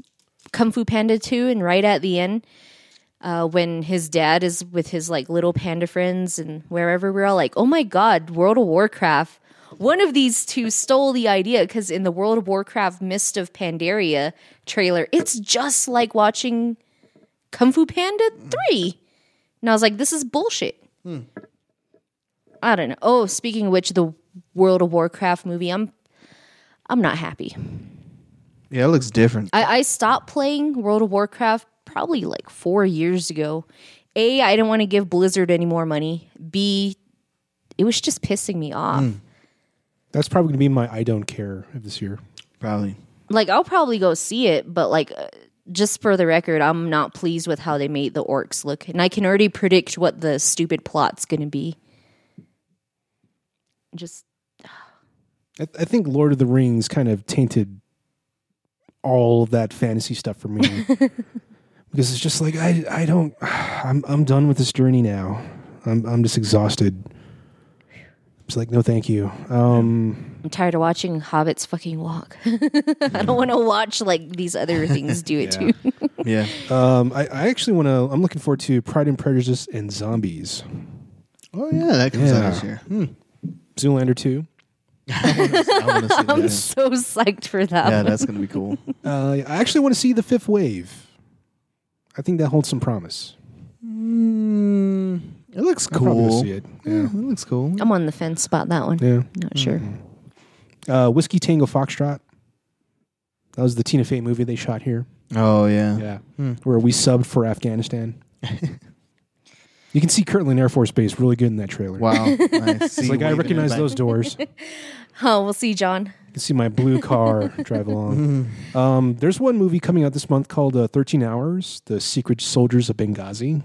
C: Kung Fu Panda 2, and right at the end, uh, when his dad is with his like little panda friends and wherever, we're all like, "Oh my god, World of Warcraft!" One of these two stole the idea because in the World of Warcraft Mist of Pandaria trailer, it's just like watching Kung Fu Panda 3. And I was like, this is bullshit. I don't know. Oh, speaking of which, the World of Warcraft movie, I'm I'm not happy.
D: yeah, it looks different.
C: I, I stopped playing World of Warcraft probably like four years ago. A, I didn't want to give Blizzard any more money. B, it was just pissing me off.
D: Hmm.
J: That's probably gonna be my I don't care of this year.
D: Probably.
C: Like, I'll probably go see it, but like, uh, just for the record, I'm not pleased with how they made the orcs look. And I can already predict what the stupid plot's going to be. Just,
J: I, I think Lord of the Rings kind of tainted all of that fantasy stuff
D: (laughs)
J: for me because it's just like I I don't I'm I'm done with this journey now. I'm I'm just exhausted. It's like no, thank you. Um,
C: I'm tired of watching hobbits fucking walk. (laughs) I don't want to watch like these other things do
D: (laughs)
C: it too.
D: Yeah.
J: um, I, I actually want to. I'm looking forward to Pride and Prejudice and Zombies,
D: oh yeah, that comes
J: Yeah.
D: out this year. Hmm.
J: Zoolander two.
D: (laughs) I want (laughs) to see
C: (laughs) I'm
D: that.
C: so psyched for that.
D: Yeah,
C: one.
D: that's gonna be cool.
J: Uh, I actually want to see the Fifth Wave. I think that holds some promise.
D: Mm, it looks
J: I'll probably go
D: cool.
J: see it.
D: Yeah,
J: Yeah.
D: it looks cool.
J: Mm-hmm.
C: I'm on the fence about that one.
J: Yeah.
C: Not sure.
J: Uh, Whiskey Tango Foxtrot. That was the Tina Fey movie they shot here.
D: Oh yeah.
J: Yeah. Where we subbed for (laughs) Afghanistan. you can see Kirtland Air Force Base really good in that
D: (laughs)
J: trailer.
D: Wow. nice. See,
J: It's like
D: waving
J: I
D: it
J: recognize
D: back.
J: those (laughs) doors. You
C: Oh, we'll see, John.
J: can see my blue (laughs) car drive along. Um, there's one movie coming out this month called uh, 13 Hours, The Secret Soldiers of Benghazi.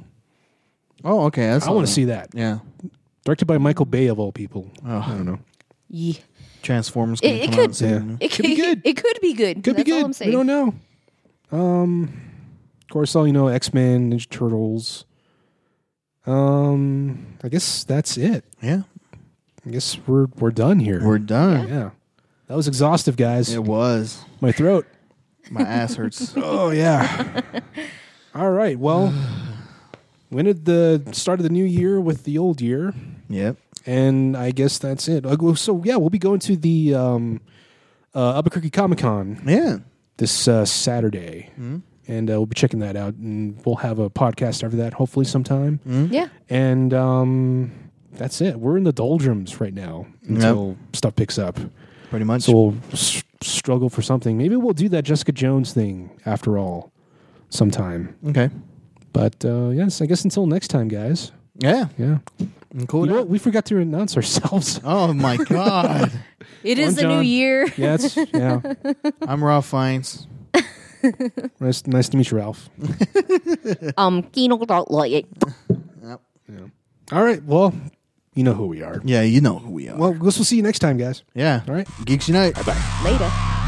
D: Oh, okay.
J: I want to see that.
D: Yeah.
J: Directed by Michael Bay, of all people.
D: Oh.
J: I don't know.
C: Yeah.
D: Transformers.
C: It- it
D: gonna come
C: could-
D: out and see
J: Yeah.
D: it.
C: It
J: Could be good.
C: It could be good.
J: Could
C: That's
J: be
C: all
J: good.
C: I'm
J: We
C: saying.
J: don't know. Um, of course, all you know, X Men, Ninja Turtles. Um, I guess that's it.
D: Yeah.
J: I guess we're we're done here.
D: We're done.
J: yeah, that was exhaustive, guys.
D: It was.
J: My throat.
D: My ass (laughs) hurts.
C: (laughs)
J: Oh yeah. all right. Well, when did the start of the new year with the old year?
D: yep.
J: And I guess that's it. Uh, well, So yeah, we'll be going to the um, uh, Albuquerque Comic Con
D: Yeah.
J: this uh, Saturday,
D: Mm-hmm.
J: and uh, we'll be checking that out, and we'll have a podcast after that, hopefully sometime.
D: Mm-hmm.
C: Yeah.
J: And um, that's it. We're in the doldrums right now until stuff picks up,
D: Pretty much.
J: so we'll s- struggle for something. Maybe we'll do that Jessica Jones thing after all, sometime.
D: okay.
J: But uh, yes, I guess until next time, guys.
D: Yeah.
J: Yeah,
D: Mm, Cool.
J: you know what? We forgot to
D: (laughs)
J: announce ourselves.
D: Oh
J: (laughs)
D: my god.
C: It is
J: Well,
C: the new
J: John. (laughs)
C: year.
J: yeah, it's yeah.
D: I'm Ralph Fiennes.
J: Nice, nice to meet
D: (laughs)
J: you, Ralph.
C: um, Kino don't like it.
J: All right. Well, you know who we are.
D: Yeah, you know who we are.
J: Well, I guess we'll see you next time, guys.
D: yeah.
J: All right.
D: Geeks Unite.
C: Later.